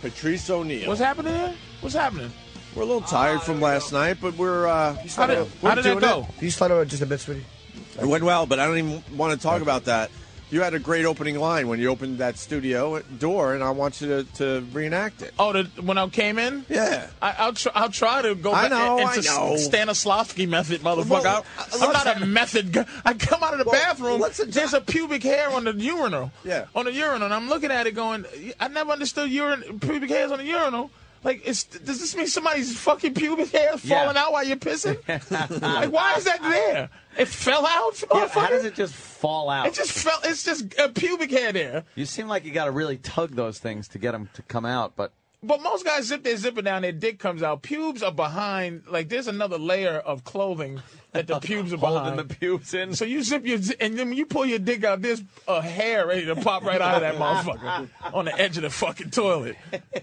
Patrice O'Neill. What's happening? There? What's happening? We're a little tired from last night, but we're uh, How did, we're how did that doing it. go? You just thought about just a bit, sweetie. It went well, but I don't even want to talk about that. You had a great opening line when you opened that studio door, and I want you to, to reenact it. Oh, the, when I came in, Yeah. I, I'll try, I'll try to go. I back know, and- and I to know. Stanislavski method, motherfucker. Well, I- I I'm love not a Stan- method. guy. I come out of the Well, bathroom. what's the di- there's a pubic hair on the urinal. Yeah. On the urinal, and I'm looking at it, going, I never understood urin pubic hairs on the urinal. Like, it's, does this mean somebody's fucking pubic hair is Yeah. falling out while you're pissing? like, why is that there? It fell out. Yeah, how motherfucker? does it just fall out? It just fell. It's just a pubic hair there. you seem like you got to really tug those things to get them to come out, but But most guys zip their zipper down, their dick comes out. Pubes are behind, like there's another layer of clothing that the pubes are holding behind. the pubes in. so you zip your, zi- and then when you pull your dick out, there's a hair ready to pop right out of that motherfucker on the edge of the fucking toilet.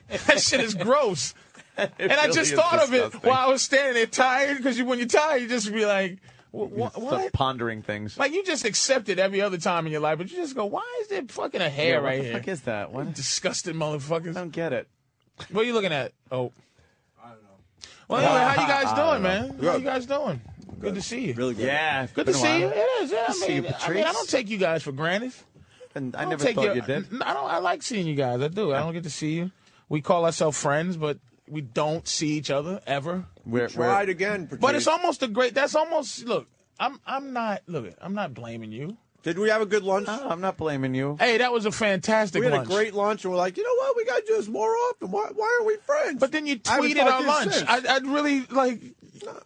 That shit is gross. and I really just is thought of it disgusting. while I was standing there tired, because you, when you're tired, you just be like, "Wha- wha- Stop what? pondering things. Like you just accept it every other time in your life, but you just go, why is there fucking a hair yeah, what right the here? fuck is that? What? I Disgusting motherfuckers. don't get it. What are you looking at? Oh. I don't know. Well, anyway, how you guys doing, man? How you guys doing? Good, to see you. Really good. Yeah, Good to see you. It is. Yeah, Good to I see you, mean, I mean, I Patrice. don't take you guys for granted. And I I don't never take thought your- you did. N- I don't. I like seeing you guys. I do. I don't get to see you. We call ourselves friends, but we don't see each other ever. We're, Tried we're, again, Patrice. But it's almost a great. That's almost look. I'm. I'm not. Look. it, I'm not blaming you. Did we have a good lunch? No, I'm not blaming you. Hey, that was a fantastic we had lunch. a great lunch, and we're like, you know what? We got to do this more often. Why, why aren't we friends? But then you I haven't tweeted talked our to you lunch. since. I, I'd really like.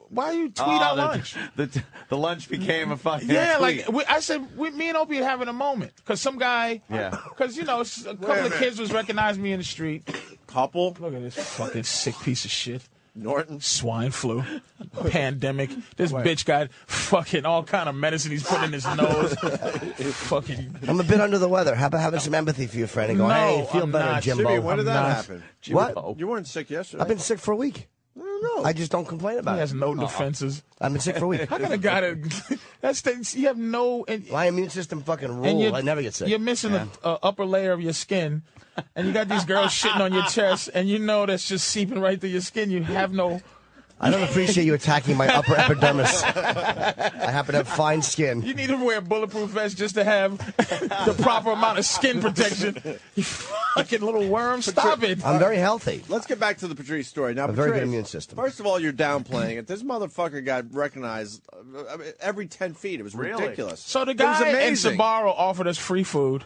Why you tweet Oh, our the, lunch? The, the lunch became a fucking Yeah, tweet. like we, I said, we, me and Opie are having a moment because some guy, Yeah. because you know, s- a a couple of minute. kids was recognized me in the street. couple Look at this fucking sick piece of shit. Norton. Swine flu, pandemic. This bitch got fucking all kind of medicine he's putting in his nose. fucking I'm a bit under the weather. How about having some empathy for your friend and going, No, hey, feel I'm better, not. Jimbo. Jimmy, when did I'm that not- happen? What? You weren't sick yesterday. I've been sick for a week. I don't know. I just don't complain he about it. Uh-uh. has no defenses. I've been sick for a week. How kind of guy that? That's the, you have no. And, My immune system fucking and rule. I never get sick. You're missing the uh, upper layer of your skin, and you got these girls shitting on your chest, and you know that's just seeping right through your skin. You have no. I don't appreciate you attacking my upper epidermis. I happen to have fine skin. You need to wear a bulletproof vest just to have the proper amount of skin protection. You fucking little worm, stop it. I'm very healthy. Let's get back to the Patrice story. Now, A very good Patrice, immune system. First of all, you're downplaying it. This motherfucker got recognized uh, I mean, every ten feet. It was ridiculous. So the It was guy in amazing. Sabaro offered us free food.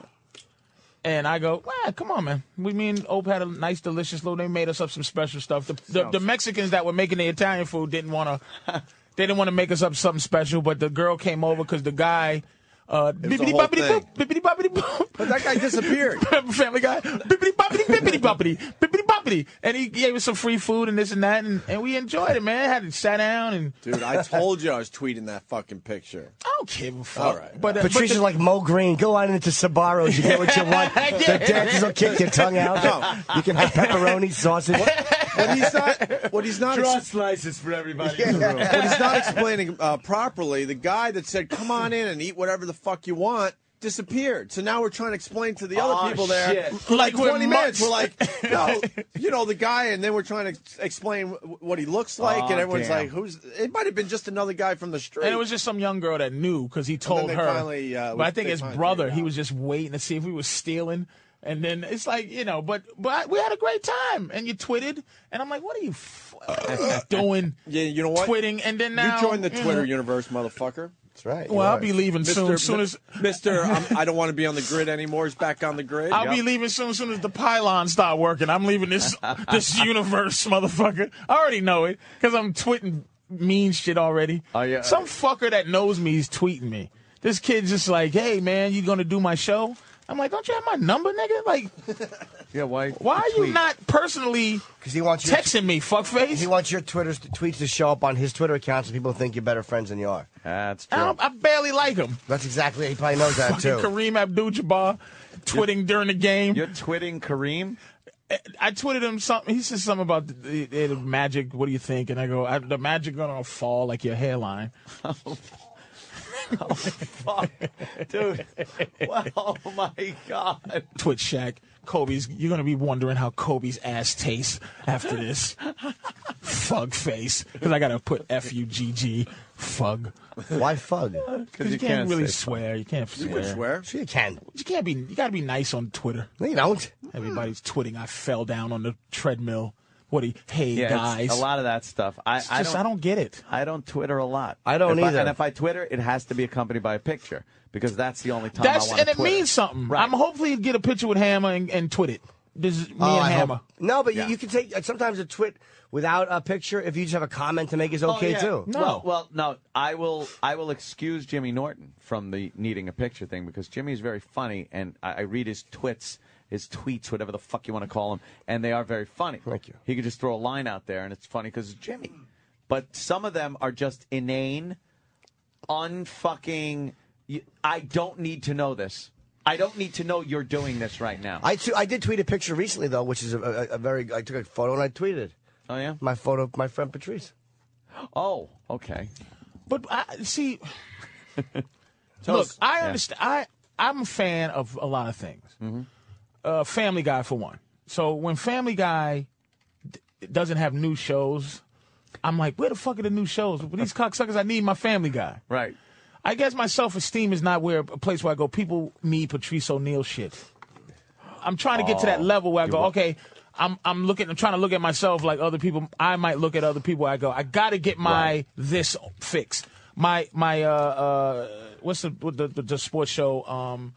And I go, wow, come on, man. We me and Ope had a nice, delicious little. They made us up some special stuff. The, the, the Mexicans that were making the Italian food didn't want to. They didn't want to make us up something special, but the girl came over because the guy. Uh, was a bippity whole boppity thing. boop, bippity boppity boop. But that guy disappeared. Family Guy, bippity boppity, bippity boppity, bippity boppity, and he gave us some free food and this and that, and, and we enjoyed it, man. Had to sat down and Dude, I told you I was tweeting that fucking picture. I don't give a fuck. All right. but uh, Patrice but is the- like Mo Green. Go on into Sabaros. You get what you want. Yeah. The dancers will kick your tongue out. You can have pepperoni, sausage. What he's not, what he's not, ex- slices for everybody. what he's not explaining uh, properly, the guy that said, "Come on in and eat whatever the fuck you want," disappeared. So now we're trying to explain to the Aw, other people there. shit. for Like Like we're 20 minutes, mutts. we're like, no, you know the guy, and then we're trying to ex- explain w- what he looks like, Aw, and everyone's damn. like, "Who's?" It might have been just another guy from the street. And it was just some young girl that knew because he told they her. finally, uh, but I was- think they his finally brother, figured he out. was just waiting to see if we was stealing. And then it's like you know, but but we had a great time. And you twitted, and I'm like, what are you f- doing? Yeah, you know what? Twitting, and then now you joined the Mm. Twitter universe, motherfucker. That's right. Well, I'll be leaving soon. As soon as Mister, I'm, I do not want to be on the grid anymore. He's back on the grid. I'll be leaving soon. As soon as the pylons start working, I'm leaving this this universe, motherfucker. I already know it because I'm tweeting mean shit already. Oh, yeah. Some fucker that knows me is tweeting me. This kid's just like, "Hey man, you gonna do my show?" I'm like, "Don't you have my number, nigga? Like, Yeah, why? why are you tweet? not personally because he wants your texting me, he fuckface?" wants your Twitter tweets to show up on his Twitter account, so people think you're better friends than you are. That's true. I, don't, I barely like him. That's exactly. He probably knows that Fucking too. Kareem Abdul-Jabbar tweeting during the game. You're twitting Kareem. I tweeted him something. He said something about the, the, the magic. What do you think? And I go, I, the magic gonna fall like your hairline. Oh, Fuck, dude. Well, oh my god. Twitch Shack. Kobe's, you're gonna be wondering how Kobe's ass tastes after this. Fug face, because I gotta put F U G G. Fug. Why fug? Because you, can't, really swear. You can't swear. Which where? Sure you can. You can't be. You gotta be nice on Twitter. No, you don't. Everybody's twitting. I fell down on the treadmill. What? He, hey Yeah, it's guys. a lot of that stuff. I, It's I just don't. I don't get it. I don't Twitter a lot. I don't If either. and if I Twitter, it has to be accompanied by a picture because that's the only time I That's want and to it Twitter. means something. Right. I'm hopefully get a picture with Hammer and, and twit it. This is me Oh, and I Hammer. hope- No, but Yeah. you, you can take uh, sometimes a twit without a picture. If you just have a comment to make is Oh, okay yeah. too. No. Well, well, no. I will. I will excuse Jimmy Norton from the needing a picture thing because Jimmy is very funny, and I, I read his twits, his tweets, whatever the fuck you want to call them, and they are very funny. Thank you. He could just throw a line out there, and it's funny because it's Jimmy. But some of them are just inane, unfucking. y- I don't need to know this. I don't need to know you're doing this right now. I too, I did tweet a picture recently though, which is a, a, a very. I took a photo and I tweeted it. oh yeah. my photo of my friend Patrice. Oh, okay. But I, see, look, I Yeah. Mm-hmm. understand. I I'm a fan of a lot of things. Uh, Family Guy for one. So when Family Guy d- doesn't have new shows, I'm like, where the fuck are the new shows? With these cocksuckers, I need my Family Guy. Right. I guess my self esteem is not where a place where I go. People need Patrice O'Neill shit. I'm trying to get to Oh, that level where I go. Okay, I'm I'm looking. I'm trying to look at myself like other people. I might look at other people. I go. I got to get my this fixed. My my uh uh what's the what the, the, the sports show um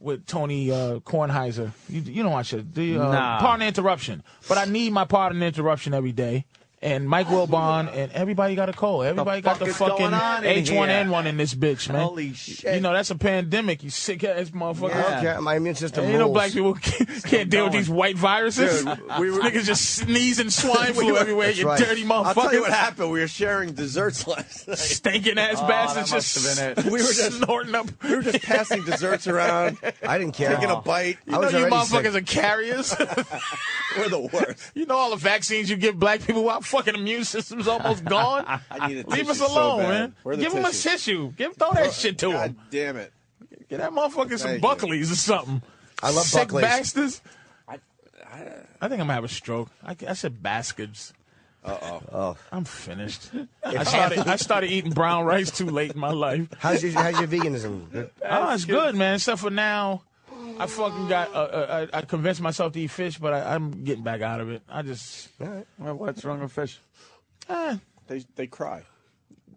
with Tony uh Kornheiser. You you don't watch it. The uh, Nah. pardon the interruption. But I need my pardon the interruption every day. And Mike Wilbon and everybody got a cold. Everybody got fuck the is going fucking on in H1N1 here? one in this bitch, man. Holy shit. You know that's a pandemic. You sick ass motherfucker. I don't Yeah. care. My immune system You know rules. black people can't, can't deal with going. these white viruses. Dude, we were- Niggas just sneezing swine flu everywhere. That's You right. dirty I'll tell you what motherfuckers. happened. We were sharing desserts last night. Stinking Oh, ass bastards that just must have been it. we were were just- snorting up. We were just passing desserts around, I didn't care. taking a bite. You I know was you already motherfuckers sick. are carriers. We're the worst. you know all the vaccines you give black people. Our fucking immune system's almost gone. I need a Leave tissue us so alone, bad. man. Where are the give them a tissues? tissue. Give throw that shit to Oh, God them. damn it. Get that motherfucker some Thank Buckleys or something. I love Sick Buckleys. bastards. I, think I'm gonna have a stroke. I, I said baskets. Uh oh. I'm finished. I started, I started eating brown rice too late in my life. How's your, how's your veganism? Good. Oh, it's good, man. Except for now, I fucking got. Uh, uh, I, I convinced myself to eat fish, but I, I'm getting back out of it. I just Well, what's wrong with fish? eh, They, they cry.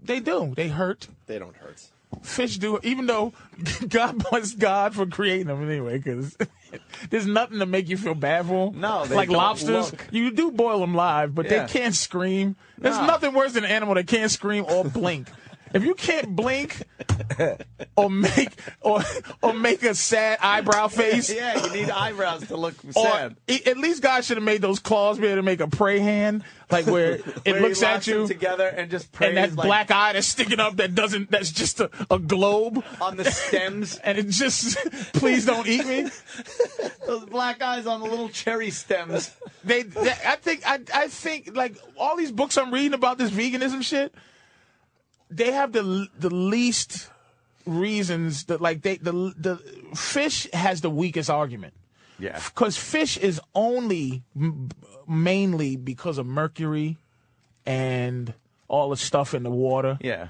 they do. They hurt. They don't hurt. fish do, even though God bless God for creating them anyway, because there's nothing to make you feel bad for 'em. No, they like don't lobsters, look. you do boil them live, but Yeah. they can't scream. There's No. nothing worse than an animal that can't scream or blink. if you can't blink or make or or make a sad eyebrow face. Yeah, you need eyebrows to look Or sad. e- at least God should have made those claws be able to make a prey hand, like where it Where he looks at locks them you, together and just prays and that like, black eye that's sticking up that doesn't, that's just a, a globe. on the stems. and it just please don't eat me. Those black eyes on the little cherry stems. They, they I think I I think like all these books I'm reading about this veganism shit, they have the the least reasons that like they the the fish has the weakest argument. Yeah. Cuz fish is only m- mainly because of mercury and all the stuff in the water. Yeah.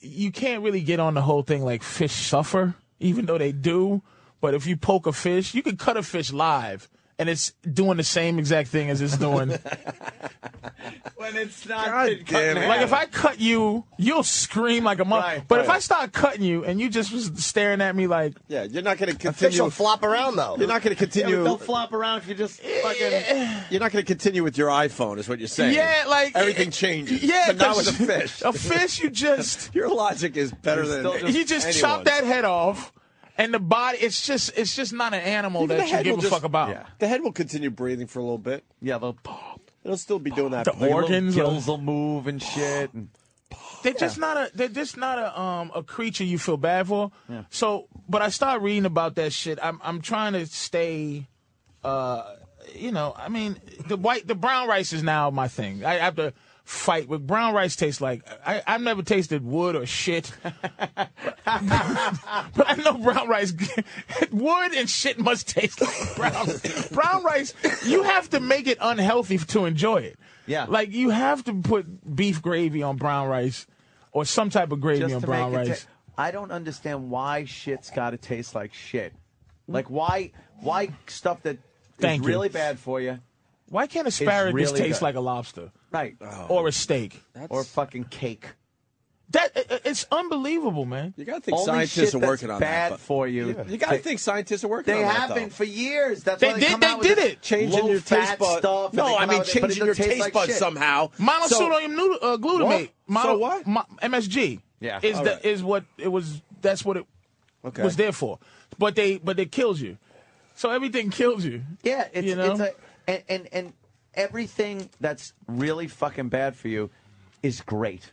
you can't really get on the whole thing like fish suffer, even though they do. But if you poke a fish, you can cut a fish live, and it's doing the same exact thing as it's doing. When it's not God been cut in damn it. half. like if I cut you, you'll scream like a mother. Right, but if right. I start cutting you, and you just was staring at me like, Yeah, you're not going to Fish continue. don't flop around though. You're not going to Yeah, but continue. they'll flop around if you just fucking. You're not going to continue with your iPhone, is what you're saying. yeah, like everything changes. Yeah, but not with 'cause a fish. A fish, you just Your logic is better You're than still just- you just chop anyone's. that head off, and the body. It's just it's just not an animal Even the that you head give will a just- fuck about. Yeah. The head will continue breathing for a little bit. Yeah, they'll. It'll still be doing that. The Like, organ- Organs Organs are- gills will move and shit. And They're just not a they're just not a um a creature you feel bad for. So, but I start reading about that shit. I'm I'm trying to stay, uh, you know. I mean, the white the brown rice is now my thing. I have to fight what brown rice tastes like. I, I've never tasted wood or shit. but I know brown rice. wood and shit must taste like brown. brown rice, you have to make it unhealthy to enjoy it. Yeah. Like you have to put beef gravy on brown rice or some type of gravy Just on to brown make it rice. ta- I don't understand why shit's got to taste like shit. Like why why stuff that is Thank you. really bad for you, Why can't asparagus really taste good. like a Oh. lobster right? Oh. or a steak? Or fucking cake. That i- i- it's unbelievable, man. You got to think Only scientists shit are working that's on bad that. but- for you. you got to think scientists are working They on have that. been though. for years. That's They why they did- Come they out did with it. changing your low-fat taste bud. Stuff and they no, I come mean out with it, but it changing doesn't your taste taste like buds shit. somehow. So, Monosodium nu- uh, glutamate. What? So what? mo- MSG. Yeah. Is All the, right. is what it was. That's what it Okay. was there for. But they but it kills you. So everything kills you. Yeah, it's, You know? it's a and, and and everything that's really fucking bad for you is great.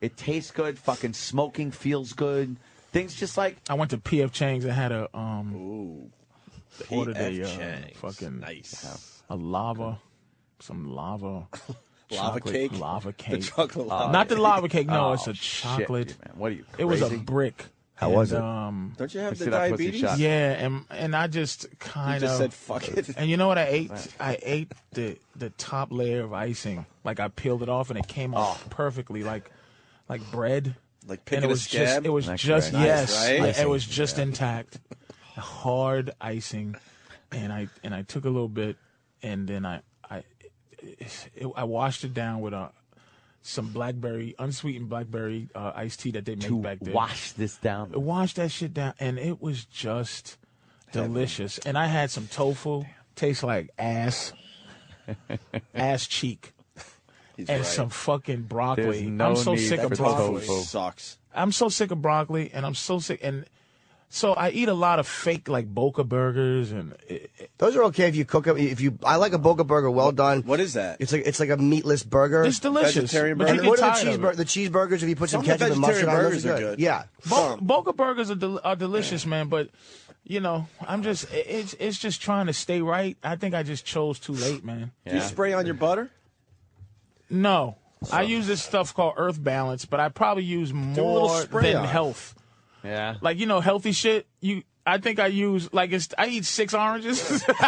It tastes good. Fucking smoking feels good. Things just like I went to PF Chang's and had a um ordered a F. uh, Chang's. fucking nice a lava, some lava. lava chocolate cake. Lava cake. Uh, chocolate lava. Not the lava cake. No, Oh, it's a shit, chocolate. man. What are you? Crazy? It was a brick. How was And, it? Um, Don't you have Let's the see that pussy diabetes? shot. You yeah, and and I just kind just of said fuck it. And you know what I ate? I ate the the top layer of icing. Like I peeled it off and it came off perfectly, like like bread. Oh. Like and picking it a was just scab? it was That's just right. Nice, yes, right? yeah, it Icing, was just intact, hard icing, and I and I took a little bit, and then I I it, I washed it down with a. Some blackberry, unsweetened blackberry uh, iced tea that they make to back there wash this down. wash that shit down, and it was just delicious. And I had some tofu, tastes like ass, ass cheek, He's and right. some fucking broccoli. There's no I'm so need sick of for broccoli. Broccoli tofu. sucks. I'm so sick of broccoli, and I'm so sick. And so I eat a lot of fake like Boca burgers, and it, it- Those are okay if you cook them. If you, I like a boca burger well done. What is that? It's like it's like a meatless burger. it's delicious. Vegetarian but you burger? get what are tired of the it. cheeseburger? The cheeseburgers. If you put some, Some of the ketchup and mustard on, vegetarian those burgers are good. Yeah, Bo- Some. Boca burgers are, del- are delicious, man. But you know, I'm just it- it's it's just trying to stay right. I think I just chose too late, man. Do you Yeah. spray on your butter? No. I use this stuff called Earth Balance, but I probably use a little more spray than on it. health. Yeah. Like you know, healthy shit. You, I think I use like it's. I eat six oranges.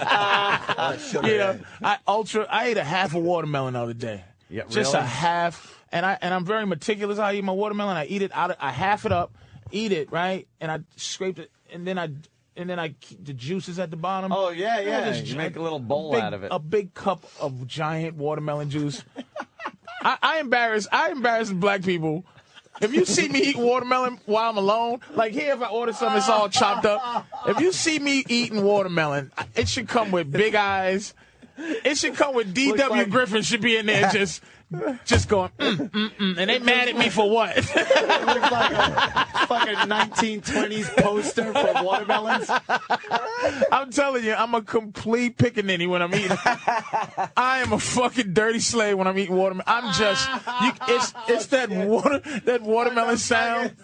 you know, I ultra. I ate a half a watermelon the other day. Yeah, just really? a half. And I and I'm very meticulous. how I eat my watermelon. I eat it out. Of, I half it up, eat it right, and I scrape it, and then I and then I keep the juices at the bottom. Oh, yeah, And I yeah. just You gi- make a little bowl big- out of it. A big cup of giant watermelon juice. I, I embarrass I embarrass black people. If you see me eat watermelon while I'm alone, like here if I order something, it's all chopped up. If you see me eating watermelon, it should come with big eyes. It should come with D.W. Looks like- Griffin should be in there just just going, mm, mm, mm, and they mad at me for what? It looks like a fucking 1920s poster for watermelons. I'm telling you, I'm a complete pickaninny when I'm eating. I am a fucking dirty slave when I'm eating watermelon. I'm just, you, it's it's Oh, that water that watermelon sound.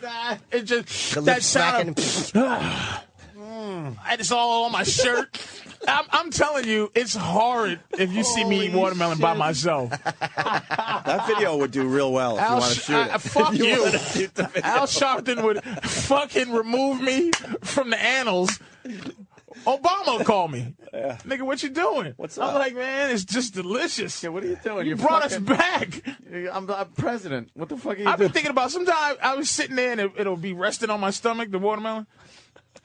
It just the that lips sound. smacking. Of, and it's all on my shirt. I'm, I'm telling you, it's horrid if you see me eat Holy watermelon by shit. myself. That video would do real well if you Al, want to Sh- shoot I- it. fuck If you. wanna shoot the video. Al Sharpton would fucking remove me from the annals. Obama would call me. Nigga, what you doing? What's I'm up? like, man, it's just delicious. Yeah, what are you doing? You You're brought fucking- us back. I'm, I'm president. What the fuck are you I've been doing? thinking about sometimes I was sitting there and it, it'll be resting on my stomach, the watermelon.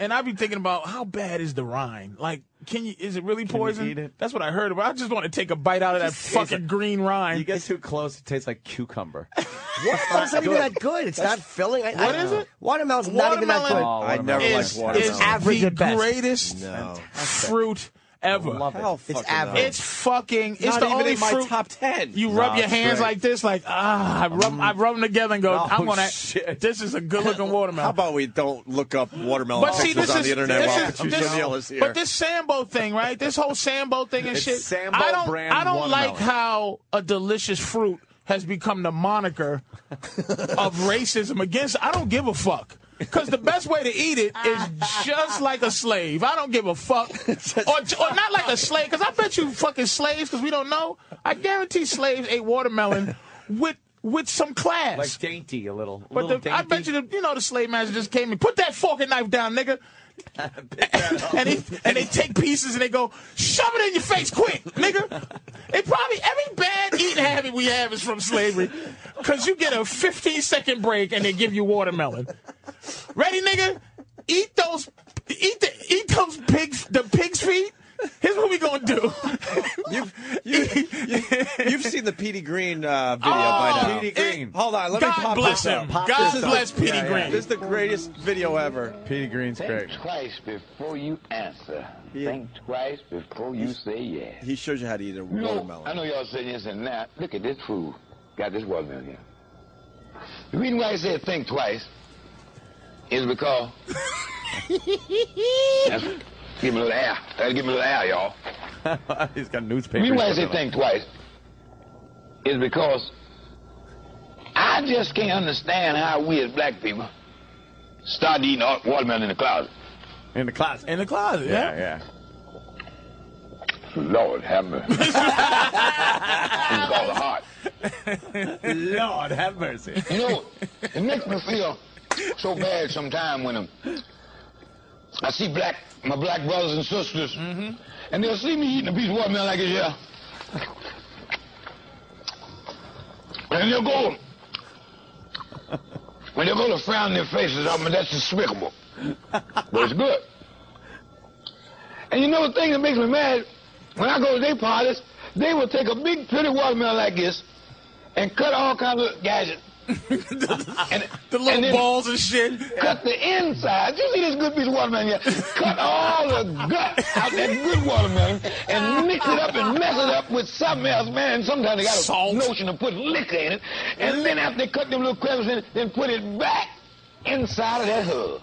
And I'd be thinking about how bad is the rind? Like, can you is it really poison? eat it? That's what I heard about. I just want to take a bite out of that taste fucking it. green rind. you get too close, it tastes like cucumber. What? It's not even that good. It's not filling. I, what is it? Watermelon's not even that Watermelon good. Oh, I never watermelon. liked is, watermelon. is Average the at best. greatest No. fruit ever. Love it. How fucking average. not? It's fucking. It's not the even only in my fruit. top ten. You rub Nah, Mm. your it's hands great. like this, like ah. I rub, I rub them together and go. Oh, I'm gonna. shit. This is a good looking How watermelon. about we don't look up watermelon but see, pictures this on is the internet while this is, Patrice this, O'Neal is here? But this Sambo thing, right? This whole Sambo thing and It's shit. Sambo I don't. brand I don't watermelon. like how a delicious fruit has become the moniker of racism against. I don't give a fuck. Because the best way to eat it is just like a slave. I don't give a fuck. or, or not like a slave, because I bet you fucking slaves, because we don't know. I guarantee slaves ate watermelon with with some class. Like dainty a little. but little the, I bet dainty. you, the, you know, the slave master just came and put that fork and knife down, nigga. and, he, and they take pieces and they go, shove it in your face quick, nigga. It probably, every bad eating habit we have is from slavery. Because you get a 15 second break and they give you watermelon. Ready, nigga? Eat those, eat the, eat those pigs, the pig's feet. Here's what we gonna do. You've seen the Petey Green uh, video Oh, by now. Petey Green. Hold on, let me God pop bless this him. up. Pop God this up. bless Petey Yeah, yeah. Green. This is the greatest video ever. Petey Green's great. Think twice before you answer. Think twice before you say yes. He shows you how to eat a watermelon. I know y'all saying yes and that. Look at this fool. Got this watermelon here. The reason why he said think twice is because. That's- give me a little air. That'll give me a little air, y'all. He's got newspapers. The reason why I stuck say on him. think twice is because I just can't understand how we as black people start eating all- watermelon in the closet. in the closet. In the closet, Yeah, yeah. Lord have mercy. it's all the heart. Lord have mercy. You know, it makes me feel so bad sometimes when I'm, I see black my black brothers and sisters, and they'll see me eating a piece of watermelon like this, yeah. And they'll go, when they go to frown their faces, I mean, that's despicable. But it's good. And you know the thing that makes me mad? When I go to their parties, they will take a big, pretty watermelon like this and cut all kinds of gadgets. and, The little and then balls and shit. Cut the inside. You see this good piece of watermelon here? Cut all the gut out that good watermelon and mix it up and mess it up with something else, man. Sometimes they got a Salt. notion to put liquor in it, and then after they cut them little crevices in, it, then put it back inside of that hub.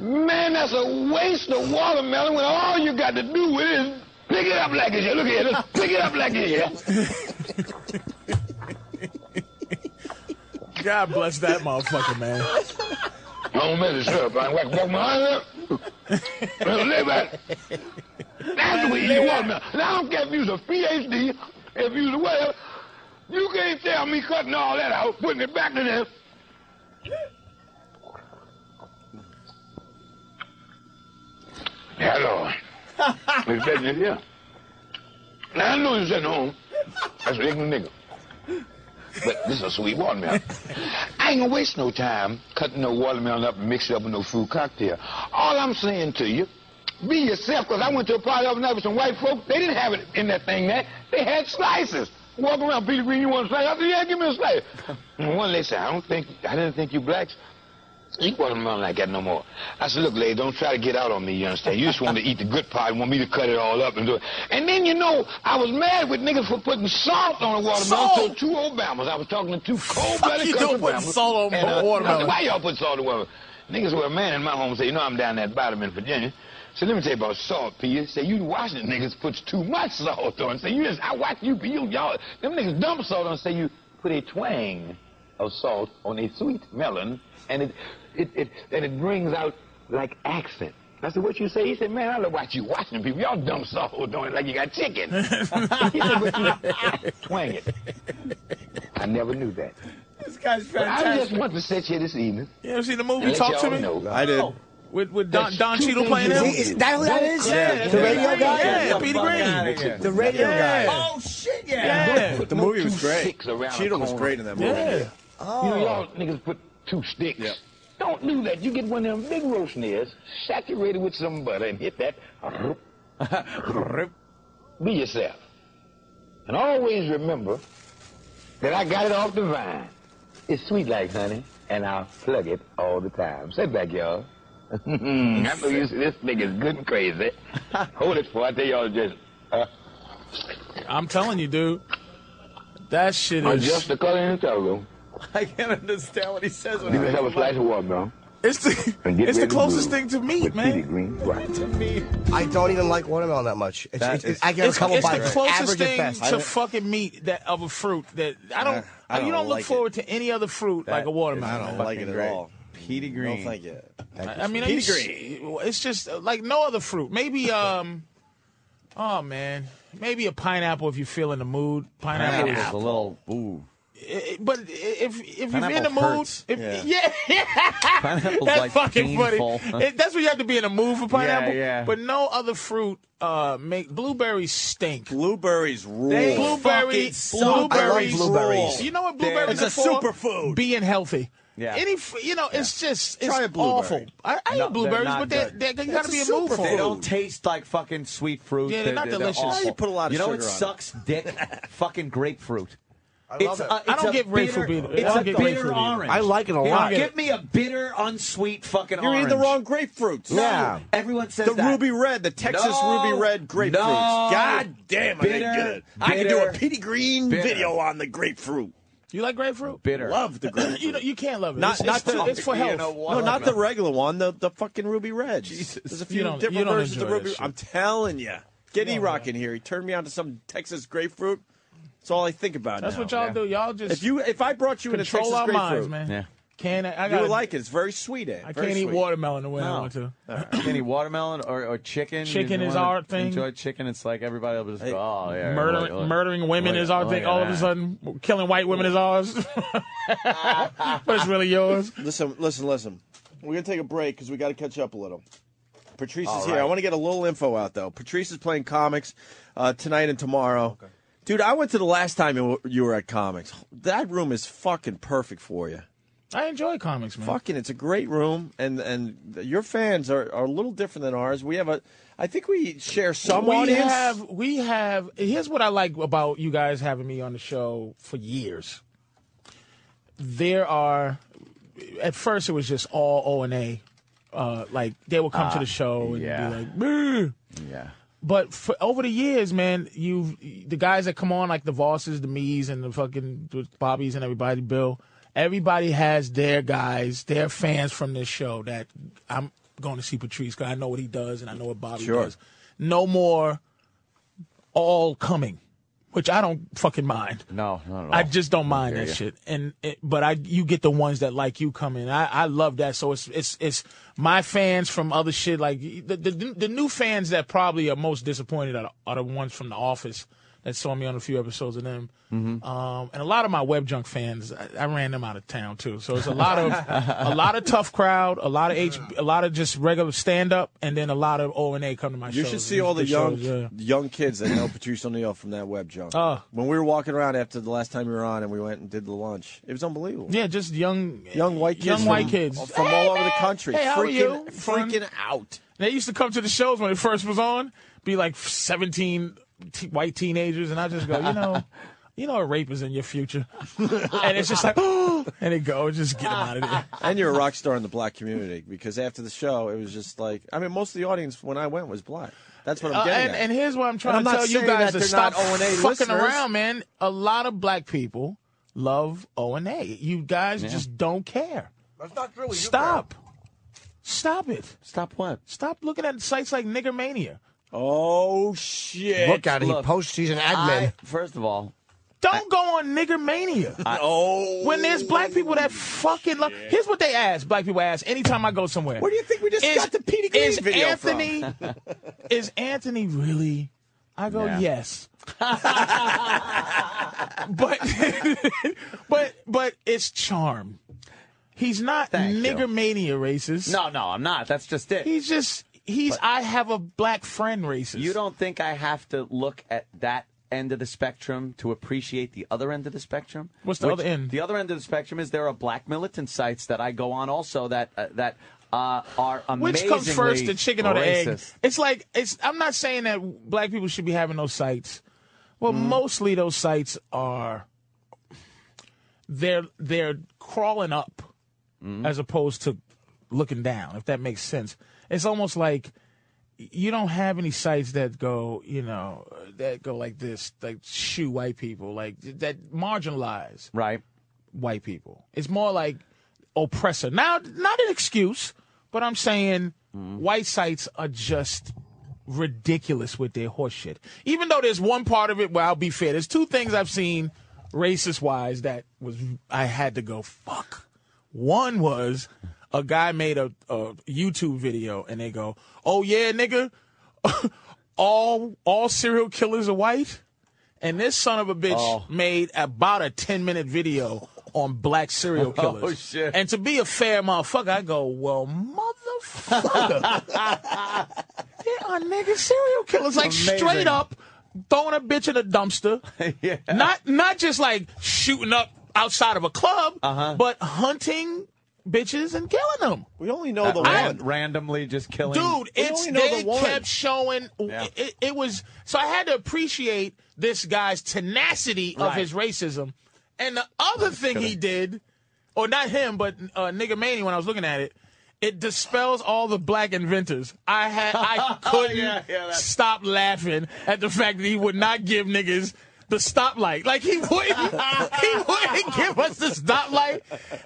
Man, that's a waste of watermelon when all you got to do with it is pick it up like it's here. Look here, let's pick it up like it's here. God bless that motherfucker, man. I don't mess this up. I whack, whack my eyes up. Well, lay back. That's what you eat watermelon. And I don't care if you's a PhD, if you's a whatever. You can't tell me cutting all that out, putting it back in there. Hello. It's better than here. Now, I know you're sitting home. That's an ignorant nigga. But this is a sweet watermelon. I ain't gonna waste no time cutting no watermelon up and mix it up with no fruit cocktail. All I'm saying to you, be yourself, because I went to a party the other night with some white folks. They didn't have it in that thing there. They had slices. Walk around, Peter Green, you want a slice? I said, yeah, give me a slice. And one lady said, I don't think, I didn't think you blacks eat watermelon like that no more. I said, look, lady, don't try to get out on me, you understand? You just want to eat the good part, want me to cut it all up and do it. And then, you know, I was mad with niggas for putting salt on the watermelon. Salt? So two Obamas, I was talking to two cold-blooded you country doing putting Obamas. salt on And, uh, watermelon? I said, why y'all put salt on watermelon? Niggas were a man in my home say, you know, I'm down that bottom in Virginia. So let me tell you about salt, P. Say you Washington niggas puts too much salt on. Say you just, I watch you, you y'all, them niggas dump salt on. Say you put a twang of salt on a sweet melon, and it, it, it, and it brings out like accent. I said, what you say? He said, man, I love watch you Washington people. Y'all dump salt on it like you got chicken. he said, but you twang it. I never knew that. This guy's But I just fantastic. want to sit here this evening You ever seen the and movie let Talk to y'all Me? know. I did. With with Don, Don Cheadle playing Is, him? he, is that who that is? Yeah. The radio guy? Yeah, Get the Peter fuck Green. outta here. The radio guy. Oh shit, yeah. But the movie was Two great. sticks around the Cheadle was corner. Oh. great in that movie. Yeah. You know, y'all niggas put two sticks. Yeah. Don't do that. You get one of them big roast nails, saturated with some butter, and hit that. Be yourself. And always remember that I got it off the vine. It's sweet like honey, and I plug it all the time. Sit back, y'all. I know you see this nigga's good and crazy. Hold it for I tell y'all just, uh, I'm telling you, dude. That shit adjust is the color in the togo. I can't understand what he says. When You can have a slice of watermelon. it's the And get it's the ready to closest move thing to meat, with Petey man. Green. Right. I don't even like watermelon that much. It's, That it's, it's, is- I get a It's, couple it's the bites. closest average at thing best. to fucking meat that of a fruit that I don't. I don't you don't look like it. forward to any other fruit like a That watermelon. I don't like it at great. all. Petey Green. thank you. I mean, are you s- it's just uh, like no other fruit. Maybe um, oh man, maybe a pineapple if you feel in the mood. Pineapple, Pineapple's is- a little ooh. i- i- but i- if if you're in Pineapple the mood, hurts. if, yeah, Pineapple's that's like fucking painful. funny. It- that's what you have to be in the mood for pineapple. yeah. But no other fruit uh make blueberries stink. Blueberries rule. Blueberry, suck. I love blueberries, blueberries. You know what blueberries It's are a for? superfood. Being healthy. Yeah. Any, f- you know, it's just it's Try a blueberry. awful. I, I No, eat blueberries, they're not but they good. they, they gotta be a That's a mood for superfood. They Ooh. don't taste like fucking sweet fruit. Yeah, they're not delicious. awful. You put a lot of You know sugar it on it. sucks dick? fucking grapefruit. I It's love a, it. it's I don't a get bitter, grapefruit either. I It's don't a get bitter grapefruit either. orange. I like it a You don't lot. get Give me a bitter, unsweet fucking You're orange. eating the wrong grapefruits. Yeah. Everyone says The that. ruby red, the Texas No. ruby red grapefruits. No. God damn, are they Bitter. good? I could do a Bitter. Petey Green Bitter. video on the grapefruit. You like grapefruit? bitter. Love the grapefruit. you know, you can't love it. Not- it's, not it's, to- the- it's for you health. know what? No, not the Watermelon. regular one. The the fucking ruby red. Jesus, there's a few You don't- different you don't versions of enjoy that ruby. shit. I'm telling you, get E Rock in here. He turned me on to some Texas grapefruit. That's all I think about. That's now. what y'all yeah. do. Y'all just If you if I brought you in a Texas control our grapefruit, minds, man. Yeah. Can't I, I you gotta, would like it. It's very sweet. Ed. I Very can't eat sweet. watermelon the way I No. want to. Any watermelon or, or chicken? Chicken You is wanna our thing. Enjoy chicken. It's like everybody will just go, oh, yeah. Murdering, look, look. murdering women Look is at- our look thing. at All of a that. sudden, killing white women is ours, but it's really yours. Listen, listen, listen. We're gonna take a break because we got to catch up a little. Patrice is All here. right. I want to get a little info out though. Patrice is playing comics uh, tonight and tomorrow. Dude, I went to the last time you- you were at comics. That room is fucking perfect for you. I enjoy comics, man. Fucking, it's a great room, and and your fans are, are a little different than ours. We have a, I think we share some we audience. have we have here's what i like about you guys having me on the show for years there are at first it was just all o and a uh, like they would come Ah, to the show and yeah. be like "Meh." Yeah. but for, over the years man you the guys that come on like the vosses the mees and the fucking bobbies and everybody bill everybody has their guys their fans from this show that i'm going to see patrice because i know what he does and i know what bobby Sure. does no more all coming, which I don't fucking mind. No, not at all. I just don't mind hear that ya. shit. And it, but I you get the ones that like you coming. I I love that. So it's it's it's my fans from other shit like the the, the new fans that probably are most disappointed are, the- are the ones from The Office that saw me on a few episodes of them. Mm-hmm. Uh, Um, and a lot of my web junk fans, I, I ran them out of town too. So it's a lot of a lot of tough crowd, a lot of H, a lot of just regular stand up, and then a lot of O and A come to my You shows. should see all the young shows, yeah. young kids that know Patrice O'Neill from that web junk. Oh. when we were walking around after the last time we were on, and we went and did the lunch, it was unbelievable. Yeah, just young, Young white kids, young from, white kids. from all over the country, Hey, freaking, how are you? freaking out. They used to come to the shows when it first was on, be like seventeen t- white teenagers, and I just go, you know, you know, a rape is in your future, and it's just like, and it goes, just get them out of there. And you're a rock star in the black community because after the show, it was just like I mean, most of the audience when I went was black. That's what I'm Uh, getting and, at. and here's what I'm trying I'm to not tell you saying guys that to they're stop not O&A fucking listeners. around, man. A lot of black people love O and A. You guys just don't care. That's not true. You Stop. Stop it. Stop what? Stop looking at sites like Niggermania. oh shit! Look at it. He Look, posts. He's an admin. I, first of all, Don't go on Niggermania. oh, when there's black people that fucking love. Here's what they ask. Black people ask anytime I go somewhere. where do you think we just is- got the Peter Green is video Anthony, is Anthony really? I go Yeah. yes. but but but it's charm. He's not Thank you. nigger mania racist. no, no, I'm not. That's just it. he's just he's. I have a black friend racist. You don't think I have to look at that end of the spectrum to appreciate the other end of the spectrum? What's the other end? The other end of the spectrum is there are black militant sites that I go on also that uh, that uh, are amazingly Which comes first, the chicken or the egg? racist. It's like it's. I'm not saying that black people should be having those sites. Well, Mm. mostly those sites are. They're they're crawling up, as opposed to looking down. If that makes sense, it's almost like you don't have any sites that go, you know, that go like this, like shoe white people, like that marginalize Right. white people. It's more like oppressor. Now, not an excuse, but I'm saying white sites are just ridiculous with their horseshit. Even though there's one part of it where I'll be fair. There's two things I've seen racist wise that was I had to go fuck. One was a guy made a, a YouTube video and they go, "Oh yeah, nigga, all all serial killers are white." And this son of a bitch made about a 10 minute video on black serial killers. shit. And to be a fair motherfucker, I go, well, motherfucker. there are nigga serial killers. Like straight up throwing a bitch in a dumpster. Not not just like shooting up outside of a club, but hunting bitches and killing them. We only know Uh, the I- one. randomly just killing. Dude, We it's only know they the one. kept showing. It, it was so I had to appreciate this guy's tenacity of his racism, and the other thing he did, or not him, but uh, nigga Manny. When I was looking at it, it dispels all the black inventors. I had I couldn't stop laughing at the fact that he would not give niggas. The stoplight, like he wouldn't, he wouldn't give us the stoplight.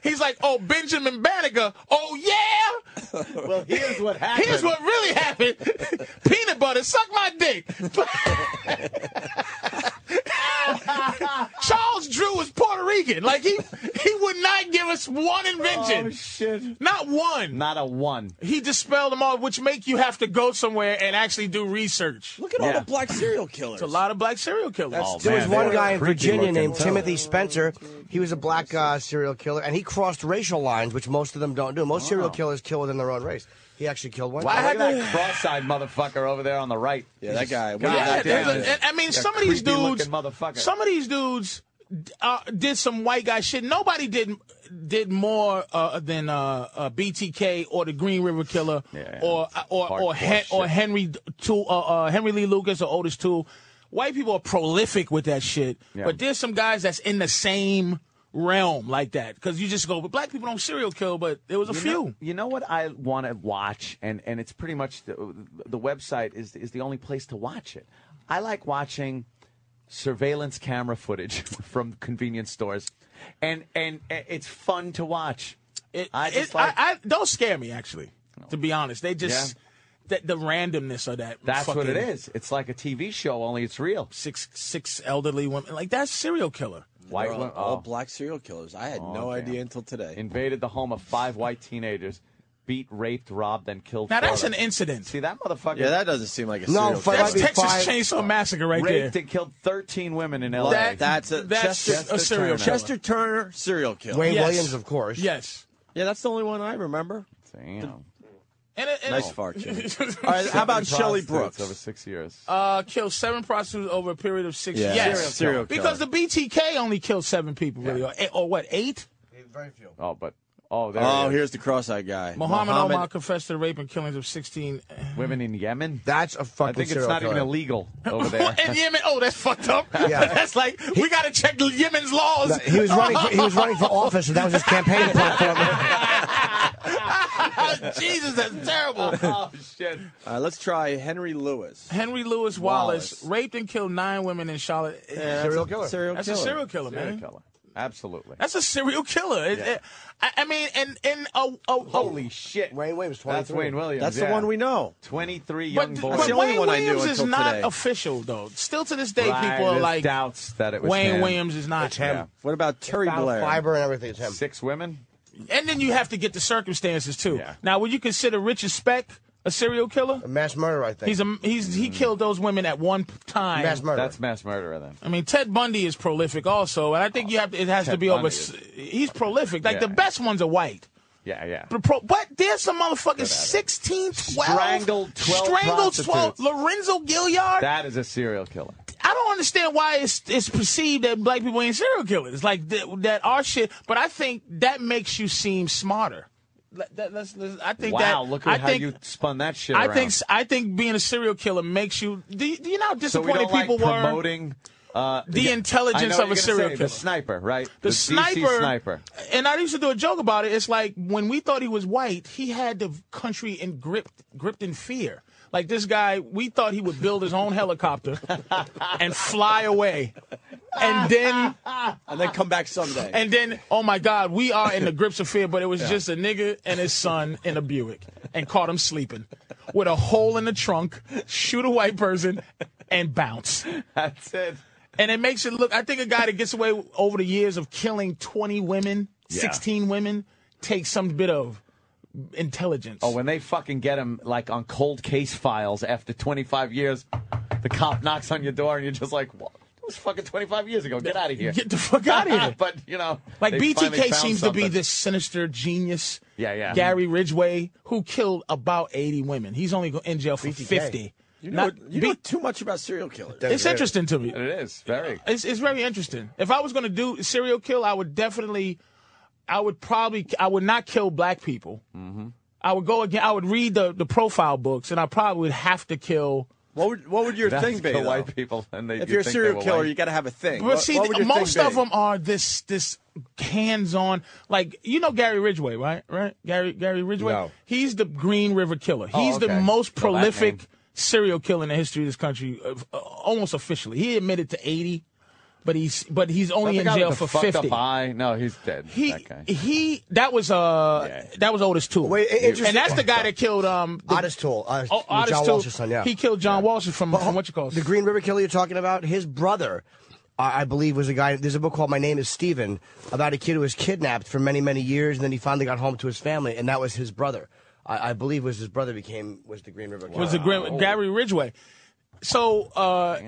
He's like, oh Benjamin Banneker, oh yeah, Well, here's what happened. Here's what really happened. Peanut butter, suck my dick. Charles Drew was Puerto Rican. Like he he would not give us one invention. Oh, shit. Not one. Not a one. He dispelled them all, which make you have to go somewhere and actually do research. Look at all the black serial killers. A lot of black serial killers. That's- There was Oh, Man, one they were guy in creepy Virginia looking named fellas. Timothy Spencer. He was a black uh, serial killer, and he crossed racial lines, which most of them don't do. Most serial killers kill within their own race. He actually killed one. Wow, guy. look at that cross-eyed motherfucker over there on the right. yeah, that guy. What Yeah, did that there's guy a- do? and- I mean, A some of these creepy-looking dudes, motherfucker. some of these dudes uh, did some white guy shit. Nobody did did more uh, than uh, uh, BTK or the Green River Killer Yeah. or uh, or or, Hardcore Hen- or shit. Henry Tool, uh, uh, Henry Lee Lucas or Otis Tool. White people are prolific with that shit, Yeah. but there's some guys that's in the same realm like that because you just go, but black people don't serial kill, but there was a few. You know what I want to watch, and and it's pretty much the, the website is is the only place to watch it. I like watching surveillance camera footage from convenience stores, and and it's fun to watch. It, I just it- like- I, I, don't scare me actually. To be honest, they just the, the randomness of that. That's what it fucking is. It's like a TV show, only it's real. Six six elderly women like that's serial killer. White They're all, one, all oh. black serial killers. I had no damn. idea until today. invaded the home of five white teenagers, beat, raped, robbed, and killed. Now that's four an of them. incident. See that motherfucker yeah, that doesn't seem like a No, serial for- killer. That's might be Texas five- Chainsaw Massacre right there. raped and killed thirteen women in L.A. That- that's a That's Chester, a serial Turner. killer. Chester Turner serial killer. Wayne Yes. Williams, of course. Yes. Yeah, that's the only one I remember. Damn. And, it- and Nice it- fart, Jimmy. All right, how about Shelly Prostitutes Brooks? over six years? Uh, killed seven prostitutes over a period of six Yeah, years. Yes. serial killer. Because the BTK only killed seven people, really, or, eight, or what, eight? Very few. oh, but oh, there oh, he is. here's the cross-eyed guy. Muhammad, Omar confessed to the rape and killings of eh. 16. women in Yemen. That's a fucking I think it's serial not killer. even illegal over there. What, in Yemen? Oh, that's fucked up. Yeah. that's like, we got to check Yemen's laws. No, He was running. For, he was running for office, and that was his campaign platform. Jesus, that's terrible. oh shit! All right, let's try Henry Lewis. Henry Lewis Wallace, Wallace. raped and killed nine women in Charlotte. Serial killer. Serial that's killer. a serial killer, Serial man. killer. Absolutely. That's a serial killer. It- it- I, I mean, and and a, a, a- Holy shit! Wayne Williams, That's 23. Wayne Williams. That's yeah. the one we know. Twenty-three young but, boy. That's but the only Wayne one I knew Williams is until not today. official though. Still to this day, Right, people are there's like doubts that it was Wayne him. Williams is not Yeah. What about Terry Found Blair? Fiber and everything. It's him. Six women. And then you have to get the circumstances too. Yeah. Now, would you consider Richard Speck a serial killer? A mass murder, I think. He's a he's he killed those women at one time. mass murder. Mm. That's mass murderer then. I mean, Ted Bundy is prolific also, and I think you have to, it has Ted to be over. Bundy s- He's prolific. Like Yeah. the best ones are white. Yeah, yeah. But, pro, but there's some motherfuckers 16, 12. Strangled 12 Strangled 12. prostitutes. Lorenzo Gilliard. That is a serial killer. I don't understand why it's it's perceived that black people ain't serial killers. Like that, that our shit. But I think that makes you seem smarter. Let- that- let's- let's- I think Wow, that. look at I how think, you spun that shit I around. think I think being a serial killer makes you. Do you, do you know how so we disappointed don't like people were? promoting uh, The intelligence I know of a what you're gonna serial say, killer. the sniper, right? The, DC sniper, sniper. and I used to do a joke about it. It's like when we thought he was white, he had the country in gripped, gripped in fear. Like this guy, we thought he would build his own helicopter and fly away, and then And then come back someday. and then oh my God, we are in the grips of fear. But it was just a nigga and his son in a Buick, and caught him sleeping with a hole in the trunk. Shoot a white person and bounce. That's it. And it makes it look. I think a guy that gets away over the years of killing 20 women, 16 women, takes some bit of intelligence. Oh, when they fucking get him like on cold case files after 25 years, the cop knocks on your door and you're just like, well, it was fucking 25 years ago. Get out of here. Get the fuck out of here. but you know, Like they finally BTK found seems to be something. this sinister genius. Yeah, yeah. Gary Ridgway, who killed about 80 women. He's only go- in jail for 50. You know, Not- you B- know too much about serial killers. it's interesting to me. It is very. It's, it's very interesting. If I was going to do serial kill, I would definitely, I would probably, I would not kill black people. Mm-hmm. I would go again. I would read the, the profile books, and I probably would have to kill. What would what would your That's thing be? the though? white people, and they. If you you're a think they serial were killer, white. you got to have a thing. But What- see, what would your most thing of be? them are this this hands on. Like you know Gary Ridgway, right? Right? Gary Gary Ridgway. No. He's the Green River Killer. He's the Oh, okay. most Know that prolific name. serial killer in the history of this country, uh, uh, almost officially. He admitted to 80, but he's but he's Not only the in guy jail with the for fucked 50. Up eye. No, he's dead. He that guy. he that was uh Yeah. that was Otis Tool. Wait, i- interesting- and that's the guy that killed um the, Otis Tool. Uh, oh, Otis John Tool. Walsh's son, yeah. He killed John Walsh from, from what you call it. The Green River Killer you're talking about, his brother, I I believe, was a guy. There's a book called My Name is Steven about a kid who was kidnapped for many, many years, and then he finally got home to his family, and that was his brother. I, I believe was his brother became was the Green River Killer. Oh. was the Grim, Gary Ridgway. So uh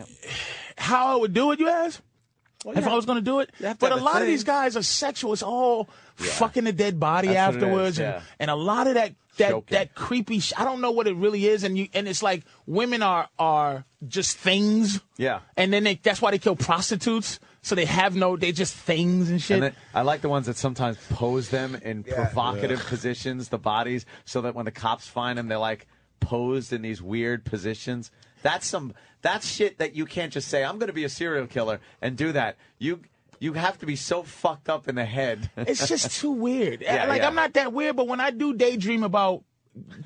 how I would do it, you ask? If I was going to do it, have to but a have a lot of thing. these guys are sexual. It's all fucking the dead body That's what it afterwards, is, yeah. and, and a lot of that that Choking. that creepy. Sh- I don't know what it really is, and you and it's like women are are just things. Yeah. and then they that's why they kill prostitutes, so they have no. They just things and shit. And then, I like the ones that sometimes pose them in provocative positions, the bodies, so that when the cops find them, they're like posed in these weird positions. That's some that's shit that you can't just say I'm going to be a serial killer and do that. You you have to be so fucked up in the head. It's just too weird. Yeah, like yeah. I'm not that weird, but when I do daydream about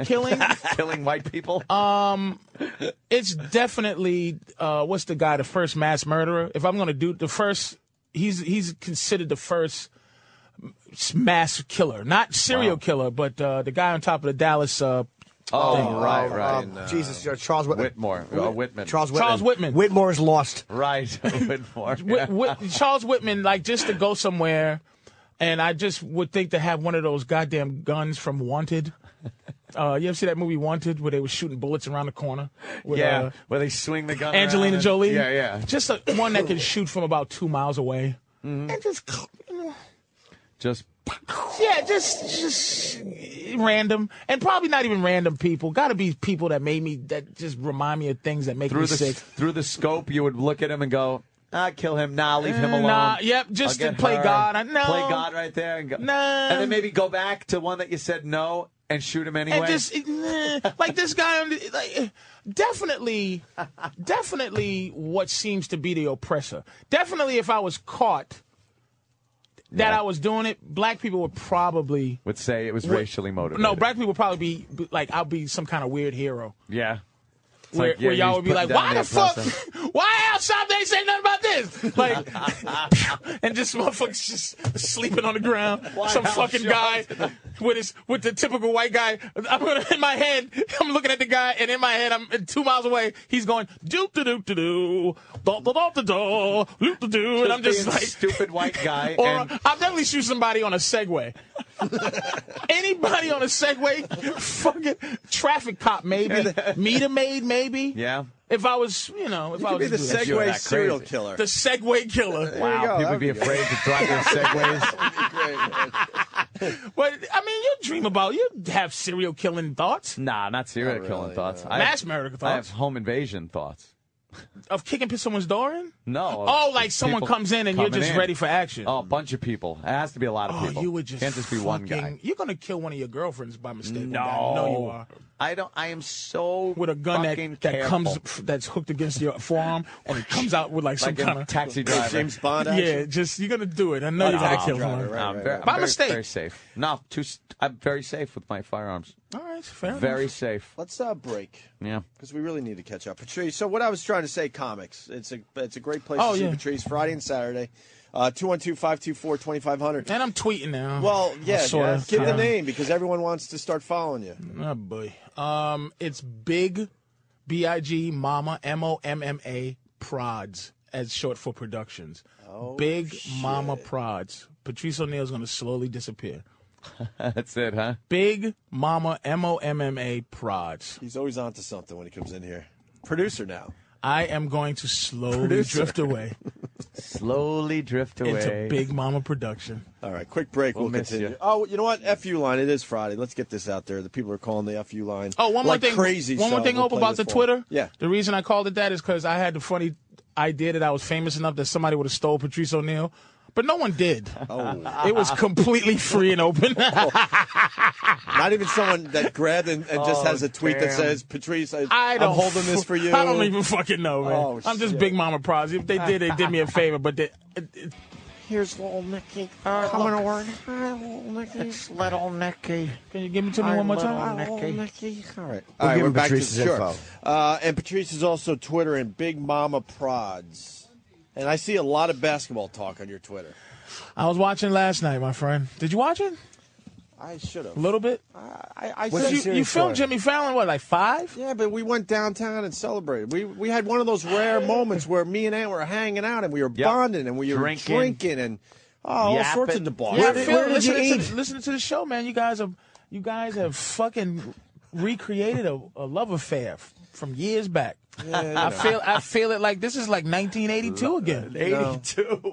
killing, Um, killing white people. it's definitely uh, what's the guy, the first mass murderer. If I'm gonna do the first, he's he's considered the first mass killer, not serial killer, but uh, the guy on top of the Dallas. Uh, oh, right, right. Um, Jesus, uh, Charles Whitman. Whitmore, uh, Whitman. Charles Whitman. Charles Whitman. Whitmore is lost. right, Whitmore. Whit- Whit- Charles Whitman, like just to go somewhere, and I just would think to have one of those goddamn guns from Wanted. Uh, you ever see that movie Wanted, where they were shooting bullets around the corner? with, yeah, uh, where they swing the gun. around Angelina and- Jolie. Yeah, yeah. Just a, one that can shoot from about two miles away. And just, Mm-hmm. Just yeah, just, just random, and probably not even random people. Got to be people that made me that just remind me of things that make through me the sick. through the scope, you would look at him and go, "Ah, kill him! Nah, leave him Eh, alone." nah, yep, just I'll get to play her. God. I- no. play God right there, and go, Nah. and then maybe go back to one that you said no and shoot him anyway. And just eh, like this guy, on the- like, eh, definitely, definitely, what seems to be the oppressor. Definitely, if I was caught that Yeah. I was doing it, black people would probably would say it was racially motivated. No, black people would probably be be like, I'll be some kind of weird hero. Yeah. It's Where, like, yeah, where you y'all just would be put like, down why the fuck? oppressor." Why outside they ain't say nothing about this? Like, and just motherfuckers just sleeping on the ground. Some house fucking guy shots. with his with the typical white guy. I'm gonna in my head. I'm looking at the guy, and in my head, I'm and two miles away. He's going doop da doop da doo, da da da da da, doop da doo, and I'm just Being like stupid white guy. or and I'll definitely shoot somebody on a Segway. Anybody on a Segway, fucking traffic cop maybe, meter maid maybe. Yeah. If I was, you know, if I You'd was be to the do that. Segway that serial crazy. killer. the Segway killer. wow, go, people that'd would be be good. afraid to drive their segways. But I mean, you dream about, Oh, you have serial killing thoughts nah, not serial killing thoughts. I Mass have- murder I thoughts. have home invasion thoughts. of kicking someone's door in. No. Oh, like someone people comes in and you're coming just in. ready for action. Oh, a bunch of people. It has to be a lot of Oh, people. you would just can't just be one guy. fucking- You're gonna kill one of your girlfriends by mistake. one No, guy. I know you are. I don't. I am so With a gun that, fucking that careful. comes that's hooked against your forearm and it comes out with like some like kind a of taxi Like driver. James Bond. Yeah, Action. just you're gonna do it. I know you're gonna no. kill Driver, someone. right. I'm very, By I'm very- mistake. Very safe. No, too. St- I'm very safe with my firearms. All right, fair Very safe. Let's uh, break Yeah. because we really need to catch up. Patrice. So what I was trying to say, comics. It's a it's a great place Oh, to yeah. see Patrice Friday and Saturday. Uh, Two one two five two four twenty five hundred. And I'm tweeting now. Well, yeah, sort of, give the kinda. name because everyone wants to start following you. oh boy. Um, it's big, B I G Mama M O M M A Prods as short for Oh, productions. big Mama Prods. Patrice O'Neill's gonna slowly disappear. That's it, huh? Big Mama M O M M A Prods. He's always onto something when he comes in here. Producer now. I am going to slowly Producer. drift away Slowly drift away. into Big Mama production. All right, quick break. We'll, We'll miss continue. you. Oh, you know what? FU line. It is Friday. Let's get this out there. The people are calling the FU line. Oh, one more like thing. Crazy. One more so thing, we'll Hope, play about the this for 'em. Twitter. Yeah. The reason I called it that is because I had the funny idea that I was famous enough that somebody would have stole Patrice O'Neal, but no one did. Oh, It was completely free and open. not even someone that grabbed and, and just has a tweet that damn. says, "Patrice, I, Oh, I don't. am holding this for you." I don't even fucking know, man. Oh, I'm just shit. Big Mama Prods. If they did, they did me a favor, but they, it, it, Here's little Nicky coming over. Hi, little Nicky. Little Nicky. can you give me to me Hi, one more little time? Nicky. All right. All right, give we're him back Patrice's to sure. info. Uh, and Patrice is also Twitter and Big Mama Prods. And I see a lot of basketball talk on your Twitter. I was watching last night, my friend. Did you watch it? I should have. A little bit. I, I What's said- he You, you filmed Jimmy Fallon what, like five? Yeah, but we went downtown and celebrated. We we had one of those rare moments where me and Ann were hanging out and we were bonding and we were drinking, Drinking. and oh, all Yapping. sorts of debauchery. Yeah, did- Phil, where did listen, you to, listen to the show, man. You guys have you guys have fucking recreated a, a love affair f- from years back. I feel I feel it like this is like 1982 again. What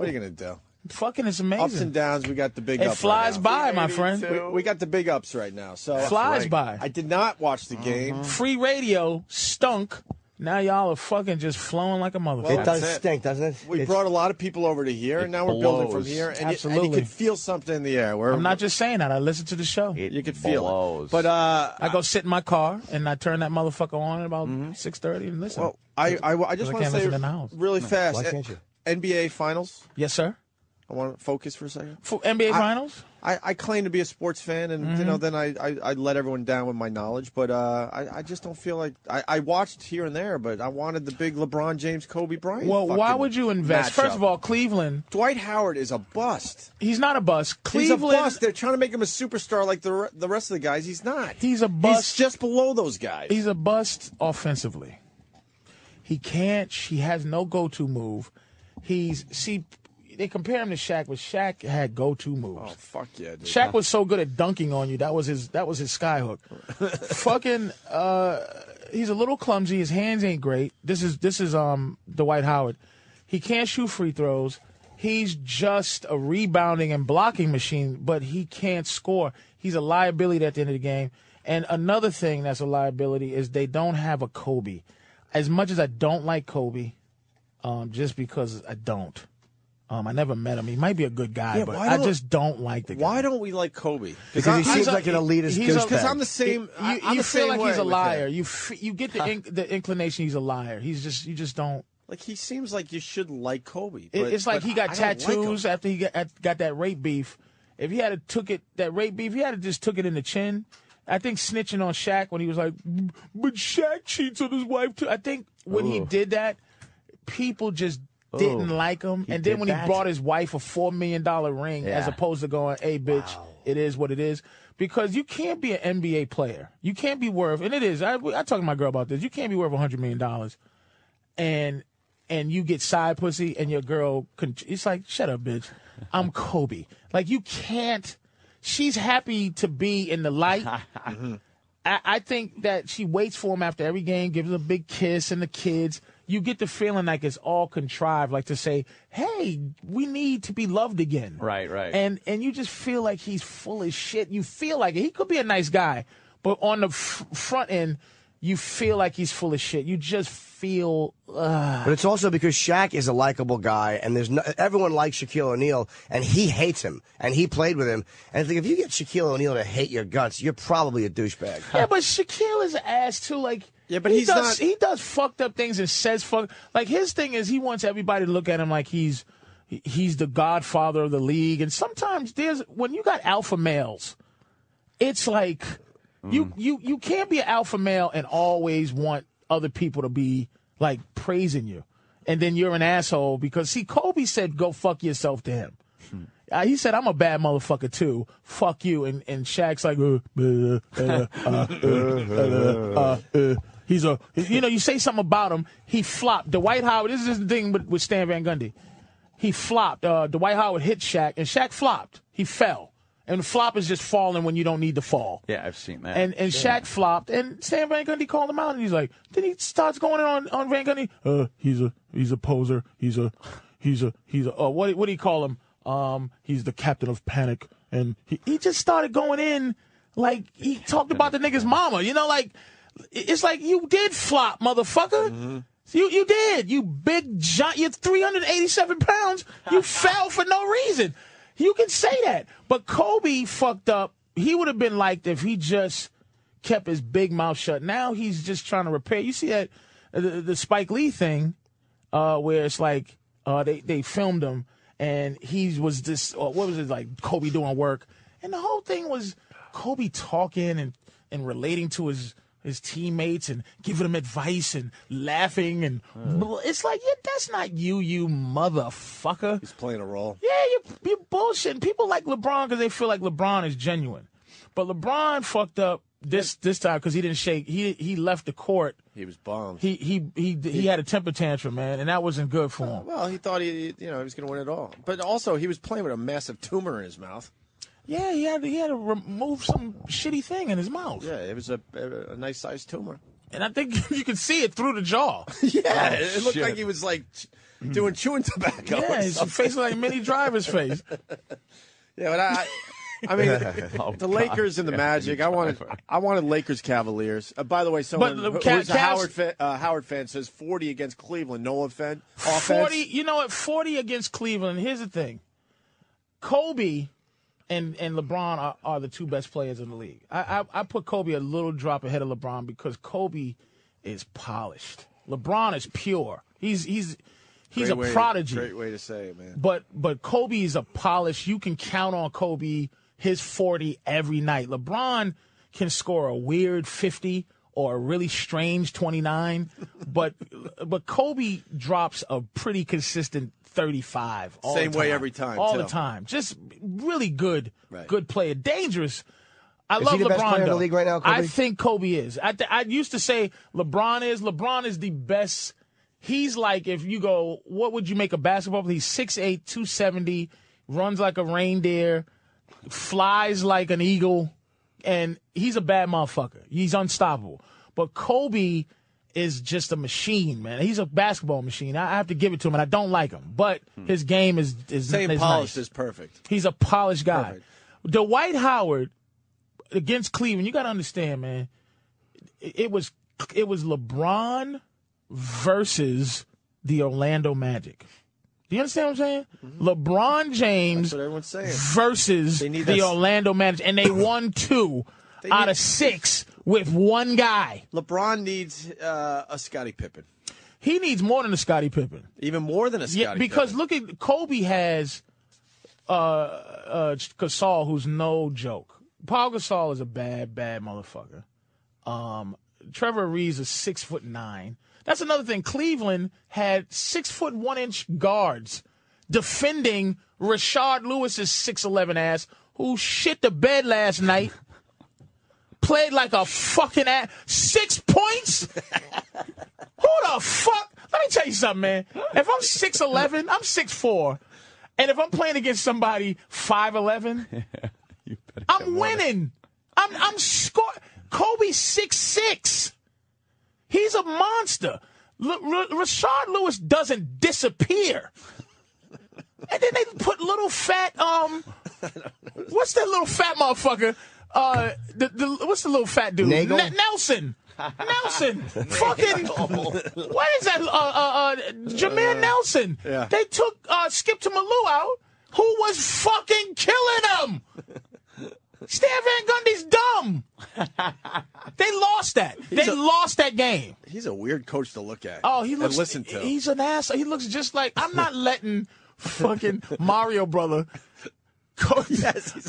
are you gonna do? Fucking it's Ups and amazing. downs. We got the big. It up right flies now. by, my friend. We, we got the big ups right now. So Flies by. Mm-hmm. I did not watch the game. Uh-huh. Free radio stunk. Now y'all are fucking just flowing like a motherfucker. It does stink, doesn't it? We It's- brought a lot of people over to here, and now we're building from blows. here. And You, and Absolutely. you could feel something in the air. We're, I'm not just saying that. I listen to the show. You could feel blows. it. But uh, I go sit in my car and I turn that motherfucker on at about 6:30 and listen. Mm-hmm. well, I I, I just I want can't to say listen to the house. really fast. Why can't you? NBA Finals. yes, sir. I want to focus for a second. For NBA I- Finals. Mm-hmm. I, I claim to be a sports fan, and you know, then I, I, I let everyone down with my knowledge. But uh, I, I just don't feel like I, I watched here and there, but I wanted the big LeBron James, Kobe Bryant. Well, why fucking would you invest? First matchup. of all, Cleveland. Dwight Howard is a bust. He's not a bust. Cleveland. He's a bust. They're trying to make him a superstar like the re- the rest of the guys. He's not. He's a bust. He's just below those guys. He's a bust offensively. He can't. He has no go-to move. He's see. They compare him to Shaq, but Shaq had go-to moves. oh fuck yeah, dude. Shaq was so good at dunking on you. That was his. That was his skyhook. Fucking. Uh, he's a little clumsy. His hands ain't great. This is this is um Dwight Howard. He can't shoot free throws. He's just a rebounding and blocking machine, but he can't score. He's a liability at the end of the game. And another thing that's a liability is they don't have a Kobe. As much as I don't like Kobe, um, just because I don't. Um, I never met him. He might be a good guy, Yeah, but why I don't- just don't like the guy. Why don't we like Kobe? Because he I- I- seems like an elitist he's a- douchebag. Because I'm the same. You, I, you I'm feel the same like way he's a with him. liar. You f- you get the inc- the inclination he's a liar. He's just you just don't. Like he seems like you should like Kobe. It- but- it's like but he got I don't like him. tattoos after he got at- got that rape beef. If he had a took it that rape beef, he had to just took it in the chin. I think snitching on Shaq when he was like, but Shaq cheats on his wife too. I think when he did that, people just didn't like him. and then did when he that? brought his wife a four million dollar ring, as Yeah. opposed to going, "Hey, bitch, it is what it is." Because you can't be an NBA player. You can't be worth, and it is. I, I talked to my girl about this. You can't be worth hundred million dollars, and and you get side pussy, and your girl, con- it's like, shut up, bitch. I'm Kobe. Like you can't. She's happy to be in the light. I, I think that she waits for him after every game, gives him a big kiss and the kids. You get the feeling like it's all contrived, like to say, "Hey, we need to be loved again." Right, right. And and you just feel like he's full of shit. You feel like it. he could be a nice guy, but on the f- front end, you feel like he's full of shit. You just feel But it's also because Shaq is a likable guy, and there's no, everyone likes Shaquille O'Neal, and he hates him, and he played with him. And it's like if you get Shaquille O'Neal to hate your guts, you're probably a douchebag. Yeah, but Shaquille is an ass too. Like, Yeah, but he he's does, not- He does fucked up things and says fuck. Like his thing is he wants everybody to look at him like he's he- he's the godfather of the league. And sometimes there's when you got alpha males, it's like you you you can't be an alpha male and always want other people to be like praising you, and then you're an asshole because see Kobe said go fuck yourself to him. Uh, he said, "I'm a bad motherfucker too. Fuck you." And and Shaq's like, uh, uh, uh, uh, uh, uh, uh, uh. he's a, you know, you say something about him, he flopped. Dwight Howard. This is the thing with, with Stan Van Gundy. He flopped. Uh, Dwight Howard hit Shaq, and Shaq flopped. He fell, And flop is just falling when you don't need to fall. Yeah, I've seen that. And and Shaq flopped, and Sam Van Gundy called him out, and he's like, then he starts going in on on Van Gundy. Uh, he's a he's a poser. He's a he's a he's a uh, what what do you call him? Um, he's the captain of panic, and he he just started going in like he talked about the nigga's mama. You know, like it's like you did flop, motherfucker. You you did. You big giant. You're 387 pounds. You fell for no reason. You can say that. But Kobe fucked up. He would have been liked if he just kept his big mouth shut. Now he's just trying to repair. You see that uh, the, the Spike Lee thing, uh, where it's like uh, they they filmed him and he was this. Uh, what was it like? Kobe doing work, and the whole thing was Kobe talking and and relating to his. His teammates and giving them advice and laughing and bl- it's like yeah, that's not you, you motherfucker. He's playing a role. Yeah, you you bullshitting. People like LeBron because they feel like LeBron is genuine, but LeBron fucked up this this time because he didn't shake. He he left the court. He was bummed. He he he he had a temper tantrum, man, and that wasn't good for him. well, he thought he, you know, he was going to win it all. But also, he was playing with a massive tumor in his mouth. Yeah, he had he had to remove some shitty thing in his mouth, Yeah, it was a, a, a nice sized tumor. and I think you could see it through the jaw. Yeah, Oh, it looked shit. like he was like ch- doing chewing tobacco. Yeah, or his something. face was like Minnie Driver's face. yeah. But I, I mean, Oh, the Lakers and the Magic. I wanted, I wanted Lakers Cavaliers. Uh, by the way, someone the who- Ca- who's a Cavs- Howard fa- uh, Howard fan says forty against Cleveland. No offense. offense. Forty, you know what? Forty against Cleveland. Here's the thing: Kobe and and LeBron are, are the two best players in the league. I, I I put Kobe a little drop ahead of LeBron because Kobe is polished. LeBron is pure. He's he's he's Great a way- prodigy. Great way to say it, man. But but Kobe is a polish. You can count on Kobe his 40 every night. LeBron can score a weird 50 or a really strange 29, but but Kobe drops a pretty consistent 35 all Same the way time. every time, All too. the time. Just really good Right. good player, dangerous. I Is love he LeBron the best player in the though. league right now, Kobe? I think Kobe is. I th- I used to say LeBron is. LeBron is the best. He's like if you go, what would you make a basketball player? He's 6'8", 270, runs like a reindeer, flies like an eagle, and he's a bad motherfucker. He's unstoppable. But Kobe is just a machine, man. He's a basketball machine. I I have to give it to him, and I don't like him, but his game is is Same is polished nice. is perfect. He's a polished guy. Perfect. Dwight Howard against Cleveland, you got to understand, man. It, it was it was LeBron versus the Orlando Magic. Do you understand what I'm saying? LeBron James Mm-hmm. That's what everyone's saying. versus They need the that s- Orlando Magic, and they won two out of six with one guy. LeBron needs uh, a Scottie Pippen, He needs more than a Scottie Pippen. even more than a Scottie. Yeah, because Pippen. look at Kobe has uh uh Gasol, who's no joke. Paul Gasol is a bad, bad motherfucker. Um, Trevor Reeves is six foot nine. That's another thing. Cleveland had six foot one inch guards defending Rashard Lewis's six eleven ass, who shit the bed last night. Played like a fucking ass. Six points. Who the fuck? Let me tell you something, man. If I'm 6'11, I'm 6'4. And if I'm playing against somebody 5'11, I'm winning. I'm I'm score Kobe's 6'6. He's a monster. L- R- Rashard Lewis doesn't disappear. And then they put little fat um what's that little fat motherfucker? Uh the, the what's the little fat dude? Nagel? Ne- Nelson. Nelson, fucking, what is that? Uh, uh, uh, Jameer Nelson. yeah. They took uh, Skip to Malou out, who was fucking killing him. Stan Van Gundy's dumb. they lost that. They lost that game. he's a weird coach to look at. Oh, he looks. and listen to. He's an ass. He looks just like I'm not letting fucking Mario brother. Coach,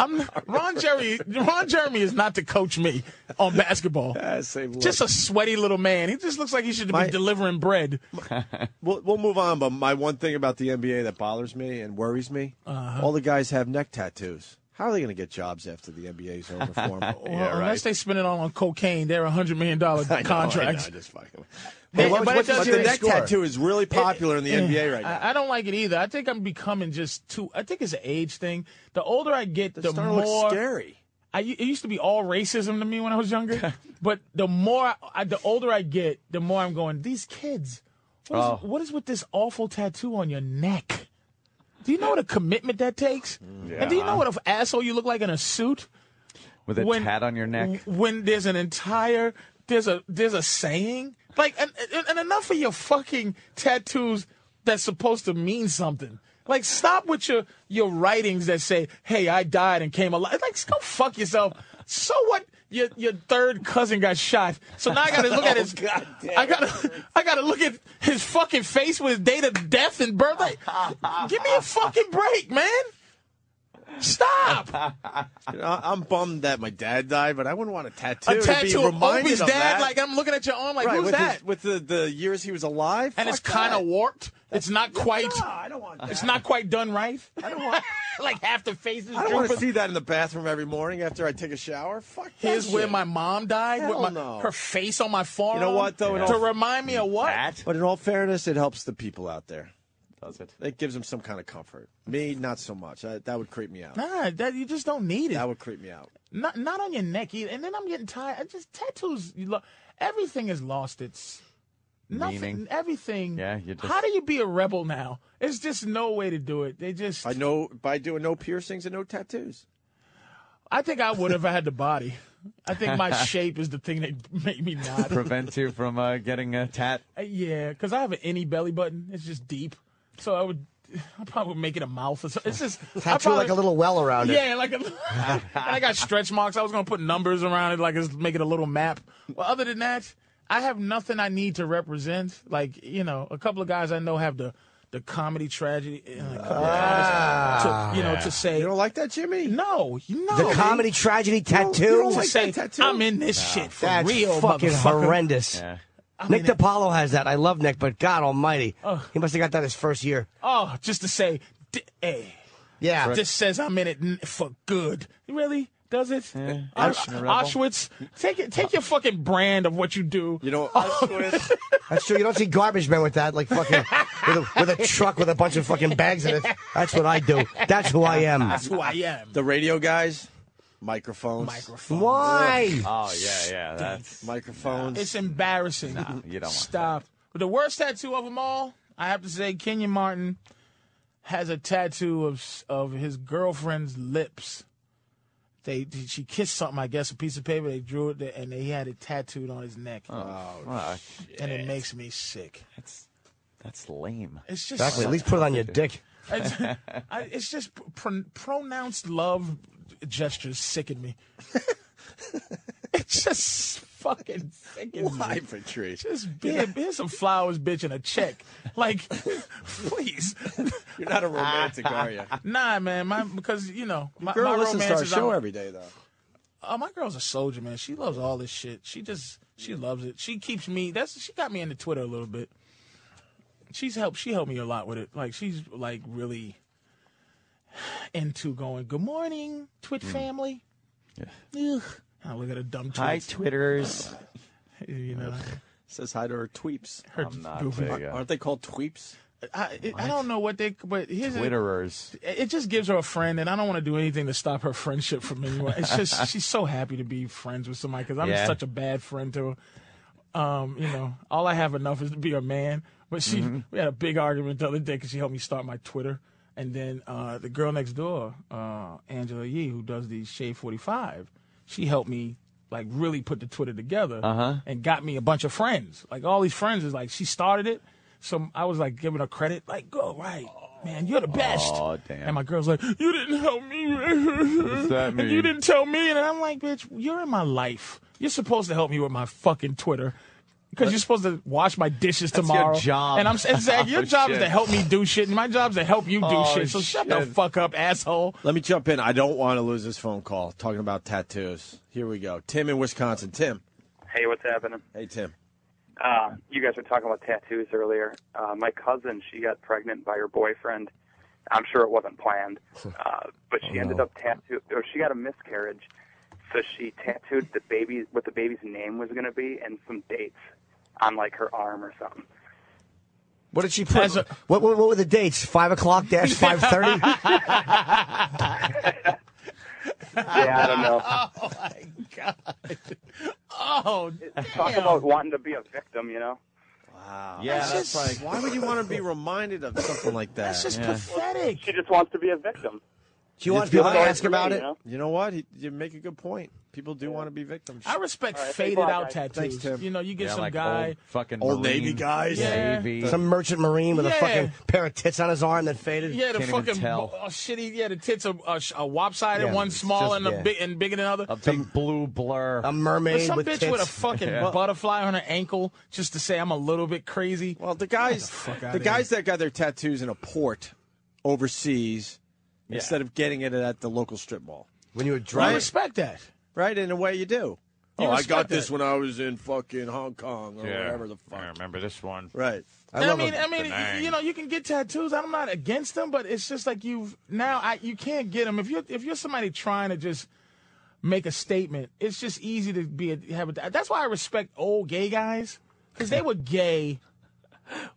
I'm Ron Jeremy. Ron Jeremy is not to coach me on basketball. Ah, same look. Just a sweaty little man. He just looks like he should My- be delivering bread. We'll, we'll move on, but my one thing about the NBA that bothers me and worries me, Uh-huh. all the guys have neck tattoos. How are they going to get jobs after the NBA's over for 'em? Well, unless they spend it all on cocaine, they're a hundred million dollar I know, I know, contracts. I just fucking- Hey, what But it does- was- what's the But the serious neck score? tattoo is really popular in the NBA right now. Mm. I, I don't like it either. I think I'm becoming just too. I think it's an age thing. The older I get, the It's starting to more look scary. I, it used to be all racism to me when I was younger, but the more, I, the older I get, the more I'm going. These kids, what is, Oh. what is with this awful tattoo on your neck? Do you know what a commitment that takes? Mm. And do you know what an asshole you look like in a suit? with a tat on your neck. w- When there's an entire there's a there's a saying like and, and, and enough of your fucking tattoos that's supposed to mean something. Like stop with your your writings that say, "Hey, I died and came alive." Like go fuck yourself. So what? Your your third cousin got shot. So now I gotta look Oh, at his. Oh, I gotta I gotta look at his fucking face with his date of death and birth. Like, give me a fucking break, man. Stop. You know, I- I'm bummed that my dad died, but I wouldn't want a tattoo. a tattoo to be of reminded Obi's of dad. that. Like I'm looking at your arm, like right, who's with his- that? with the, the years he was alive, and it's Fuck kind that. of warped. It's not quite. No, I don't want that. It's not quite done right. I don't want. like half the face is I don't want to drooping. see that in the bathroom every morning after I take a shower. Fuck. that Here's where shit. my mom died. with Hell my, no. Her face on my forearm. what, though? It To all- remind me of what? But in all fairness, it helps the people out there. Does it? It gives them some kind of comfort. Me, not so much. I, that would creep me out. Nah, that you just don't need it. That would creep me out. Not not on your neck either. And then I'm getting tired. I just tattoos. You lo- everything has lost its nothing. Meaning. Everything. Yeah, you just- How do you be a rebel now? It's just no way to do it. They just. I know by doing no piercings and no tattoos. I think I would if I had the body. I think my shape is the thing that made me not. Prevent you from uh, getting a tat. Uh, yeah, because I have an any belly button. It's just deep, so I would, I probably would make it a mouth. Or something. It's just I Tattoo probably- like a little well around it. Yeah, like a, and I got stretch marks. I was gonna put numbers around it, like it's make it a little map. Well, other than that, I have nothing I need to represent. Like you know, a couple of guys I know have the the comedy tragedy. And a couple of guys Ah. to, you know, to say Ah. You don't like that, Jimmy? no, no. Ah. The comedy tragedy tattoo. you don't to like say that tattoo? I'm in this shit for That's real, fucking motherfucker." horrendous. Yeah. Nick DiPaolo has that. I love Nick, but God Almighty, he must have got that his first year. Oh, just to say, D- hey, Yeah, this says I'm in it n- for good. Really? Does it? Aus- I'm a rebel. Auschwitz, take it. Take your fucking brand of what you do. You know, Auschwitz. that's true. You don't see garbage men with that, like fucking with a, with a truck with a bunch of fucking bags in it. That's what I do. That's who I am. That's who I am. the radio guys, microphones, microphone. Why? Oh yeah, yeah. That's microphones. It's embarrassing. you don't want Stop. But the worst tattoo of them all, I have to say, Kenyon Martin has a tattoo of s- of his girlfriend's lips. They she kissed something, I guess, a piece of paper. They drew it, there, and they had it tattooed on his neck, Oh, Fuck. and it makes me sick. That's that's lame. It's just Exactly. At least put it on your dick. It's, I, it's just pr- pronounced love gestures sicken me. it just fucking sickens Why, me. Patrice? Just be, here's some flowers, bitch, and a check. Like, please, You're not a romantic, are you? nah, man. My because you know my, Girl my listens romance to our is show I'm- every day, though. Oh, my girl's a soldier, man. She loves all this shit. She just she loves it. She keeps me. That's she got me into Twitter a little bit. She's helped. She helped me a lot with it. Like she's like really into going. Good morning, Twit Hmm. Mm. family. Ugh. I look at a dumb tweet. Hi, Twitters. You know, Uh, Says hi to her tweeps. her I'm not goofy- big. Uh, Aren't they called tweeps? I, I- I don't know what they. But here's the- Twitterers. it just gives her a friend, and I don't want to do anything to stop her friendship from anyone. It's just she's so happy to be friends with somebody because I'm Yeah. such a bad friend to her. Um, you know, all I have enough is to be a man. But she, we had a big argument the other day because she helped me start my Twitter, and then uh, the girl next door, uh, Angela Yee, who does the Shade 45, she helped me like really put the Twitter together and got me a bunch of friends. Like all these friends is like she started it. So I was like giving her credit, like go right, man, you're the best. Aw, damn. And my girl's like, you didn't help me. What's that And you mean? didn't tell me. And I'm like, bitch, you're in my life. You're supposed to help me with my fucking Twitter. Because you're supposed to wash my dishes your tomorrow. job. And I'm exactly your Oh, job is shit. to help me do shit, and my job is to help you do Oh, shit. So shut the shit. fuck up, asshole. Let me jump in. I don't want to lose this phone call talking about tattoos. Here we go. Tim in Wisconsin. Tim. Hey, what's happening? Hey, Tim. Uh, you guys were talking about tattoos earlier. Uh, my cousin, she got pregnant by her boyfriend. I'm sure it wasn't planned, uh, but Oh, she ended up tattoo or she got a miscarriage, so she tattooed the baby what the baby's name was going to be and some dates. on like her arm or something. What did she put? As a- what, what, what were the dates? Five o'clock dash five thirty. Yeah, I don't know. Oh, Talk about wanting to be a victim, you know? Yeah, that's, like Why would you want to be reminded of something like that? that's just pathetic. She just wants to be a victim. Do you want people to Sorry ask for me, about you it? know? you know what? He, you make a good point. People do want to be victims. I respect right, faded thanks a lot, out guys. tattoos. Thanks, Tim. You know, you get yeah, some like guy. old fucking Old Marine, Navy guys. Yeah. Navy. Some merchant marine with a Yeah. fucking pair of tits on his arm that faded. yeah, the can't even fucking tell. bo- oh, shitty. Yeah, the tits are, are, sh- are lopsided, Yeah, one it's small just- and a yeah. big and bigger than the other. a big blue blur. A mermaid But some with bitch tits. with a fucking butterfly on her ankle just to say I'm a little bit crazy. Well, the guys, the, outta guys that got their tattoos in a port overseas instead of getting it at the local strip mall, when you were I drunk. respect that. right? In a way, you do. You oh, I respect got this that. when I was in fucking Hong Kong or whatever the fuck. remember this one. Right. I I, love mean, a- I mean, y- you know, you can get tattoos. I'm not against them, but it's just like you've now. I you can't get them if you're if you're somebody trying to just make a statement. It's just easy to be a, have a. That's why I respect old gay guys because they were gay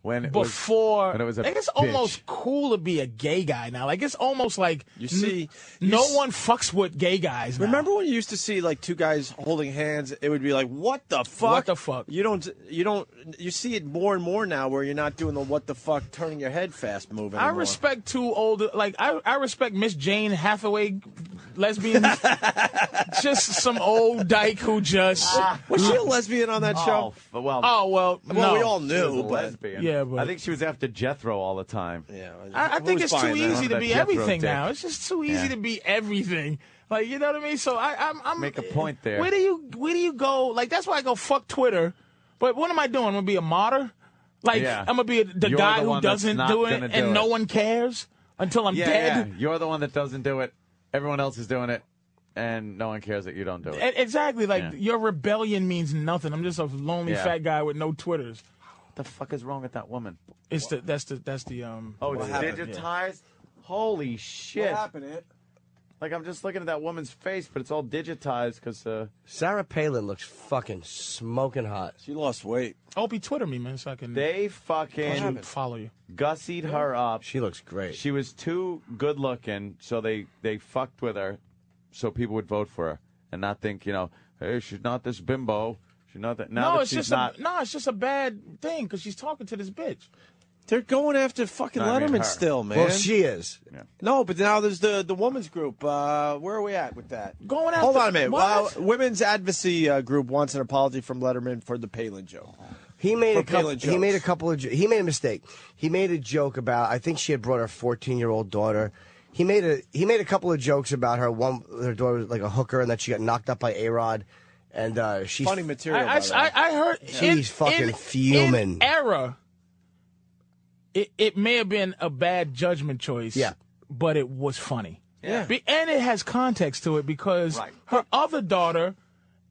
When it was, before. when it was a like it's bitch. almost cool to be a gay guy now. Like it's almost like You see- you no s- one fucks with gay guys. now. Remember when you used to see like two guys holding hands? It would be like, "What the fuck? What the fuck? You don't, you don't, you see it more and more now, where you're not doing the what the fuck, turning your head fast move I anymore. respect two older, like I, I respect Miss Jane Hathaway, lesbians. just some old dyke who just. Was she a lesbian on that Ah. Oh, show? f- well, Oh well, no. Well, we all she was a knew, but lesbian. Yeah, but- I think she was after Jethro all the time. yeah, I, I who think was it's too buying that? easy to That be Jethro everything dick. now. It's just too easy Yeah. to be everything. Like you know what I mean? So I, I'm, I'm Make a point there. Where do you where do you go? Like that's why I go fuck Twitter. But what am I doing? I'm gonna be a martyr. Like Yeah. I'm gonna be the You're guy the who one that's doesn't not do it gonna do and it. no one cares until I'm Yeah, dead. yeah. You're the one that doesn't do it. Everyone else is doing it, and no one cares that you don't do it. E- Exactly. Like Yeah. your rebellion means nothing. I'm just a lonely Yeah. fat guy with no twitters. what the fuck is wrong with that woman? It's the that's the that's the um. Oh, it's happened? digitized. Holy shit! It. Like I'm just looking at that woman's face, but it's all digitized because uh, Sarah Palin looks fucking smoking hot. She lost weight. Opie, Twitter me, man, so I can they shoot, fucking follow you. gussied her up. She looks great. She was too good looking, so they they fucked with her, so people would vote for her and not think, you know, hey, she's not this bimbo. She's not that. Now no, that it's she's just not. a, no, it's just a bad thing because she's talking to this bitch. They're going after fucking No, I mean Letterman her. still, man. well, she is. no, but now there's the the women's group. Uh, where are we at with that? Going after Hold on a minute. What? Well, women's advocacy uh, group wants an apology from Letterman for the Palin joke. He made For a couple. Palin He made a jokes. couple of. jo- He made a mistake. He made a joke about. I think she had brought her 14 year old daughter. He made a. He made a couple of jokes about her. One, her daughter was like a hooker, and that she got knocked up by A Rod, and uh, she's Funny material. I, I, by the way. I, I heard in- She's fucking in- fuming. In error. It it may have been a bad judgment choice. Yeah. but it was funny. Yeah. Be- and it has context to it because her other daughter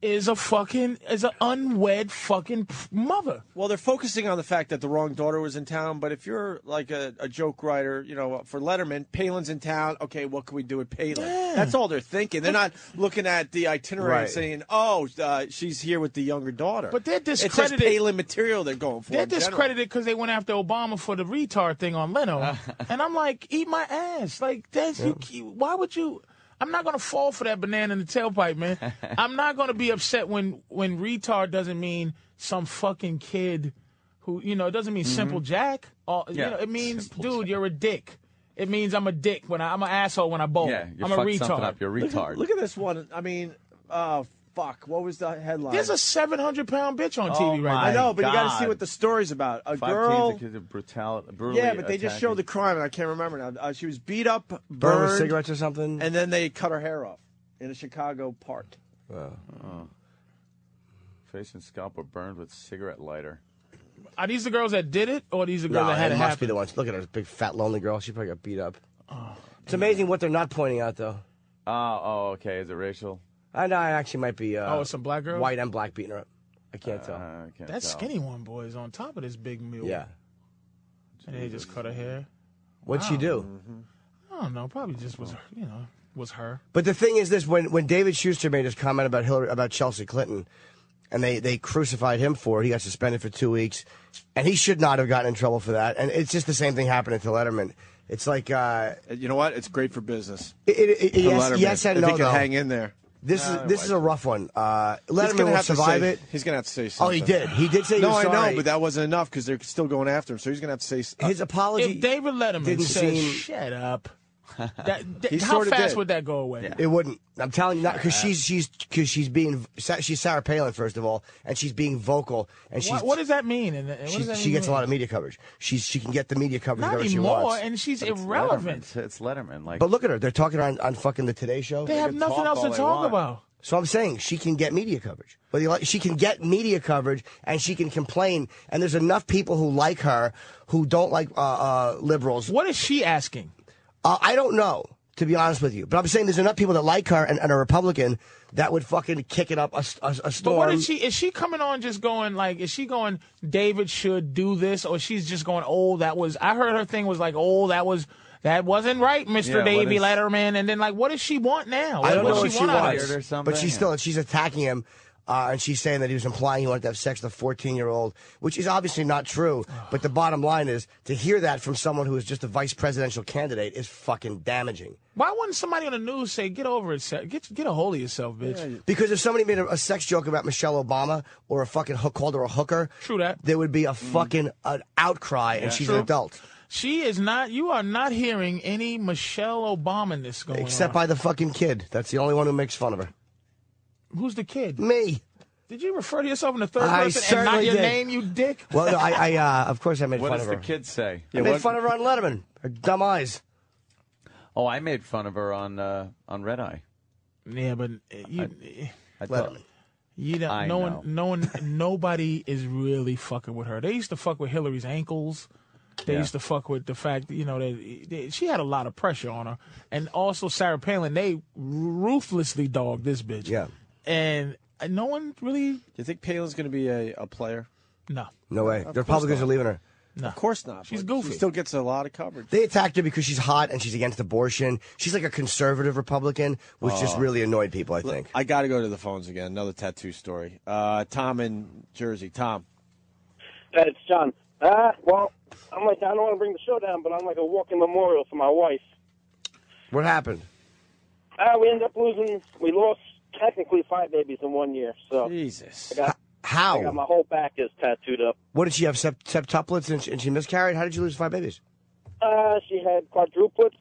is a fucking is an unwed fucking p- mother. Well, they're focusing on the fact that the wrong daughter was in town, but if you're like a, a joke writer, you know, for Letterman, Palin's in town. Okay, what can we do with Palin? That's all they're thinking. They're not looking at the itinerary and Right. saying, "Oh, uh, she's here with the younger daughter." But they're It's just discredited- Palin material they're going for. They're in general. discredited because they went after Obama for the retard thing on Leno, and I'm like, eat my ass. Like, that's you, you. Why would you? I'm not gonna fall for that banana in the tailpipe, man. I'm not gonna be upset when when retard doesn't mean some fucking kid who you know. It doesn't mean simple Jack. Or, you Mm-hmm. Yeah, know, it means simple dude, Jack. you're a dick. It means I'm a dick when I, I'm an asshole when I bowl. yeah, you I'm a fucked retard. something up. You're a retard. Look at this one. I mean, uh, fuck. What was the headline? There's a 700 pound bitch on TV right Oh my now. I know, but you got to see God. what the story's about. A Five girl. teens accused of brutal, brutally Yeah, but they just showed the crime, and I can't remember now. Uh, she was beat up, burned with burned, cigarettes or something. and then they cut her hair off in a Chicago park. Oh. face and scalp were burned with cigarette lighter. Are these the girls that did it, or are these the girls no, that had it it must happen? be Oh, the ones. Look at her, big fat lonely girl. She probably got beat up. it's amazing what they're not pointing out though. Oh, oh, okay. Is it racial? I know. I actually might be. Uh, Oh, it's some black girl? White and black beating her up. I can't Uh, tell. I can't That tell. skinny one, boy, is on top of this big mule. Yeah. And they just cut her hair. Mm-hmm. What'd she do? I don't know. Probably just was, you know, was her. But the thing is this: when when David Schuster made his comment about Hillary about Chelsea Clinton, and they they crucified him for it. He got suspended for two weeks, and he should not have gotten in trouble for that. And it's just the same thing happening to Letterman. It's like uh, You know what? It's great for business. it, it, it, For yes, Letterman. yes and if no. he can though. hang in there. This Ah, is this is a rough one. Uh, He's Letterman gonna will have to survive say- it. He's going to have to say Oh, something. he did. He did say No, you're I sorry. know, but that wasn't enough because they're still going after him. So he's going to have to say. s- uh, his apology. If David Letterman didn't says, seem- "Shut up," that, that- He how sorta fast did. would that go away? Uh, It wouldn't. I'm telling you, not because she's she's because she's being Sa- she's Sarah Palin first of all, and she's being vocal, and she's What, what does that mean? And, and what she's- does that she gets a mean? lot of media coverage. She's she can get the media coverage Not wherever she anymore, wants. and she's It's irrelevant. Letterman. It's Letterman. Like, but look at her; they're talking on on fucking the Today Show. They have can nothing talk else to all they talk want. about. So I'm saying she can get media coverage. Whether you like, she can get media coverage and she can complain. And there's enough people who like her who don't like uh, uh, liberals. What is she asking? Uh, I don't know, to be honest with you. But I'm saying there's enough people that like her and, and a Republican that would fucking kick it up a, s- a s- a But storm. what is she? Is she coming on just going like? Is she going? David should do this, or she's just going? Oh, that was. I heard her thing was like, oh, that was. That wasn't right, Mr. Yeah, what Davy is- Letterman. And then, like, what does she want now? I Like, don't what know does what she want out of wants. this? or wants, something, but she's yeah. still she's attacking him, uh, and she's saying that he was implying he wanted to have sex with a 14 year old, which is obviously not true. But the bottom line is to hear that from someone who is just a vice presidential candidate is fucking damaging. Why wouldn't somebody on the news say, "Get over it, Seth. get get a hold of yourself, bitch"? Because if somebody made a, a sex joke about Michelle Obama or a fucking hook called her a hooker, True that. there would be a fucking an outcry, and she's an Mm. True. adult. She is not. You are not hearing any Michelle Obama-ness going Except on. by the fucking kid. That's the only one who makes fun of her. Who's the kid? Me. Did you refer to yourself in the third I person and not certainly your did. name, you dick? Well, no, I, I uh, of course I made what fun does of the her. kid say? I made fun of her on Letterman. Her dumb eyes. Oh, I made fun of her on uh, on Red Eye. Yeah, but uh, you, I thought, Letterman. you don't. I no one, know. no one, nobody is really fucking with her. They used to fuck with Hillary's ankles. They Yeah. used to fuck with the fact, you know, that that she had a lot of pressure on her, and also Sarah Palin. They ruthlessly dogged this bitch. Yeah. and uh, no one really. Do you think Palin's going to be a, a player? No, No way. The Republicans are leaving her. Of course not. She's but goofy. She still gets a lot of coverage. They attacked her because she's hot and she's against abortion. She's like a conservative Republican, which just really annoyed people, I think. Uh, I got to go to the phones again. Another tattoo story. Uh, Tom in Jersey. Tom. Uh, it's John. Uh, well, I'm like, I don't want to bring the show down, but I'm like a walking memorial for my wife. What happened? Uh, we ended up losing, we lost technically five babies in one year. So Jesus. I got my How? whole back is tattooed up. What did she have? Sept- septuplets and she, and she miscarried? How did you lose five babies? Uh, she had quadruplets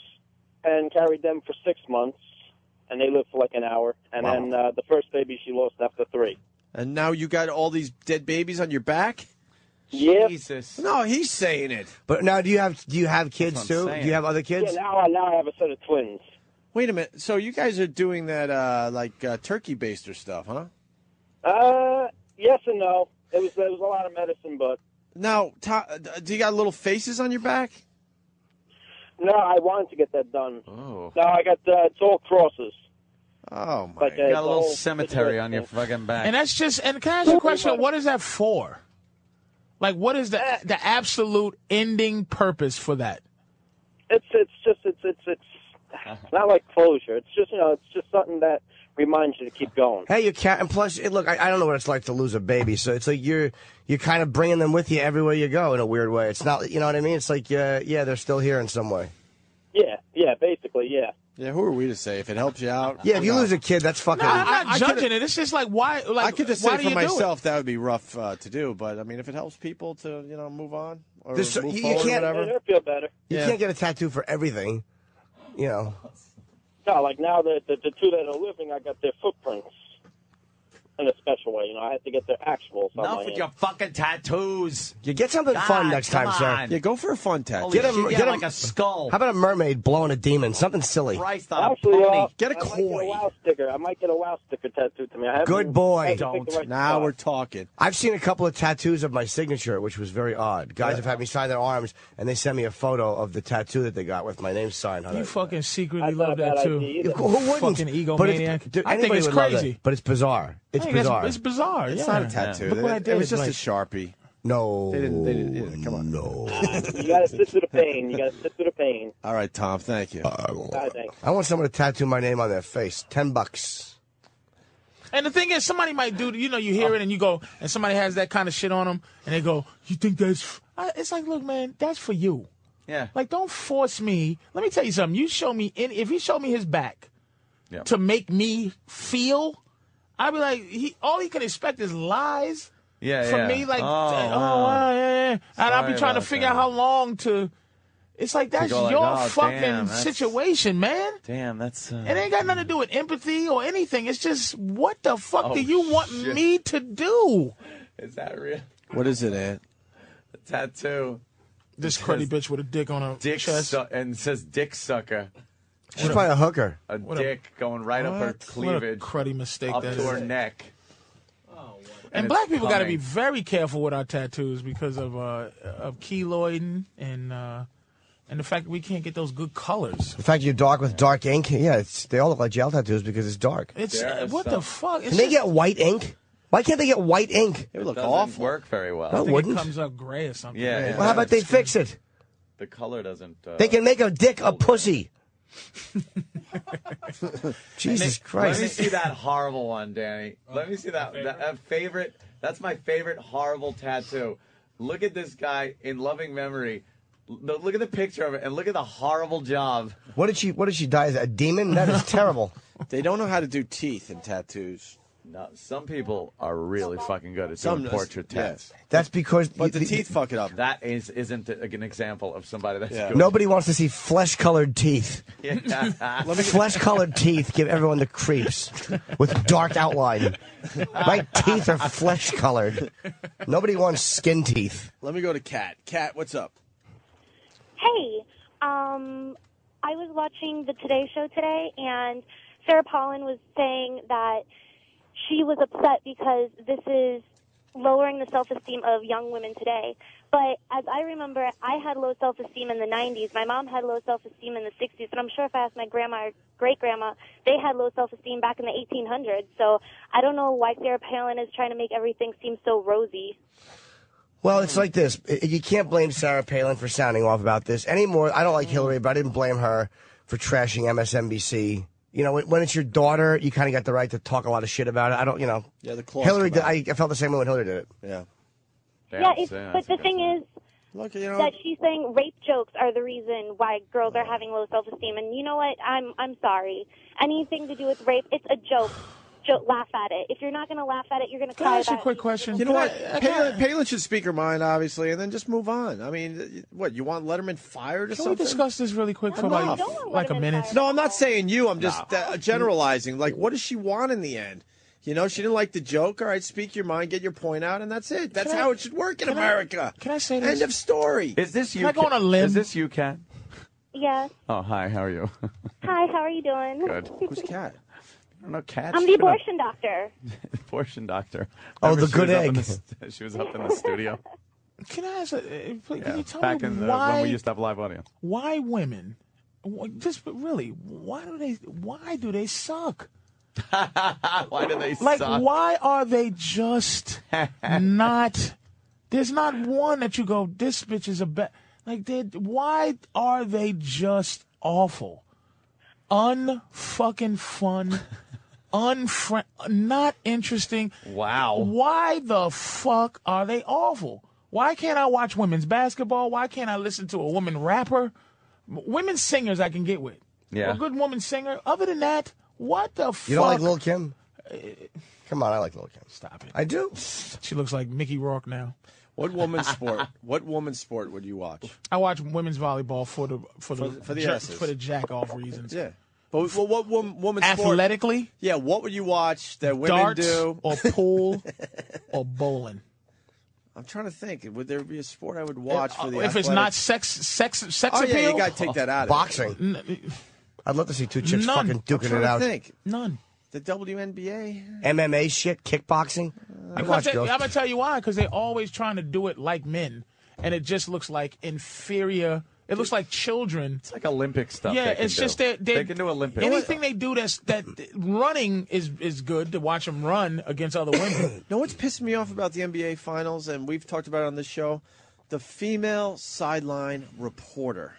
and carried them for six months, and they lived for like an hour. And then uh, the first baby she lost after three. And now you got all these dead babies on your back? Yeah. Jesus. No, he's saying it. But now, do you have do you have kids what I'm too? saying. Do you have other Yeah, kids? now, I- now I have a set of twins. Wait a minute. So you guys are doing that uh, like uh, turkey baster stuff, huh? Uh, yes and no. It was, it was a lot of medicine, but Now, Tom, uh, do you got little faces on your back? no, I wanted to get that done. Oh, No, I got, uh, it's all crosses. Oh my. But, uh, you it's got a little all- cemetery on your fucking back. and that's just. And can I ask you a question? What is that for? Like, what is the the absolute ending purpose for that? it's it's just it's it's it's not like closure. It's just you know it's just something that reminds you to keep going. Hey, you can't. And plus, it, look, I, I don't know what it's like to lose a baby, so it's like you're you're kind of bringing them with you everywhere you go in a weird way. It's not, you know what I mean? It's like, uh, yeah, they're still here in some way. Yeah, yeah, basically, yeah. Yeah, who are we to say if it helps you out? Yeah, if you know. lose a kid, that's fucking. No, I'm I- not I could've- judging it. It's just like why? Like I could just why say do for you do it? myself that would be rough uh, to do, but I mean, if it helps people to you know move on or This- move you- you forward, or can't- whatever. Made her feel better. you yeah. can't get a tattoo for everything, you know. No, like now the, the the two that are living, I got their footprints in a special way. You know, I had to get their actuals. on my Enough with hand. your fucking tattoos. You get something fun God, next come time, sir. on. Yeah, go for a fun tattoo. Holy Get him- shit, yeah, get him- like a skull. How about a mermaid blowing a demon? Something silly. Christ on Actually, a uh, pony? Get a I might koi. Get a wow sticker. I might get a wow sticker tattooed to me. I haven't- Good boy. I haven't picked Don't. the right now spot. we're talking. I've seen a couple of tattoos of my signature, which was very odd. Guys have had me sign their arms, and they sent me a photo of the tattoo that they got with my name signed on You it. fucking secretly That's not a love that bad too. idea either. Of course, Who wouldn't? Fucking But it's- egomaniac. dude, I think anybody it's would love crazy. that, but it's bizarre. It's I think that's- bizarre. It's bizarre. It's yeah. not a tattoo. Look what I It- did. It was just Like, a sharpie. no. They didn't. They didn't. yeah, come on. You gotta sit through the pain. You gotta sit through the pain. All right, Tom. Thank you. I think. I want someone to tattoo my name on their face. Ten bucks. And the thing is, somebody might do. You know, you Oh. hear it and you go, and somebody has that kind of shit on them, and they go, "You think that's?" f-" I, it's like, look, man, that's for you. Yeah. Like, don't force me. Let me tell you something. You show me any, if you show me his back Yeah. to make me feel, I'd be like, he all he can expect is lies yeah, from yeah. me. Like, oh, wow. wow, yeah, yeah. and I'll Sorry be trying to about figure that. out how long to. It's like that's go like, your "Oh, fucking damn, that's- situation, man. damn, that's. Uh, It ain't got nothing to do with empathy or anything. It's just what the fuck do you want Oh, shit. me to do? is that real? What is it, Ant? The tattoo. This cruddy bitch with a dick on her Dick chest. su- and it says dick sucker. She's probably a hooker. A a- dick going right up her What? What a cleavage, cruddy mistake up that to her is. neck. And it's black people got to be coming. very careful with our tattoos because of uh, of keloiding and uh, and the fact that we can't get those good colors. The fact you're dark with dark ink, yeah, it's, they all look like gel tattoos because it's dark. It's There is what some- the fuck. It's Can they just- get white ink? Why can't they get white ink? It would look Doesn't awful. work very well. No. I think wouldn't. It comes up gray or something. Yeah, it Well, how about they fix it? The color doesn't. Uh, They can make a dick a pussey. Jesus Let me Christ. see that horrible one, Danny. Let me see that. Favorite? That, uh, favorite. That's my favorite horrible tattoo. Look at this guy in loving memory. L- the- Look at the picture of it, and look at the horrible job. What did she? What did she die as? A demon? That is terrible. They don't know how to do teeth and tattoos. No, some people are really fucking good at Some doing portrait tats. yes. That's because But the teeth fuck it up. That is isn't a- an example of somebody that's Yeah. good. Nobody wants to see flesh-colored teeth. Yeah. Flesh-colored teeth give everyone the creeps with dark outline. My teeth are flesh-colored. Nobody wants skin teeth. Let me go to Cat. Cat, what's up? Hey, um, I was watching the Today Show today, and Sarah Pollen was saying that she was upset because this is lowering the self esteem of young women today. But as I remember, I had low self esteem in the 90s. My mom had low self esteem in the 60s. And I'm sure if I asked my grandma or great grandma, they had low self esteem back in the 1800s. So I don't know why Sarah Palin is trying to make everything seem so rosy. Well, it's like this. I- You can't blame Sarah Palin for sounding off about this anymore. I don't like Hillary, but I didn't blame her for trashing MSNBC. You know, when when it's your daughter, you kind of got the right to talk a lot of shit about it. I don't, you know. Yeah, the claws Hillary. Did, come out. I, I felt the same way when Hillary did it. Yeah. Yeah, it's, but the thing is, Look, you know, that she's saying rape jokes are the reason why girls are having low self esteem. And you know what? I'm I'm sorry. Anything to do with rape, it's a joke. Jo- laugh at it. If you're not going to laugh at it, you're going to Can I cry ask you a about quick it. question? It's you know Can what? I- I- Palin, Palin should speak her mind, obviously, and then just move on. I mean, what you want Letterman fired or Can we something? discuss this really quick for No, I like, don't want like a women minute? fired. No, I'm not saying you. I'm just uh, generalizing. Like, what does she want in the end? You know, she didn't like the joke. All right, speak your mind, get your point out, and that's it. That's Can I- how it should work in can I- America. can I say this? End of story. is this you? I go on a limb? Is this you, Kat? Yes. Oh, hi. How are you? Hi, how are you doing? Good. Who's cat? I don't know, Kat. I'm the She's been up- abortion doctor. abortion doctor. Oh, the Remember she was good up in egg. st- she was up in the studio. Can I ask? A, uh, please, Yeah, Can you tell back me in the, when why we used to have live audience. why women? wh- Just but really, why do they? Why do they suck? Why do they Like, suck? why are they just not? There's not one that you go. This bitch is a bad. Like, they. Why are they just awful? Unfucking fun. Unfriend. Not interesting. Wow. Why the fuck are they awful? Why can't I watch women's basketball? Why can't I listen to a woman rapper? M- Women singers I can get with. Yeah. A good woman singer. Other than that, what the fuck? You don't like Lil Kim? Uh, Come on, I like Lil Kim. Stop it. I do. She looks like Mickey Rourke now. What woman sport? what woman sport would you watch? I watch women's volleyball for the for the For- for the ja- asses. for the jack off reasons. Yeah, but well, what woman, woman sport? Athletically, Yeah, what would you watch that women darts do? or pool or bowling. I'm trying to think. Would there be a sport I would watch for the? Uh, if it's not athletic- sex sex sex oh appeal, yeah, you got to take that out. Of Boxing. n- I'd love to see two chicks None. fucking It. I'm duking trying it to out. think. none. The WNBA. MMA shit, kickboxing. I Because watch they, Uh, I'm girls. gonna tell you why. Because they're always trying to do it like men, and it just looks like inferior. It looks like children. It's like Olympic stuff. Yeah, they can it's do. just they're, they they're, can do Olympic. Anything they do that's that running is is good to watch them run against other women. No, what's pissed me off about the NBA finals, and we've talked about it on this show, the female sideline reporter.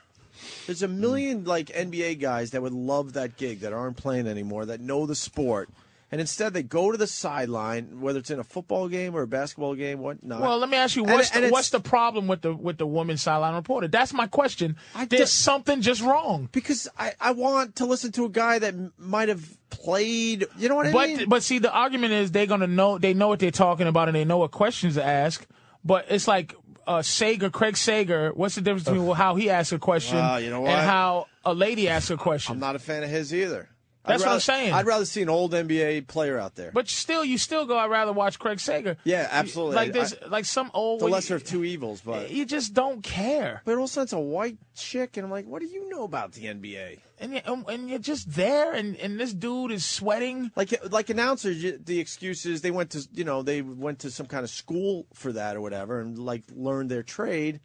There's a million like NBA guys that would love that gig that aren't playing anymore that know the sport. And instead, they go to the sideline, whether it's in a football game or a basketball game, whatnot. Well, let me ask you, And- what's, and the, it's- what's the problem with the with the woman sideline reporter? That's my question. I There's don't- something just wrong. because I, I want to listen to a guy that m- might have played. You know what I mean? But but see, the argument is they're gonna know they know what they're talking about and they know what questions to ask. But it's like uh, Sager, Craig Sager. What's the difference between how he asks a question Well, you know what? and how a lady asks a question? I'm not a fan of his either. That's I'd what I'm rather- saying. I'd rather see an old NBA player out there. but still, you still go. I'd rather watch Craig Sager. Yeah, absolutely. Like this, I- like some old the well, lesser you- Eh, of two evils, but. You just don't care, But also, it's a white chick, and I'm like, what do you know about the NBA? and you- and and you're just there, and and this dude is sweating. Like, like announcers, you- the excuse is they went to, you know, they went to some kind of school for that or whatever, and like learned their trade.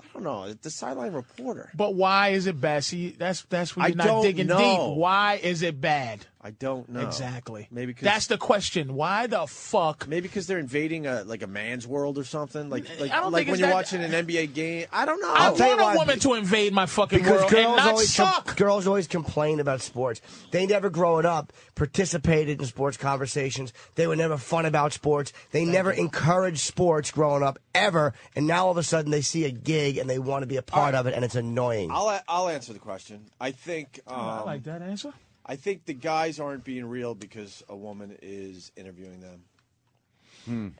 I don't know. The sideline reporter. But why is it bad? See, that's that's where I you're not don't digging know. deep. Why is it bad? I don't know Exactly. Maybe because that's the question. Why the fuck? Maybe because they're invading a like a man's world or something. Like like, I don't like think when it's you're that- watching an NBA game. I don't know. I tell you want why. a woman to invade my fucking because world and girls not always com- suck. girls always complain about sports. They never growing up participated in sports conversations. They were never fun about sports. They never encouraged sports growing up ever. And now all of a sudden they see a gig and they want to be a part of it, and it's annoying. I'll I'll answer the question. I think um, I like that answer. I think the guys aren't being real because a woman is interviewing them.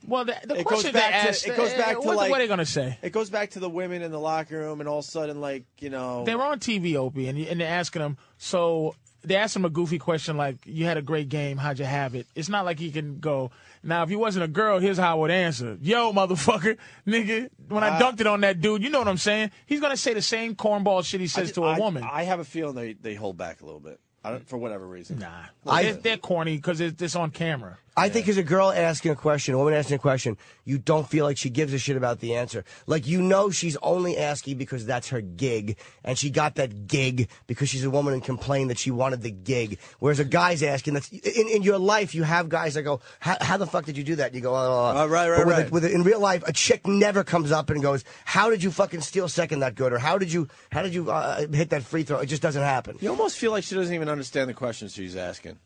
Well, the, the It goes question they back to- asked, it goes eh, back to, what, like- what are they gonna say? It goes back to the women in the locker room, and all of a sudden, like you know, They were on TV, Opie, and, and they're asking them. So they asked him a goofy question like, "You had a great game. How'd you have it?" It's not like he can go. Now, if you wasn't a girl, here's how I would answer. Yo, motherfucker, nigga, when I, dunked it on that dude, you know what I'm saying? He's gonna say the same cornball shit he I says ju- to a I- woman. I have a feeling they they hold back a little bit. I don't for whatever reason. nah, I- they're, they're corny because it's, it's on camera. I think as a girl asking a question, a woman asking a question, you don't feel like she gives a shit about the answer. Like you know she's only asking because that's her gig, and she got that gig because she's a woman and complained that she wanted the gig. Whereas a guy's asking that's in, in your life you have guys that go, how, how the fuck did you do that? And you go, oh, Uh, right, right, but with a- right. with a- in real life, a chick never comes up and goes, how did you fucking steal second that good, or how did you how did you uh, hit that free throw? It just doesn't happen. You almost feel like she doesn't even understand the questions she's asking.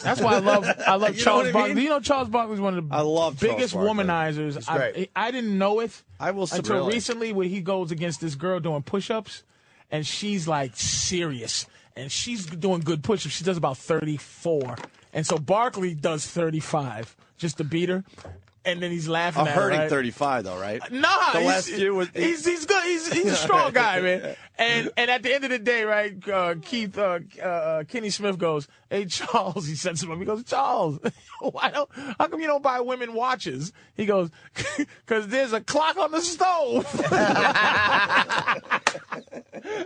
That's why I love I love You know Charles what I Barkley. mean? You know Charles Barkley's one of the I love Charles biggest Barkley. womanizers. I, great. I didn't know it. I will say- until Really? recently when he goes against this girl doing push-ups, and she's like serious, and she's doing good push-ups. She does about thirty-four, and so Barkley does thirty-five just to beat her, and then he's laughing I'm at hurting her. right? 35 though, right? Nah, the he's, last year was he's he's good. He's he's a strong guy, man. And and at the end of the day, right? Uh, Keith uh, uh, Kenny Smith goes, "Hey Charles," he said to him. He goes, "Charles, why don't? How come you don't buy women watches?" He goes, "Cause there's a clock on the stove."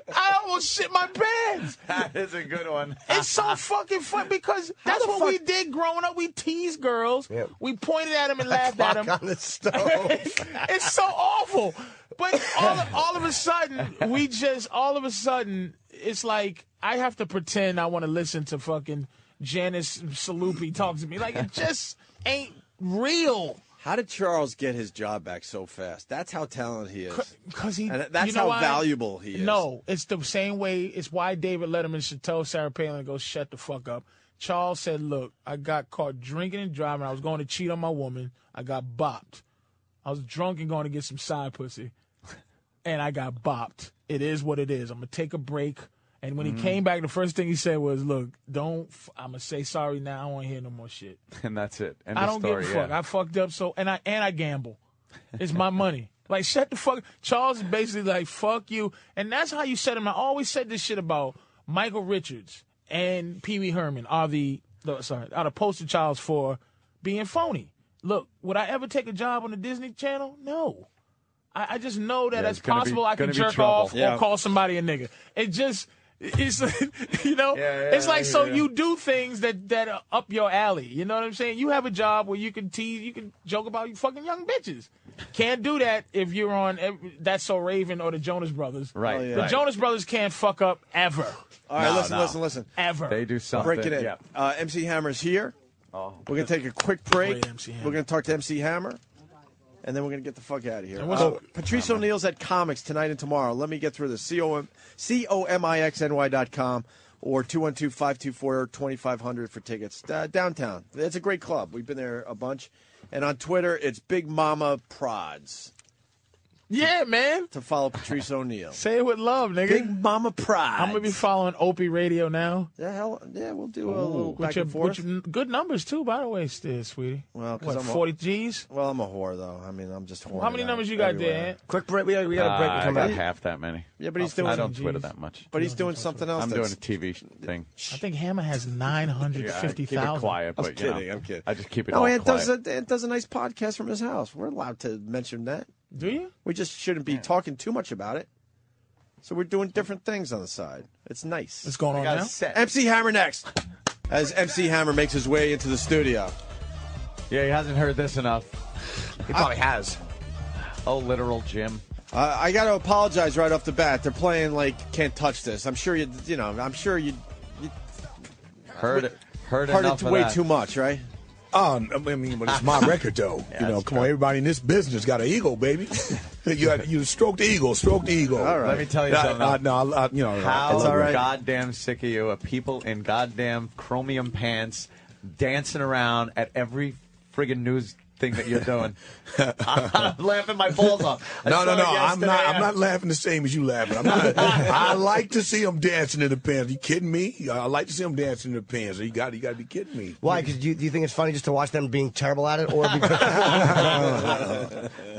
I almost shit my pants. That is a good one. It's so fucking fun because that's the what fuck- we did growing up. We teased girls. Yep. We pointed at them and laughed at them Fuck on the stove. it's so awful. But all of, all of a sudden, we just all of a sudden, it's like I have to pretend I want to listen to fucking Janice Salupi talk to me. Like it just ain't real. How did Charles get his job back so fast? That's how talented he is. Because he, And that's you know how why? valuable he is. No, it's the same way. It's why David Letterman should tell Sarah Palin to go shut the fuck up. Charles said, "Look, I got caught drinking and driving. I was going to cheat on my woman. I got bopped. I was drunk and going to get some side pussy, and I got bopped. It is what it is. I'm gonna take a break." And Mm-hmm. when he came back, the first thing he said was, "Look, don't. F- I'm gonna say sorry now. I don't want to hear no more shit. And that's it. End I of don't story, give a fuck. yeah. I fucked up so and I and I gamble. It's my money. Like shut the fuck. Charles is basically like fuck you, and that's how you said him. I always said this shit about Michael Richards and Pee Wee Herman are the, the sorry are the poster childs for being phony. Look, would I ever take a job on the Disney Channel? No. I, I just know that Yeah, it's it's gonna be- possible I can gonna be jerk trouble. off or Yeah. call somebody a nigga. It just it's you know Yeah, yeah, it's like yeah, so yeah. you do things that that are up your alley. You know what I'm saying? You have a job where you can tease, you can joke about you fucking young bitches. Can't do that if you're on every, that's so Raven or the Jonas Brothers. Right. Oh, yeah. The right. Jonas Brothers can't fuck up ever, All right, No, listen, no. listen, listen. ever. They do something. Break it in. Yeah. Uh, MC Hammer's here. Oh. We're going to take a quick break. Great MC Hammer. We're going to talk to MC Hammer. And then we're going to get the fuck out of here. what's- Uh, Patrice O'Neill's at comics tonight and tomorrow. Let me get through this. C O M I X N Y dot com. or 212 524 2500 for tickets. Uh, downtown. It's a great club. We've been there a bunch. And on Twitter, it's Big Mama Prods Yeah, man. to follow Patrice O'Neill. Say it with love, nigga. Big Mama Prods. I'm gonna be following Opie Radio now. Yeah, hell, yeah, we'll do a little With back your, and forth. with your good numbers too, by the way, still, sweetie. Well, 'cause what, I'm a- 40 G's? well, I'm a whore, though. I mean, I'm just whore. How many numbers you got there? Ant? Quick break. We got, we got a break. Uh, We'll I come got back. half that many. Yeah, but he's Oh, doing. I don't Jeez. Twitter that much. But he's doing something else. I'm doing that's- a TV sh- thing. I think Hammer has nine hundred Yeah, I fifty keep thousand. it quiet, I'm but you kidding, know, I'm kidding. I just keep it No, all Ant quiet. Oh, does, a, Ant does a nice podcast from his house. We're allowed to mention that. Do you? We just shouldn't be talking too much about it. So we're doing different things on the side. It's nice. What's going on Got a now? set. MC Hammer next. As MC Hammer makes his way into the studio. Yeah, he hasn't heard this enough. He probably has. Oh, literal Jim. Uh, I got to apologize right off the bat. They're playing like "Can't Touch This." I'm sure you, you know, I'm sure you Heard it. Heard, heard enough it of way that. too much, right? Oh, n- I mean, but it's my record, though. you know, come on, everybody in this business got an ego, baby. you, had- you stroke the ego, stroke the ego. All right. Let me tell you something. I, I, no, I, I- you know, I, I How love it. goddamn sick of you of people in goddamn chromium pants dancing around at every friggin' news thing that you're doing. I'm laughing my balls off. I No, saw no, no. it I'm yesterday. not. I'm not laughing the same as you laughing. I'm not. I like to see them dancing in the pants. You kidding me? I like to see them dancing in the pants. You got. You got to be kidding me. Why? Because do you, do you think it's funny just to watch them being terrible at it, or because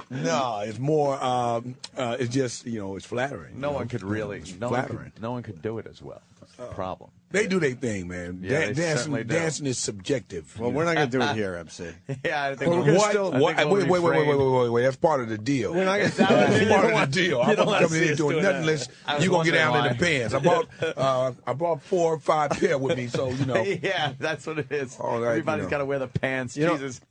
No, it's more. Um, uh, it's just you know, it's flattering. No you one know? could really. No one Flattering. Uh, could, no one could do it as well. That's the problem. They do their thing, man. Yeah, Dan- they dancing, certainly do. dancing is subjective. Well, you we're know? not going to do it here, MC. Yeah, I think But we'll- what? I think what- wait, wait, wait, we'll wait, wait, refrain. wait, wait, wait. That's part of the deal. We're not going to. That's part of the deal. I'm don't not wanna coming see in us doing doing nothing that. unless I was you gonna get down wondering in the pants. I bought uh, I bought four or five pair with me, so you know. yeah, that's what it is. All Everybody's right, you know. got to wear the pants. You know- Jesus.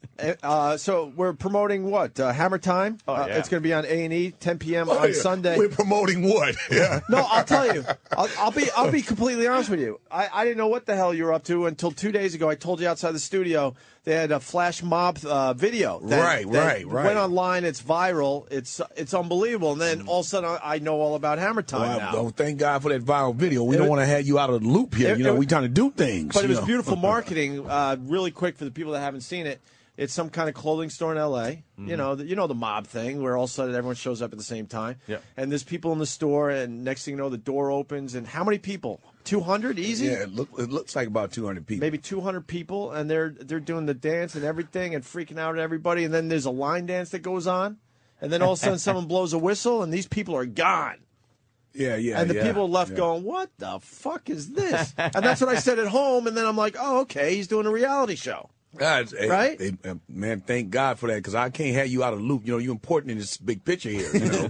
Uh, so we're promoting what uh, Hammer Time. Oh, uh, yeah. It's going to be on A and E, 10 p.m. Oh, on yeah. Sunday. We're promoting what? Yeah. No, I'll tell you. I'll, I'll be I'll be completely honest with you. I, I didn't know what the hell you were up to until two days ago. I told you outside the studio they had a flash mob uh, video. That, Right, that right, right. Went online. It's viral. It's it's unbelievable. And then all of a sudden I, I know all about Hammer Time Well, now. oh, thank God for that viral video. We It don't was- want to have you out of the loop here. It- you know, it- we trying to do things. But it you was know. beautiful marketing. Uh, really quick for the people that haven't seen it. It's some kind of clothing store in L.A. You know, the, you know the mob thing where all of a sudden everyone shows up at the same time. Yeah. And there's people in the store, and next thing you know, the door opens, and how many people? Two hundred, easy. Yeah, it, look, it looks like about 200 people. maybe 200 people and they're they're doing the dance and everything and freaking out at everybody and then there's a line dance that goes on and then all of a sudden someone blows a whistle and these people are gone Yeah, yeah. and the yeah, people left yeah. going what the fuck is this and that's what i said at home and then i'm like oh okay he's doing a reality show God, eh, Right? eh, eh, man, thank God for that because I can't have you out of the loop. You know, you're important in this big picture here. You know?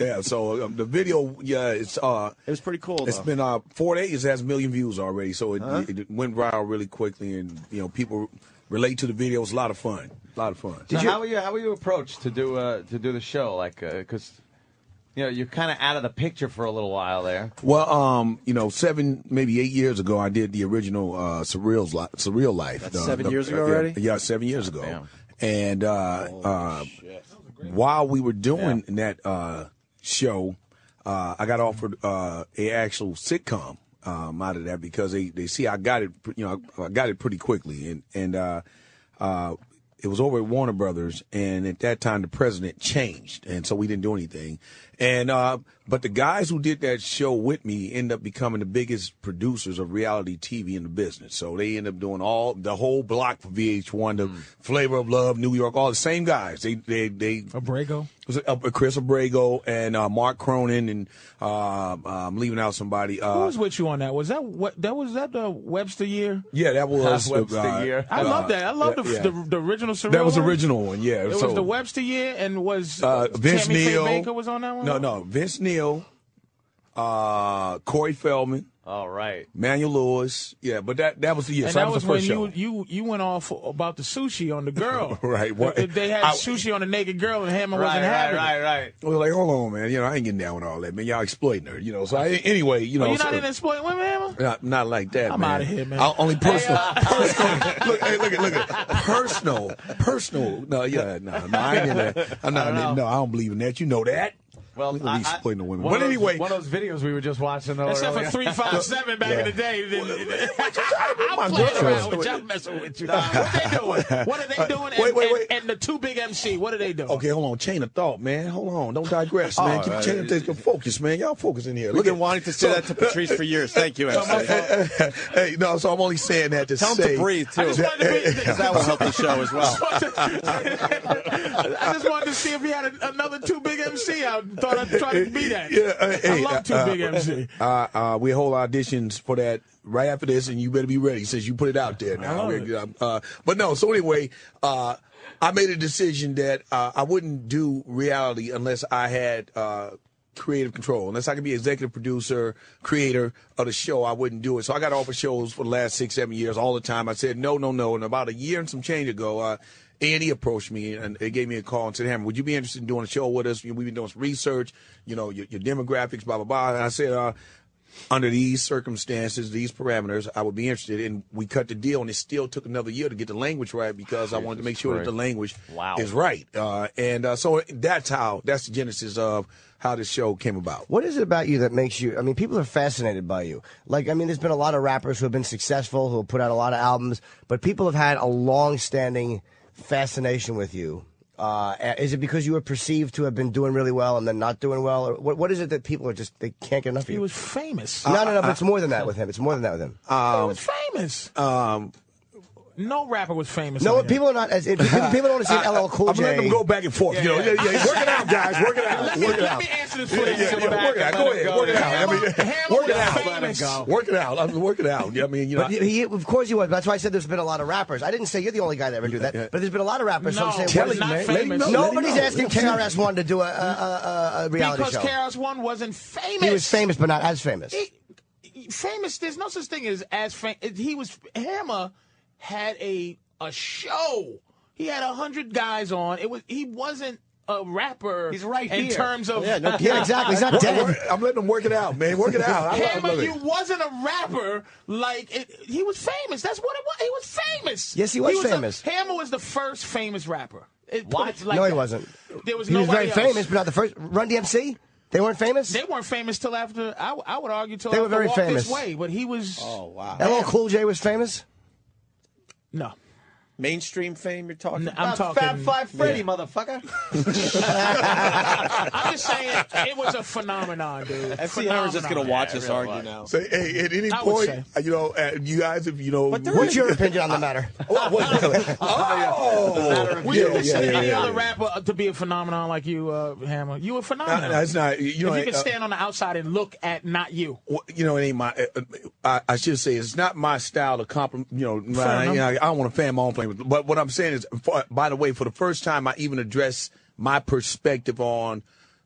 yeah, so um, the video, yeah, it's. uh it was pretty cool It's though. been uh, four days. It has a million views already, so it, it went viral really quickly, and you know people relate to the video. It's a lot of fun. A lot of fun. So how were you? How were you approached to do uh, to do the show? Like, because you know you're kind of out of the picture for a little while there. Well, um, you know, seven maybe eight years ago, I did the original uh, surreal's li- surreal life. That's The- seven the- years ago yeah, already? Yeah, seven years ago. Damn. And uh, uh, while we were doing that uh, show, uh, I got offered uh, a actual sitcom um, out of that because they, they see I got it. You know, I got it pretty quickly, and and uh, uh, it was over at Warner Brothers, and at that time the president changed, and so we didn't do anything. And uh, but the guys who did that show with me end up becoming the biggest producers of reality TV in the business. So they end up doing all the whole block for VH1, the Flavor of Love, New York, all the same guys. They they they Abrego. was it, uh, Chris Abrego and uh, Mark Cronin, and uh, I'm leaving out somebody. Who Uh, was with you on that? Was that what? That was that the Webster year? yeah, that was Webster uh, year. I uh, love that. I love yeah, the, yeah. the the original. Surreal That was the one. original one. Yeah, It so- was the Webster year, and was uh, Vince Tammy Faye Neal. Baker was on that one. No, no, Vince Neal, uh, Corey Feldman, All right. Manuel Lewis. Yeah, but that that was the year. And so that that was the when first show. you, you you went off about the sushi on the girl. Right, what- They- They had I- sushi on the naked girl, and Hammond Right, wasn't right, having it. right, right. we were like, hold on, man. You know, I ain't getting down with all that, man. Y'all exploiting her, you know. So I, anyway, you know, Are you not so- in exploiting women, Hammond? Not, not like that. I'm man. outta here, man. uh, I, only personal. personal. Look, hey, look at, look at. Personal, personal. No, yeah, no, no. I ain't in that. I'm not. in that. No, I don't believe in that. You know that. Well, Look at these I- I- exploiting the women. one of But those- anyway, one of those videos we were just watching. Though, Except for earlier. three five seven back in the day. Then- I'm my playing goodness. around with you. I'm messing with you. What they doing? What are they doing? Uh, Wait, And- wait, and- wait. And the two big MC. What are they doing? Okay, hold on. Chain of thought, man. Hold on. Don't digress, man. Oh, Keep uh, chain of thought. Focus, man. Y'all focus in here. We've been wanting to say that to Patrice for years. Thank you, MC. hey, no, so I'm only saying that to Tell him to say. breathe, too. I just wanted to breathe. Because that will help the show as well. I just wanted to see if he had a, another two big MC. I thought I'd try to be that. Yeah, uh, hey, I love two uh, big MC. Uh, uh, we hold auditions for that right after this, and you better be ready since you put it out there now. love We're- Uh, but no, so anyway, uh, I made a decision that uh, I wouldn't do reality unless I had uh, creative control. Unless I could be executive producer, creator of the show, I wouldn't do it. So I got offered shows for the last six, seven years all the time. I said no, no, no. And about a year and some change ago, uh, A&E approached me and they gave me a call and said, Hammer, would you be interested in doing a show with us? We've been doing some research, you know, your, your demographics, blah, blah, blah. And I said, uh, under these circumstances, these parameters, I would be interested. And we cut the deal, and it still took another year to get the language right because I wanted to make sure that the language Wow. is right. Uh, and uh, so that's how that's the genesis of how this show came about. What is it about you that makes you? I mean, people are fascinated by you. Like, I mean, there's been a lot of rappers who have been successful, who have put out a lot of albums, but people have had a long-standing fascination with you. Uh, is it because you were perceived to have been doing really well and then not doing well, or what? What is it that people are just they can't get enough of He you? was famous. Uh, no, no, no. But it's more than that with him. It's more than that with him. he was famous. Um, no rapper was famous. no, like him. people are not as people don't want to see an LL Cool I'm J. letting them go back and forth. you know, Yeah, yeah, yeah. yeah, Work it out, guys. Work it out. Let me, work it let out. me answer this for you. Yeah, yeah, Sit yeah, back work it out. and Go let ahead. him go. Work it out. I mean, Hammer work it was out. famous. Work it out. I mean, work it out. I mean, you know, But he, he- of course he was. That's why I said there's been a lot of rappers. I didn't say you're the only guy that ever do that, but there's been a lot of rappers. so No, I'm saying, Tell what is him, it- man. Let him know. Nobody's Let him know. asking KRS-One to do a, a, a, a- a reality because show. KRS One wasn't famous. he was famous, but not as famous. He- famous. There's no such thing as as famous. He was Hammer had a a show. He had a hundred guys on. It was he wasn't a rapper. He's right in here. terms of yeah, exactly. He's not Work- dead. work- I'm letting them work it out, man. Work it out. I love- I love Hammer, it. you wasn't a rapper. Like it, he was famous. That's what it was. He was famous. Yes, he was a- famous. Hammer was the first famous rapper. It, put What? it like no, he that. wasn't. There was he was very nobody else. famous, but not the first. Run DMC, they weren't famous. They weren't famous till after. I, I would argue till They were after very Walk famous. This way, but he was. Uh, Oh, LL Cool J was famous. No, Mainstream fame you're talking No, about? I'm talking. Fab Five Freddy, Yeah. motherfucker. I'm just saying it was a phenomenon, dude. FC Hammer's just going to watch us argue now. So, hey, at any I would point, say. you know, uh, you guys, if you know, there What's your opinion on the matter? Oh, wait, oh, Would you consider any other rapper to be a phenomenon like you, uh, Hammer? You a Uh, phenomenon. That's not you know. if you could uh, stand on the outside and look at not you. well, you know, it ain't my. Uh, I, I should say it's not my style to compliment. You know, I, enough. you know, I don't want to fan my own flame. But what I'm saying is, for, by the way, for the first time, I even address my perspective on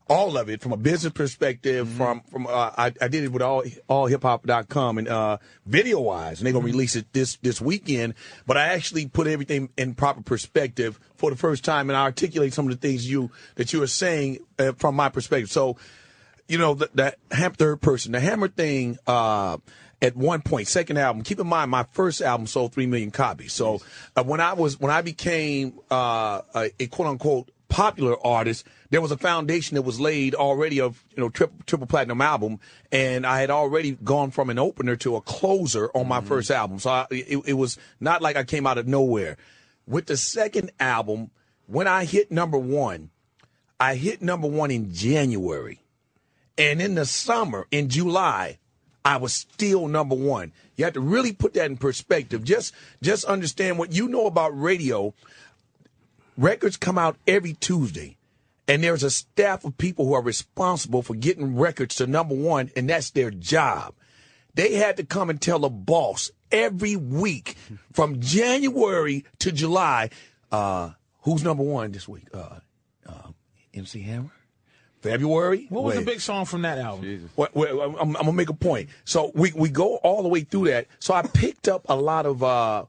all of it from a business perspective. From from uh, I, I did it with all allhiphop.com and uh, video wise, and they're gonna release it this this weekend. But I actually put everything in proper perspective for the first time, and I articulate some of the things you that you are saying uh, from my perspective. So you know, the, the ham, third person, the hammer thing, uh, at one point, second album, keep in mind, my first album sold 3 million copies. So uh, when I was, when I became, uh, a, a quote unquote popular artist, there was a foundation that was laid already of, you know, triple, triple platinum album. And I had already gone from an opener to a closer on my first album. So I, it, it was not like I came out of nowhere. With the second album, when I hit number one, I hit number one in January. And in the summer, in July, I was still number one. You have to really put that in perspective. Just just understand what you know about radio. Records come out every Tuesday. And there's a staff of people who are responsible for getting records to number one, and that's their job. They had to come and tell the boss every week from January to July, uh, who's number one this week? Uh, uh, MC Hammer? February? What was Wait. the big song from that album? Well, well, I'm, I'm gonna make a point. So we we go all the way through that. So I picked up a lot of uh,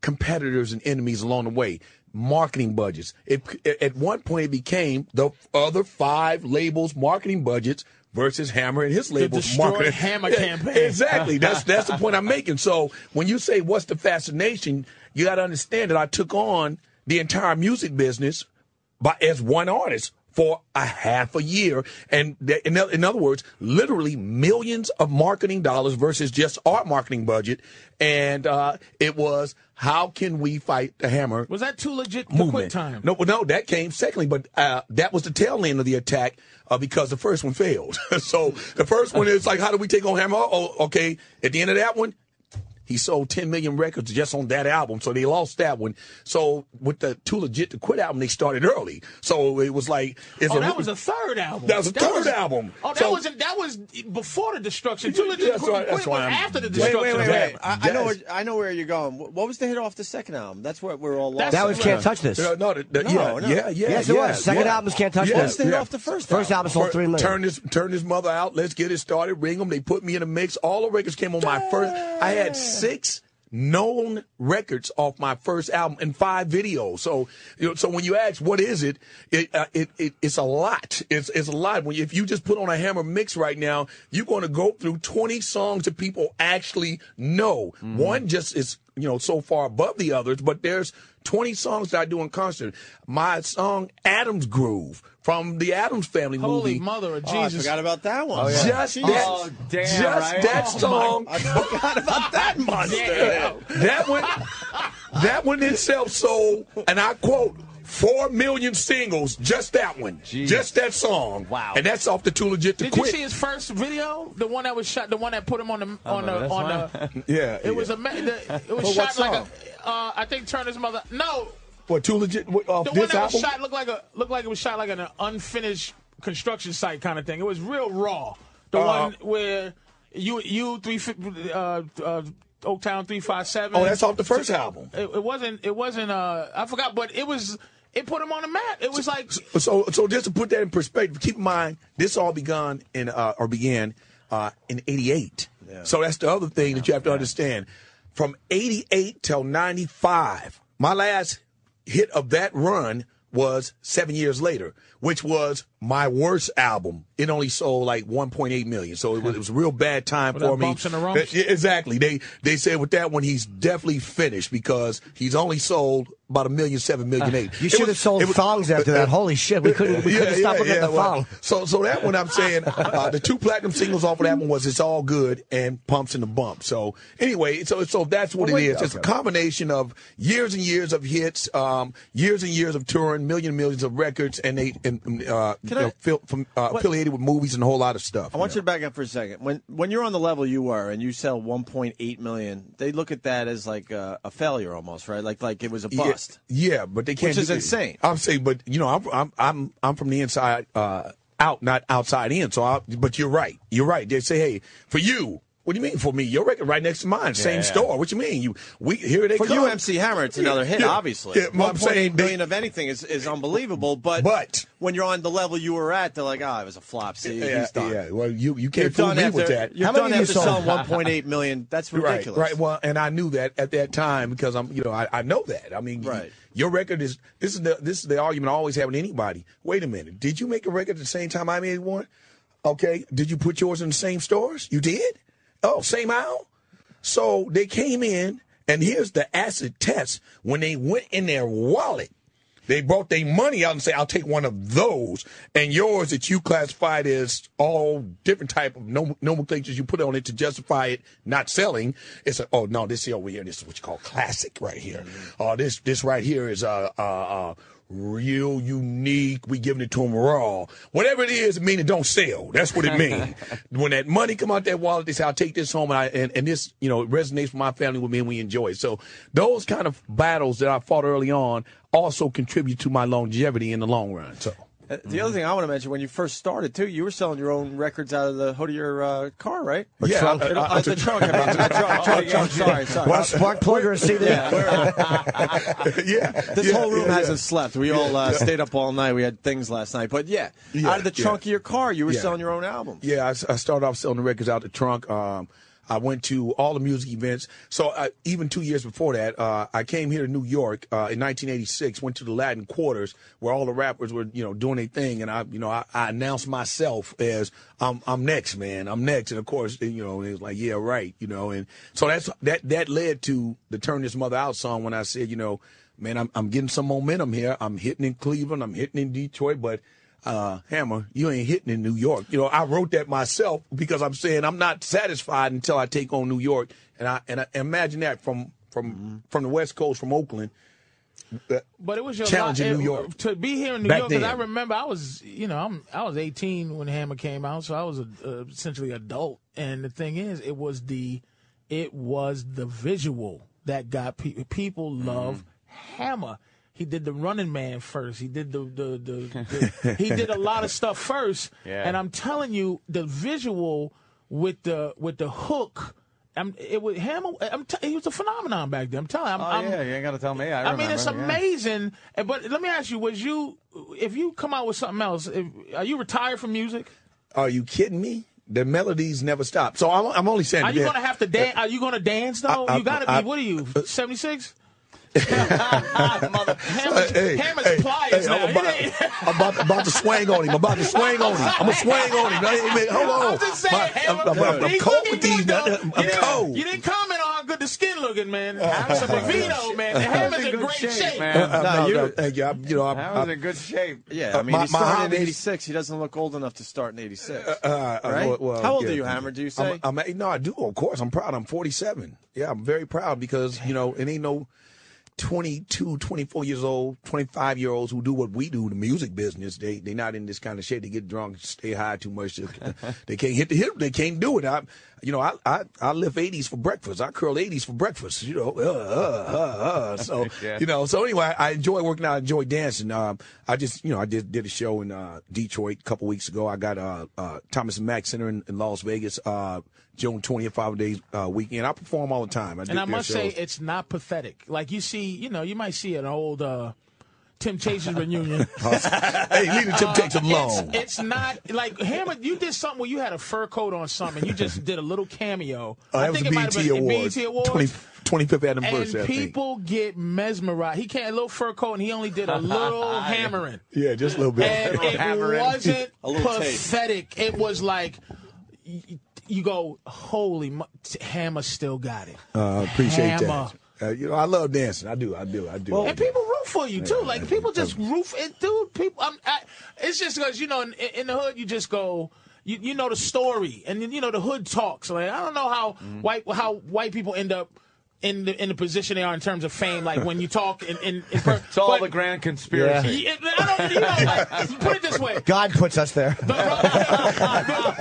competitors and enemies along the way. Marketing budgets. It, at one point, it became the other five labels' marketing budgets versus Hammer and his label's Destroy marketing Hammer Yeah, campaign. Exactly. That's that's the point I'm making. So when you say what's the fascination, you got to understand that I took on the entire music business by as one artist for a half a year. And th- in, oth- in other words, literally millions of marketing dollars versus just our marketing budget. And uh, it was how can we fight the hammer? Was that too legit for movement. quick time? No, well, no, that came secondly, but uh, that was the tail end of the attack uh, because the first one failed. so the first one is like, how do we take on Hammer? Oh, okay. At the end of that one, he sold 10 million records just on that album, so they lost that one. So with the Too Legit to Quit album, they started early. So it was like, it's oh, a, that was a third album. That was a third was- album. Oh, that So- wasn't. That was before the destruction. Too legit. That's Quick- why- that's Quick why was I'm- after the Wait, Wait, destruction. wait, wait, wait. I, I know, where, Yes. I know where you're going. Wh- What was the hit off the second album? That's what we're all lost. That was in. Can't Touch This. No, no, the- the- No, yeah, no. yeah, yeah. Yes, it yeah, was. Second yeah. albums Can't Touch Yeah, This. What's the hit yeah. off the first? First album sold Fir- three million. Turn this, turn this mother out. Let's get it started. Ring them. They put me in a mix. All the records came on my first. I had six known records off my first album and five videos. So, you know, so when you ask what is it, it, uh, it, it it's a lot. It's it's a lot. When you- if you just put on a hammer mix right now, you're going to go through 20 songs that people actually know. Mm-hmm. One just is you know so far above the others, but there's 20 songs that I do in concert. My song Adam's Groove from the Adams Family Holy movie. mother of Oh, I Jesus! forgot about that one. Just that, Oh, damn, just right? that Oh, my- song. I forgot about that monster. That one, that one itself sold, and I quote, four million singles. Just that one, just that song. Wow. And that's off the Too Legit to Did Quit. you see his first video? The one that was shot. The one that put him on the on remember the this on one. the. Yeah, It was a. ma- The, it was But what shot song? like a. Uh, I think Turner's mother. No, what Too Legit what, off the one this that was album. shot looked like a looked like it was shot like an unfinished construction site kind of thing. It was real raw. The Uh, one where you you three fif- uh, uh, Oaktown three five seven. Oh, that's off the first album. It, it wasn't. It wasn't. Uh, I forgot, but it was. It put him on the map. It was like So, so just to put that in perspective, keep in mind this all begun in uh, or began uh, in '88. So that's the other thing that you have to understand. From '88 till '95, my last hit of that run was seven years later, which was my worst album. It only sold like 1.8 million, so it was, it was a real bad time Were there for me. bumps in the rumps? Yeah, exactly. They they said with that one he's definitely finished because he's only sold about a million seven, million eight. Ah, You It should was- have sold it was- thongs after that. Holy shit, we couldn't we yeah, couldn't stop yeah, looking yeah, at the well, thong. So, so that one I'm saying, uh, the two platinum singles off of that one was "It's All Good" and "Pumps in the Bump." So, anyway, so so that's what it is. It's a combination of years and years of hits, um, years and years of touring, million and millions of records, and they and uh, you know, I- fil- from, uh, affiliated with movies and a whole lot of stuff. I want you to back up for a second. When when you're on the level you were and you sell 1.8 million, they look at that as like a, a failure almost, right? Like like it was a Yeah, bust. Yeah, but they can't. Which is do- insane. I'm saying, but you know, I'm I'm I'm I'm from the inside uh, out, not outside in. So, I, but you're right. You're right. They say, hey, for you. What do you mean for me? Your record right next to mine, same store. What you mean? You we here they For come. you, MC Hammer, it's another hit, Yeah, obviously. yeah, but I'm saying 1.8 they- million of anything is, is unbelievable, but But- when you're on the level you were at, they're like, oh, it was a flop. See, Yeah, he's done. yeah. Well, you you You're can't fool done me after, with that. You're How many done of you after sold? selling 1.8 million. That's ridiculous. Right, right. Well, and I knew that at that time because I'm, you know, I, I know that. I mean, Right. your record is this is the this is the argument I always have with anybody. Wait a minute, did you make a record at the same time I made one? Okay, did you put yours in the same stores? You did. Oh, same aisle. So they came in, and here's the acid test when they went in their wallet. They brought their money out and say, "I'll take one of those," and yours that you classified as all different type of nom- nomenclatures you put on it to justify it not selling. It's a, oh no, this here over here, this is what you call classic right here. Oh, this this right here is uh uh. uh Real unique, we giving it to them raw. Whatever it is, it mean it don't sell. That's what it mean. when that money come out that wallet, they say, "I'll take this home," and I and, and this, you know, it resonates with my family with me, and we enjoy it. So those kind of battles that I fought early on, also contribute to my longevity in the long run. So Uh, The other thing I want to mention, when you first started too, you were selling your own records out of the hood of your uh, car, right? Yeah, trunk. I- I- I- the trunk. I mean, not trunk, trunk, trunk. Sorry, sorry. Want a spark plug or a CD? yeah, This yeah, whole room yeah, hasn't slept. We all uh, stayed up all night. We had things last night, but yeah, Yeah, out of the trunk yeah. of your car, you were Yeah. selling your own album. Yeah, I, s- I started off selling the records out the trunk. Um, I went to all the music events. So uh, even two years before that, uh, I came here to New York uh, in 1986. Went to the Latin Quarters where all the rappers were, you know, doing their thing, and I, you know, I, I announced myself as I'm, I'm next, man. I'm next, and of course, they, you know, they was like, yeah, right, you know, and so that's that that led to the Turn This Mother Out song when I said, you know, man, I'm I'm getting some momentum here. I'm hitting in Cleveland. I'm hitting in Detroit, but uh, Hammer, you ain't hitting in New York. You know, I wrote that myself because I'm saying I'm not satisfied until I take on New York. And I and I, imagine that from from from the West Coast, from Oakland. uh, But it was your challenging li- it- New York to be here in New Back York because I then. remember I was you know I'm I was 18 when Hammer came out, so I was a, uh, essentially adult. And the thing is, it was the it was the visual that got pe- people love Hammer. He did the Running Man first. He did the the, the, the he did a lot of stuff first. Yeah. And I'm telling you, the visual with the with the hook. I'm, it was Hammer. I'm t- he was a phenomenon back then. I'm telling. I'm, Oh, I'm, yeah, you ain't got to tell me. I, I, mean, it's remember, yeah. amazing. And- But let me ask you: Was you, if you come out with something else, if, are you retired from music? Are you kidding me? The melodies never stop. So I'm, I'm only saying. Are you that- gonna have to dance? Are you gonna dance though? I- you gotta be. I- uh, what are you? Seventy six. Hammer's, Hammer's pliers now. I'm about, I'm about, about to swing on him. I'm about to swing on him. I'm gonna swing on him. Hey, man, hold on. I'm just saying, My- I'm, Hammer, I'm- I'm- I'm he's cold looking with these. good, though. I'm I'm You didn't- cold. You didn't comment on how good the skin looking, man. Hammer's a Vito, man. The Hammer's in great shape. man. Uh, uh, No, no, you- no, thank you. I, you know, I, Hammer's I, in good shape. Yeah, I mean, Uh, my- he my started in hobbies- '86. He doesn't look old enough to start in '86. uh, uh, right? well- well, How old yeah, are you, thank Hammer? Do you say? I'm, I'm, no, I do. Of course, I'm proud. I'm 47. Yeah, I'm very proud because you know it ain't no 22, 24 years old, 25 year olds who do what we do in the music business. They they not in this kind of shape. They get drunk, stay high too much. They, they can't hit the hip. They can't do it. I, you know, I I, I lift 80s for breakfast. I curl 80s for breakfast. You know, uh, uh, uh, uh. so Yeah. you know. So anyway, I enjoy working out. I enjoy dancing. Um, I just you know I did did a show in uh, Detroit a couple weeks ago. I got uh, uh Thomas and Mack Center in, in Las Vegas. Uh, June 20th, five days uh, weekend. I perform all the time. I do And I their must say, shows. it's not pathetic. Like you see, you know, you might see an old uh, Tim Chase's reunion. Uh, hey, leave the temptation alone. It's, it's not like Hammer. You did something where you had a fur coat on something. You just did a little cameo. Uh, that was a might've BET been- Awards. BET Awards. 20 25th and anniversary, I think. people get mesmerized. He can't a little fur coat, and he only did a little hammering. Yeah, just a little bit. And it hammering. wasn't A little tape. pathetic. It was like y- y- you go, holy mu- t- Hammer still got it. uh, appreciate Hammer. that. Uh, you know, I love dancing. I do. I do. I do. I And do. people root for you too. Like people just root for it, dude. People, I'm, I, it's just because you know in, in the hood you just go. You, you know the story, and then, you know the hood talks. Like I don't know how Mm-hmm. white how white people end up in the in the position they are in terms of fame. Like when you talk in in, in per, It's all but- the grand conspiracy. Yeah, I don't, you know, like, put it this way: God puts us there.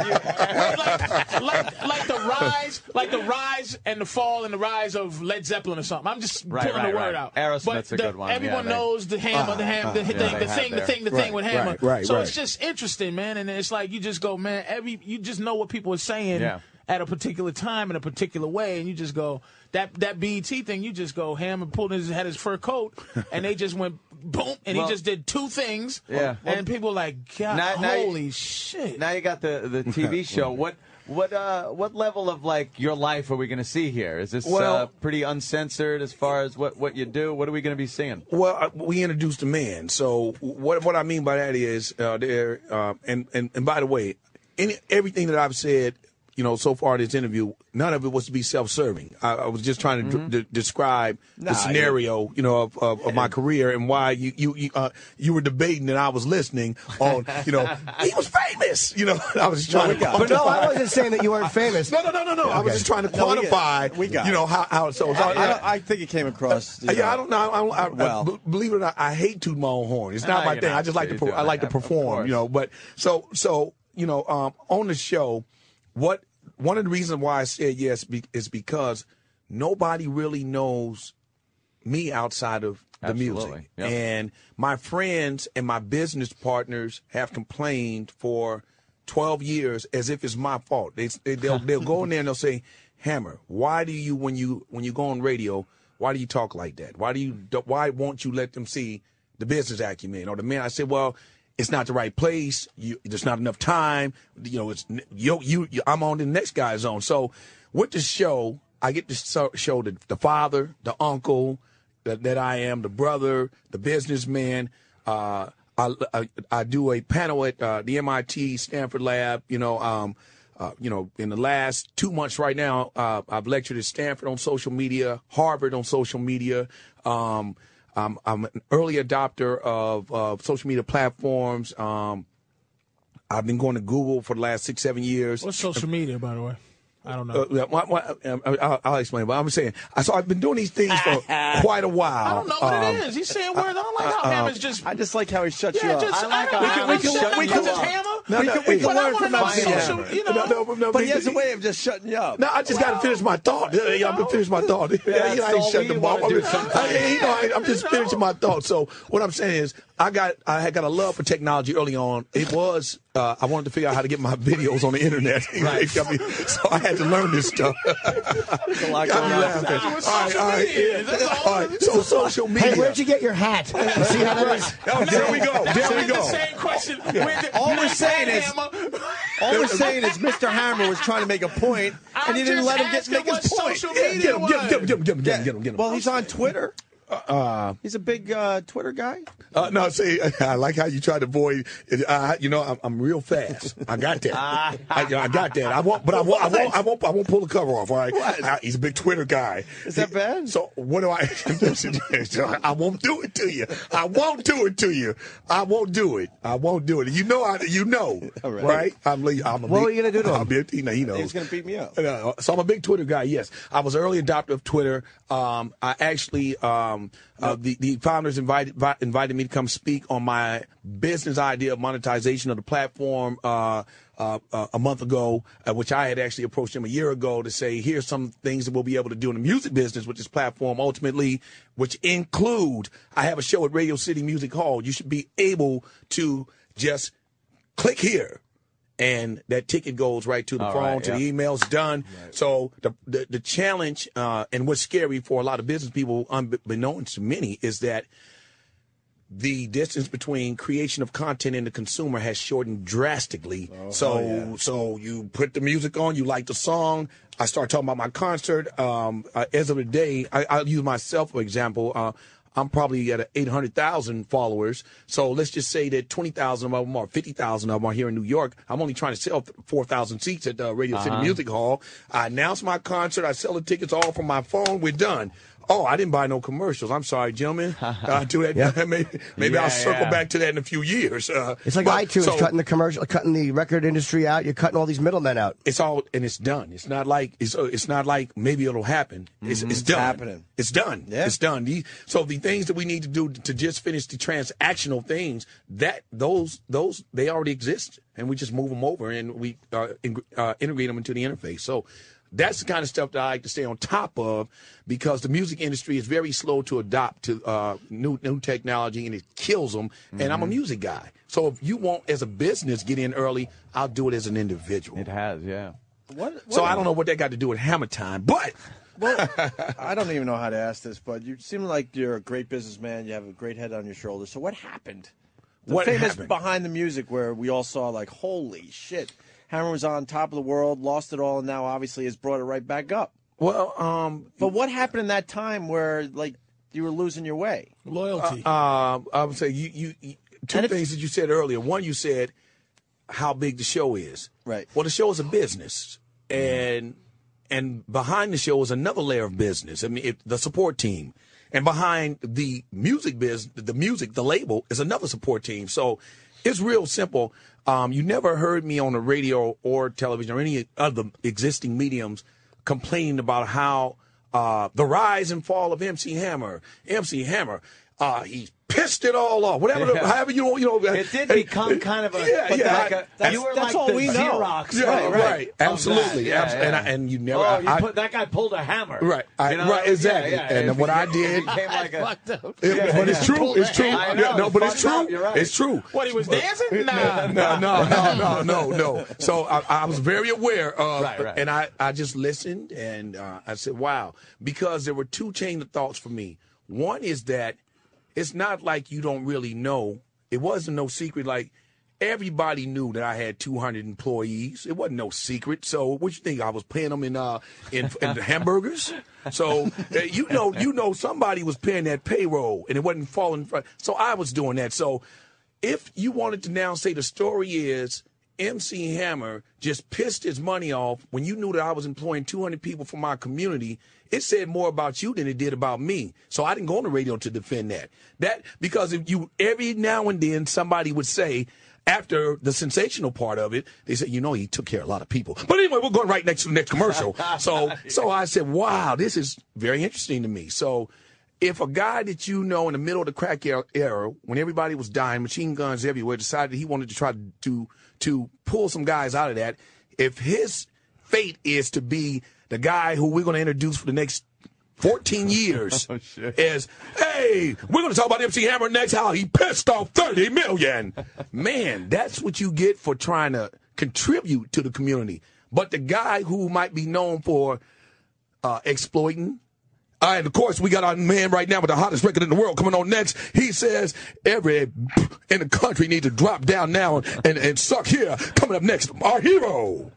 like, like, like the rise, like the rise and the fall and the rise of Led Zeppelin or something. I'm just Right, pulling right, the word right. out. Aerosmith's But a the- good one. Yeah, Everyone they- Ah, Uh, knows the hammer, the hammer, the, yeah, thing, they the, had thing, the their- thing, the Right, thing with right, hammer. right, so right. it's just interesting, man. And it's like you just go, man. Every you just know what people are saying Yeah. at a particular time in a particular way, and you just go that that BET thing. You just go hammer pulled his had his fur coat, and they just went boom, and Well- he just did two things. Yeah. and people like God, Now- now you- holy shit. Now you got the, the TV show. What what uh what level of like your life are we going to see here? Is this uh, Well- pretty uncensored as far as what what you do? What are we going to be seeing? Well, I- we introduced a man. So what what I mean by that is uh, there. Uh, and, and and by the way, any everything that I've said, you know, so far in this interview, none of it was to be self serving. I, I was just trying to Mm-hmm. dr d- describe the scenario, you know, of, of, of my career and why you you you, uh, you were debating and I was listening on. You know, he was famous. You know, I was just trying to. But no, I wasn't saying that you weren't famous. No, no, no, no, no. I was Okay. just trying to No, we get it. quantify. We got you it. know how how so. so I, I don't- I think it came across. uh, you Uh, yeah, I know, don't know. I, don't- I, I, Well. b- believe it or not, I hate tooting my own horn. It's not No, my you're thing. not. I just like You're to. Per- doing I like that. to Of perform. course. You know, but so so you know, um, on the show, what one of the reasons why I said yes be, is because nobody really knows me outside of the Absolutely. music, Yep. and my friends and my business partners have complained for. 12 years as if it's my fault. They, they they'll they'll go in there and they'll say, "Hammer, why do you when you when you go on radio, why do you talk like that? Why do you why won't you let them see the business acumen or the man?" I said, "Well, it's not the right place. You, there's not enough time. You know, it's you, you you I'm on the next guy's zone." So, with the show, I get to so- show the, the father, the uncle, that, that I am, the brother, the businessman. Uh, I, I, I do a panel at uh, the MIT Stanford Lab. You know, um, uh, you know, in the last two months right now, uh, I've lectured at Stanford on social media, Harvard on social media. Um, I'm I'm an early adopter of uh, social media platforms. Um, I've been going to Google for the last six seven years. What's social media, by the way? I don't know. Uh, yeah, why- why- um, I- I'll, I'll explain. But I'm saying, I, so I've been doing these things for quite a while. I don't know what Um, it is. He's saying words. I don't like how uh, Hammer's just. I just like how he shuts you Yeah, up. just. I like how we can, we Hammer's can, shut we you can, up. Hammer. No, we no, can, we hey. can But I learn wanna from know that. social- you know. No, no, no, no, but he has a no, way of just shutting you up. No, I just got to finish my thought. Yeah, I'm gonna finish my thought. Yeah, you know, I ain't all shut the we bomb. wanna I do mean, I, I- you know, I, am just finishing my thought. So what I'm saying is, I got I had got a love for technology early on. It was uh, I wanted to figure out how to get my videos on the internet. Right. I mean, so I had to learn this stuff. There's a lot Got going me on. laughing. That's what All right, all social right, media is. yeah. That's all. All right, so social media. Hey, where'd you get your hat? See how that is? Oh, there we go. There we The go. same question. Where's the- All we're saying is- Hammer. All we're saying is Mr. Hammer was trying to make a point, I'm and he didn't just let him get asking make his what point. social Yeah, Get him, media get him, was. get him, get him, get him, get him, get him, get him. Well, he's on Twitter. he's a big uh, Twitter guy. Uh, no, see, I like how you try to avoid. Uh, you know, I'm, I'm real fast. I got that. I, I got that. I won't, but I won't, I won't, I won't, I won't pull the cover off. All right, I, he's a big Twitter guy. Is that bad? So what do I? Listen, I won't do it to you. I won't do it to you. I won't do it. I won't do it. You know, I, you know, All right. right? I'm, le- I'm a What big, were you gonna do to him? I'm a big- he know- he knows. He's gonna beat me up. Uh, so I'm a big Twitter guy. Yes, I was an early adopter of Twitter. Um, I actually um, uh, the the founders invited vi- invited me to come speak on my business idea of monetization of the platform. Uh, uh, uh, a month ago, uh, which I had actually approached them a year ago to say, here's some things that we'll be able to do in the music business with this platform ultimately, which include I have a show at Radio City Music Hall. You should be able to just click here and that ticket goes right to the All phone right, to yeah. the emails done so the, the the challenge uh and what's scary for a lot of business people unbeknownst to many is that the distance between creation of content and the consumer has shortened drastically. so so you put the music on, you like the song. I start talking about my concert. Um, uh, as of the day, I, I'll use myself for example. Uh, I'm probably at a 800,000 followers. So let's just say that 20,000 of them or 50,000 of them are here in New York. I'm only trying to sell 4,000 seats at the Radio City Music Hall. I announce my concert. I sell the tickets all from my phone. We're done. Oh, I didn't buy no commercials. I'm sorry, gentlemen. I do that. maybe maybe Yeah, I'll circle yeah. back to that in a few years. Uh, It's like but- iTunes so cutting the commercial, cutting the record industry out. You're cutting all these middlemen out. It's all and it's done. It's not like it's uh, it's not like maybe it'll happen. It's it's done. happening. It's done. Yeah. It's done. The- so the things that we need to do to just finish the transactional things that those those they already exist and we just move them over and we uh, in, uh, integrate them into the interface. So that's the kind of stuff that I like to stay on top of because the music industry is very slow to adopt to uh, new new technology and it kills them. And I'm a music guy, so if you want as a business get in early, I'll do it as an individual. It has, yeah. What? So I don't know what that got to do with Hammer Time, but Well, I don't even know how to ask this, but you seem like you're a great businessman. You have a great head on your shoulders. So what happened? The What famous happened? behind the music where we all saw like, holy shit, Hammer was on top of the world, lost it all, and now obviously has brought it right back up. well, um, But what happened in that time where like you were losing your way? Loyalty. uh, I would say you, you, you two And if- things that you said earlier. One, you said how big the show is. Right. Well, the show is a business, and and behind the show is another layer of business. I mean, it, the support team, and behind the music biz, the music, the label is another support team. So it's real simple. Um, you never heard me on the radio or television or any other existing mediums complaining about how uh, the rise and fall of MC Hammer. MC Hammer, uh, he pissed it all off. Whatever, the- however you you know, It did hey, become kind of a. yeah, but yeah, like I- a- that's- you were that's like all the we know. Xerox Yeah, of- right, of that. absolutely, Yeah, abs- yeah. And, I, and you never, Oh, you I- put, that guy pulled a hammer. right, I, You know? right, exactly. Yeah, yeah. And It what I became- did, it became like a- it- but it's true, it's true. I know, Yeah, no, but it's fucked up, true. you're right. It's true. what he was dancing? Nah. no, no, no, no, no, no. So I, I was very aware of, Right, right. and I, I just listened and uh, I said, wow, because there were two chain of thoughts for me. One is that it's not like you don't really know. It wasn't no secret. Like everybody knew that I had 200 employees. It wasn't no secret. So what you think I was paying them in uh in, in hamburgers? So uh, you know you know somebody was paying that payroll and it wasn't falling. fr- So I was doing that. So if you wanted to now say the story is MC Hammer just pissed his money off when you knew that I was employing 200 people from my community. It said more about you than it did about me. So I didn't go on the radio to defend that. That because if you every now and then somebody would say after the sensational part of it, they said, you know, he took care of a lot of people. But anyway, we're going right next to the next commercial. So so I said, wow, this is very interesting to me. So if a guy that you know in the middle of the crack era, era when everybody was dying, machine guns everywhere, decided he wanted to try to to, to pull some guys out of that, if his fate is to be the guy who we're going to introduce for the next 14 years is, hey, we're going to talk about MC Hammer next, how he pissed off 30 million. Man, that's what you get for trying to contribute to the community. But the guy who might be known for uh, exploiting, uh, and of course, we got our man right now with the hottest record in the world coming on next. He says every in the country needs to drop down now and, and suck here. Coming up next, our hero.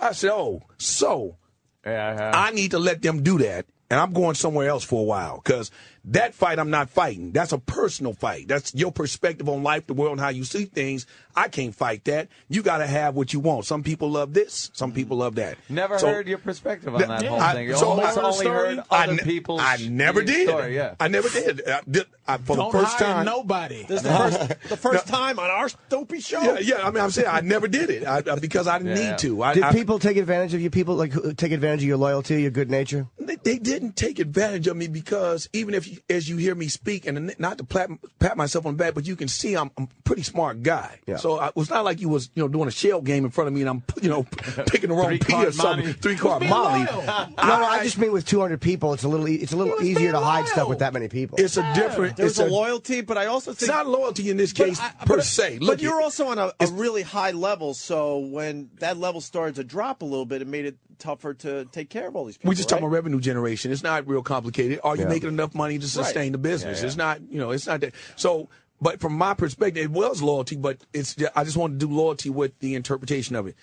I said, oh, so Uh-huh. I need to let them do that, and I'm going somewhere else for a while because that fight I'm not fighting. That's a personal fight. That's your perspective on life, the world, and how you see things. I can't fight that. You got to have what you want. Some people love this. Some people love that. Never So- heard your perspective on Th- that yeah. whole I- thing. You so almost I- only heard I other ne- people's I never did. story, yeah. I never did. I did- I- for Don't the first hire time, nobody. This is the first, the first time on our Dopey show. Yeah, yeah. I mean, I'm saying I never did it I, I- because I didn't need to. I, Did I- people take advantage of you? People like who- take advantage of your loyalty, your good nature. they, they didn't take advantage of me because even if you, as you hear me speak and not to pat, pat myself on the back, but you can see I'm, I'm a pretty smart guy. Yeah. So I, it's not like you was you know doing a shell game in front of me and I'm you know picking the wrong P or Three-card something. Monty. Three card Be Molly. loyal. No, no, I just mean with 200 people, it's a little e- it's a little easier to hide stuff with that many people. It's a different. There's it's a a, loyalty, but I also It's think not loyalty in this But case I- per but- se. Look, But you're it- also on a, a really high level, so when that level started to drop a little bit, it made it tougher to take care of all these people. We just right? talking about revenue generation. It's not real complicated. Are you making enough money to sustain the business? It's not, you know, it's not that. So, but from my perspective, it was loyalty, but it's I just want to do loyalty with the interpretation of it.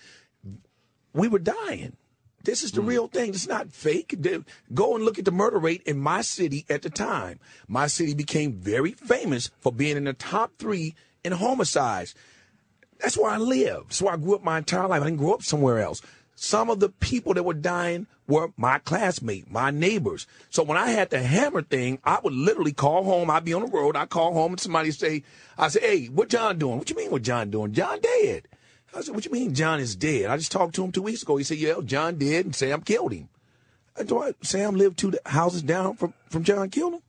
We were dying. This is the Mm-hmm. real thing. It's not fake. The- Go and look at the murder rate in my city at the time. My city became very famous for being in the top three in homicides. That's where I live. That's where I grew up my entire life. I didn't grow up somewhere else. Some of the people that were dying were my classmates, my neighbors. So when I had the hammer thing, I would literally call home. I'd be on the road. I call home and somebody say, I say, hey, what John doing? What you mean what John doing? John dead. I said, what you mean John is dead? I just talked to him two weeks ago. He said, yeah, John dead and Sam killed him. I told Sam lived two houses down from, from John killed him.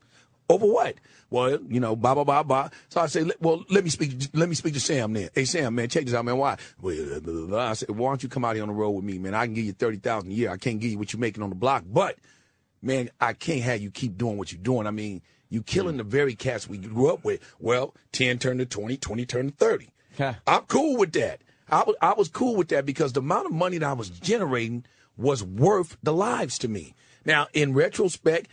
Over what? Well, you know, blah blah blah blah. So I say, "Le- well, let me speak. Let me speak to Sam then. Hey, Sam, man, check this out, man. Why? Well, blah, blah, blah, blah. I said, why don't you come out here on the road with me, man? I can give you thirty thousand a year. I can't give you what you're making on the block, but man, I can't have you keep doing what you're doing. I mean, you killing the very cats we grew up with. Well, ten turned to twenty, twenty turned to thirty. Yeah. I'm cool with that. I was I was cool with that because the amount of money that I was generating was worth the lives to me. Now, in retrospect,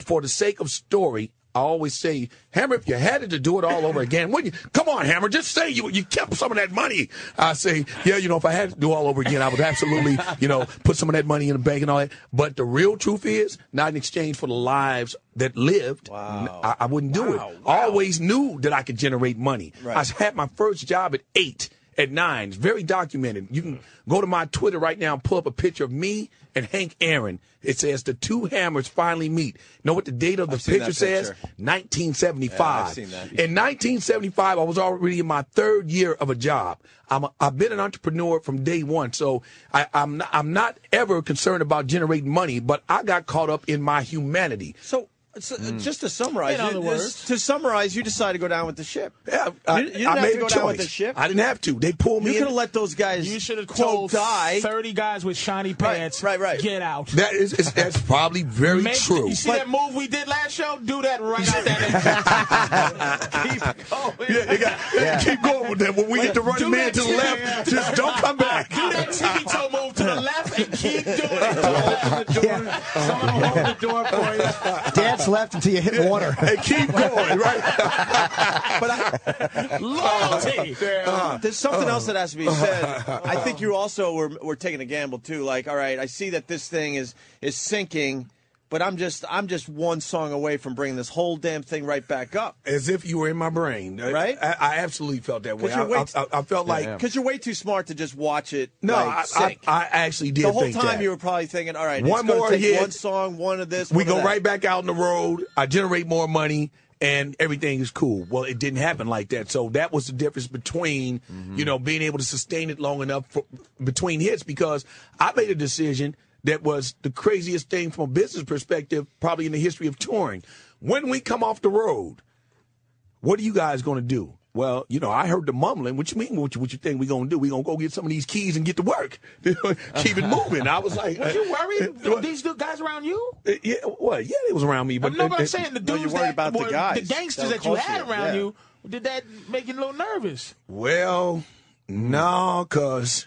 for the sake of story, I always say, Hammer, if you had it to do it all over again, wouldn't you? Come on, Hammer, just say you you kept some of that money. I say, yeah, you know, if I had to do all over again, I would absolutely, you know, put some of that money in the bank and all that. But the real truth is, not in exchange for the lives that lived, wow. I, I wouldn't do it. I always knew that I could generate money. I had my first job at eight at nine. It's very documented. You can go to my Twitter right now and pull up a picture of me and Hank Aaron. It says the two hammers finally meet. Know what the date of the seen that picture says? picture. 1975. Yeah, I've seen that. In 1975, I was already in my third year of a job. I'm a, I've been an entrepreneur from day one, so I, I'm not, I'm not ever concerned about generating money. But I got caught up in my humanity. So, so uh, Mm. just to summarize, In other you- this- words- to summarize, you decided to go down with the ship. Yeah, You- you didn't have made to go a down with choice. the ship. I didn't have to. They pulled me. You could in. have let those guys You should have quote told die. thirty guys with shiny pants. right, right. Get out. That is, is that's probably very Make- true. You see that move we did last show? Do that right out that. Yeah, they got they Yeah. keep going with that. When we hit the running do man that to the shit. left, just don't come back. Do that tippy toe move to the left and keep doing it. Open the door. Someone will hold the door for you. Dance left until you hit water. And keep going, right? Loyalty. Uh, There's Uh. something else that has to be said. I think you also were, were taking a gamble too. Like, all right, I see that this thing is is sinking. But I'm just I'm just one song away from bringing this whole damn thing right back up. As if you were in my brain, I- Right? I, I absolutely felt that way. Because I, you're, way- I, I- I felt like 'cause you're way too smart to just watch it. no, like, I, I, sink. I actually did. the whole think time that. you were probably thinking, all right, One it's gonna more take hit. one song, one of this. we one of go that. right back out on the road. I generate more money, and everything is cool. Well, it didn't happen like that. So that was the difference between Mm-hmm. you know being able to sustain it long enough for, between hits because I made a decision that was the craziest thing from a business perspective, probably in the history of touring. When we come off the road, what are you guys going to do? Well, you know, I heard the mumbling. What you mean? What you, what you think we're going to do? We're going to go get some of these keys and get to work. Keep it moving. I was like, Was you worried? What? These dude- guys around you? Uh, Yeah, well, yeah, it was around me, but no, uh, but I'm saying the No, dudes you're worried that about the were, guys gangsters that that, you were close to had you, around yeah. you. Did that make you a little nervous? well, no, cause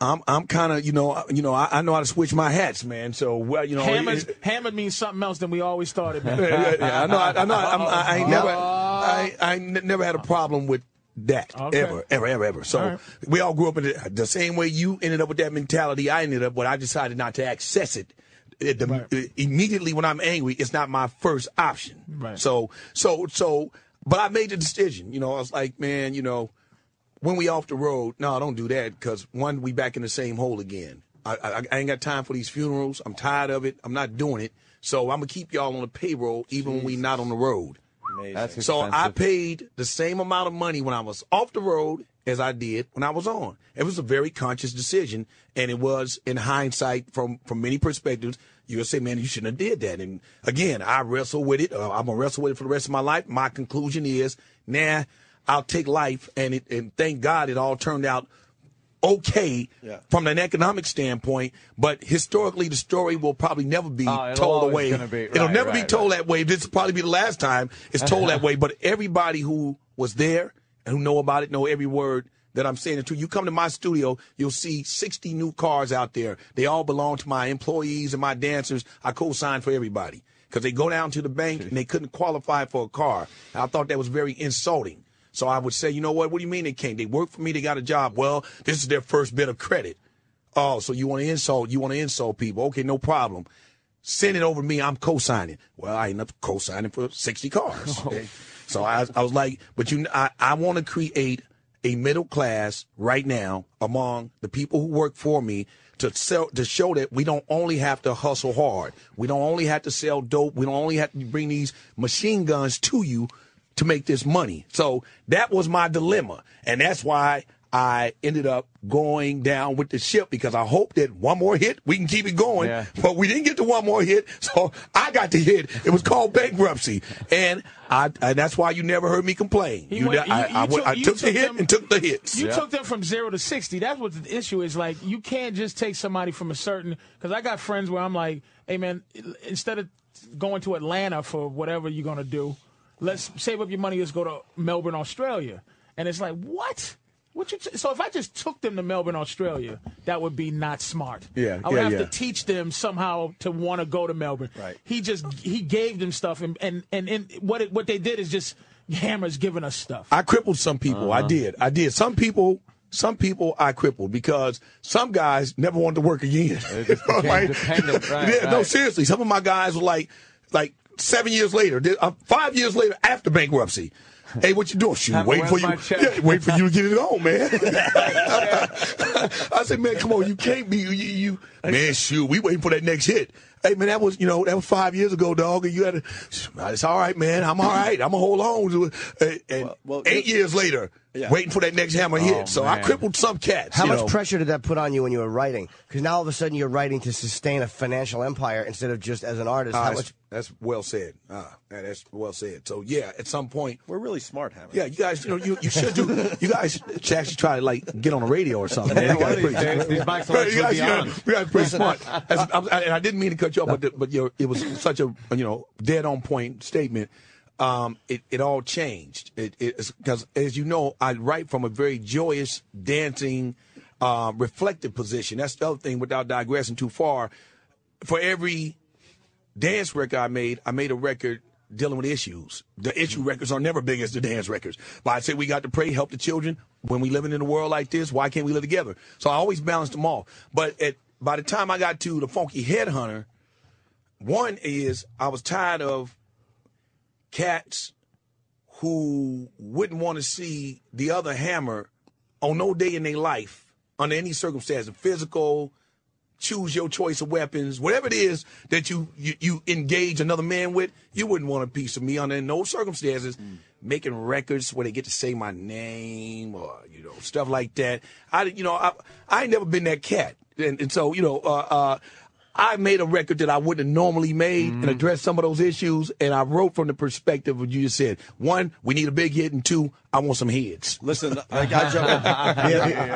I'm I'm kind of you know I- you know I, I know how to switch my hats, man. So well, you know, Hammers, it- hammered means something else than we always thought it meant. yeah, yeah, yeah, I know I, I know I'm, I, I ain't never I I n- never had a problem with that Okay. ever ever ever ever. So All right. we all grew up in the, the same way. You ended up with that mentality. I ended up, but I decided not to access it. It- the- uh, immediately when I'm angry, it's not my first option. Right. So so so, but I made the decision. You know, I was like, man, you know, when we off the road, no, don't do that because one, we back in the same hole again. I, I, I ain't got time for these funerals. I'm tired of it. I'm not doing it. So I'm gonna keep y'all on the payroll even when we not on the road. That's So I expensive. paid the same amount of money when I was off the road as I did when I was on. It was a very conscious decision, and it was in hindsight from from many perspectives. You'll say, man, you shouldn't have did that. And again, I wrestle with it. Uh, I'm gonna wrestle with it for the rest of my life. My conclusion is, nah, I'll take life, and it, and thank God it all turned out okay Yeah. from an economic standpoint. But historically, the story will probably never be Oh, it'll told always away. gonna be- it'll right, never be right, told right. that way. This will probably be the last time it's told that way. But everybody who was there and who know about it know every word that I'm saying it to. You come to my studio, you'll see 60 new cars out there. They all belong to my employees and my dancers. I co-sign for everybody because they go down to the bank and they couldn't qualify for a car. I thought that was very insulting. So I would say, you know what? What do you mean they can't? They work for me. They got a job. Well, this is their first bit of credit. Oh, so you want to insult? You want to insult people? Okay, no problem. Send it over to me. I'm co-signing. Well, I end up co-signing for 60 cars. So I, I was like, but you, I, I want to create a middle class right now among the people who work for me to sell, to show that we don't only have to hustle hard. We don't only have to sell dope. We don't only have to bring these machine guns to you to make this money. So that was my dilemma. And that's why I ended up going down with the ship because I hoped that one more hit, we can keep it going. Yeah. But we didn't get to one more hit, so I got the hit. It was called bankruptcy. And I and that's why you never heard me complain. He You went- ne- I, you- I you went- I took- you took, the took hit them- and took the hits. You Yeah. took them from zero to sixty. That's what the issue is. Like you can't just take somebody from a certain. Because I got friends where I'm like, hey man, instead of going to Atlanta for whatever you're gonna do, let's save up your money. Let's go to Melbourne, Australia. And it's like, what? What you t- so if I just took them to Melbourne, Australia, that would be not smart. Yeah, I would yeah, have yeah. to teach them somehow to want to go to Melbourne. Right. He just he gave them stuff, and and and, and what it, what they did is just hammers giving us stuff. I crippled some people. Uh-huh. I did. I did. Some people. Some people I crippled because some guys never wanted to work again. just became dependent, right, yeah, no, right. seriously. Some of my guys were like, like seven years later, did- uh, five years later after bankruptcy. Hey, what you doing? Shoot, Time to wait for where's you. my check? Yeah, wait for you to get it on, man. I said, man, come on, you can't be you. you man, shoot, we waiting for that next hit. Hey, man, that was you know that was five years ago, dog. And you had to. It's all right, man. I'm all right. I'm gonna hold on to it. And, and well, eight you- years later, Yeah. waiting for that next hammer Oh, hit. So I man. crippled some cats. How you much know. pressure did that put on you when you were writing? Because now all of a sudden you're writing to sustain a financial empire instead of just as an artist. Uh, How that's, much? that's well said. Uh, yeah, that's well said. So yeah, at some point, We're really smart, Hammer. yeah, you guys, you know, you, you should do. You guys should actually try to like get on the radio or something. Man. You One guys of these pretty- days, these mics will Right, you actually guys, be you on. guys- you guys pretty smart. That's- I'm- I- and I didn't mean to cut you off, but, the, but your, it was such a you know dead on point statement. Um, it, it all changed. It because as you know, I write from a very joyous, dancing, uh, reflective position. That's the other thing. Without digressing too far, for every dance record I made, I made a record dealing with issues. The issue records are never big as the dance records. But I say we got to pray, help the children. When we living in a world like this, why can't we live together? So I always balanced them all. But at by the time I got to the Funky Headhunter, One is I was tired of cats who wouldn't want to see the other hammer on no day in their life under any circumstance, physical, choose your choice of weapons, whatever it is that you you, you engage another man with, you wouldn't want a piece of me under no circumstances. Making records where they get to say my name or you know stuff like that. I you know I I ain't never been that cat, and, and so you know uh, uh, I made a record that I wouldn't have normally made and addressed some of those issues, and I wrote from the perspective of what you just said. One, we need a big hit, and two, I want some heads. Listen, I got you.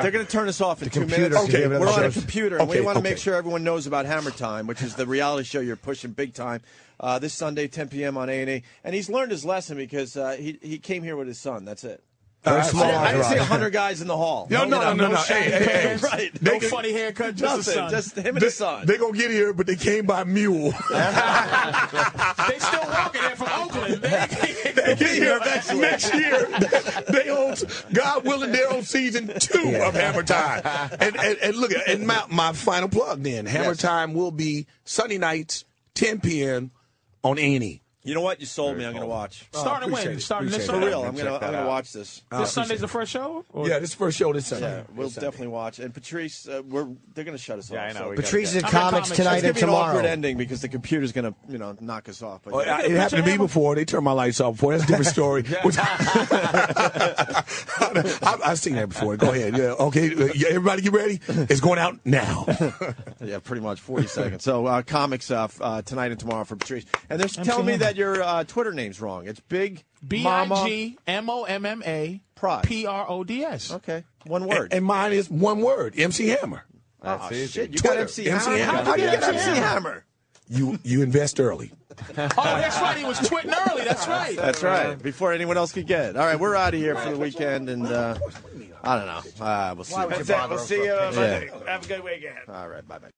They're going to turn us off in two minutes. Okay, we're on a computer, and we want to make sure everyone knows about Hammer Time, which is the reality show you're pushing big time. Uh, this Sunday, 10 p.m. on A&E. And he's learned his lesson because uh, he, he came here with his son. That's it. Very I, small didn't- I didn't see entourage. 100 guys in the hall. No, no, no, no, no. Hey, hey, hey. Right. They No can- funny haircut, just his Nothing, son. just him and they, his son. They gonna get here, but they came by mule. they still walking there from Oakland. They, they get here next year. They own, God willing, they're on season two of Hammer Time. And, and, and look, and my, my final plug then Hammer Time will be Sunday nights, 10 p.m. on E. Annie. You know what? You sold me. I'm going to watch. Starting when? Starting this For Sunday? real. I'm going to I'm going to watch this. Oh, This Sunday's the first show? Or- Yeah, this is first show this Sunday. Yeah, we'll definitely watch. And Patrice, uh, we're they're going to shut us off. I know, we So. gotta is Patrice at I'm at comics comics tonight It's and gonna be an tomorrow. awkward ending because the computer's going to you know knock us off. But Oh, I- it happened to me before. They turned my lights off before. That's a different story. I, I've seen that before. Go ahead. Yeah. Okay. uh, Yeah, everybody, get ready. It's going out now. Yeah, pretty much 40 seconds. So uh, comics uh, f- uh, tonight and tomorrow for Patrice. And they're telling me MTM. that your uh, Twitter name's wrong. It's Big B I Mama G M O M M A Pride. P R O D S. Okay, one and, word. and mine is one word: MC Hammer. Oh, easy. shit, you got Twitter, MC, MC Hammer. Hammer. How do you get Yeah. MC Hammer? You you invest early. Oh, that's right. He was twitting early. That's right. That's right. Before anyone else could get it. All right, we're out of here for the weekend, and uh, I don't know. Uh, we'll see. Why would you bother We'll him see for a you picture? Monday. Have a good weekend. All right, bye bye.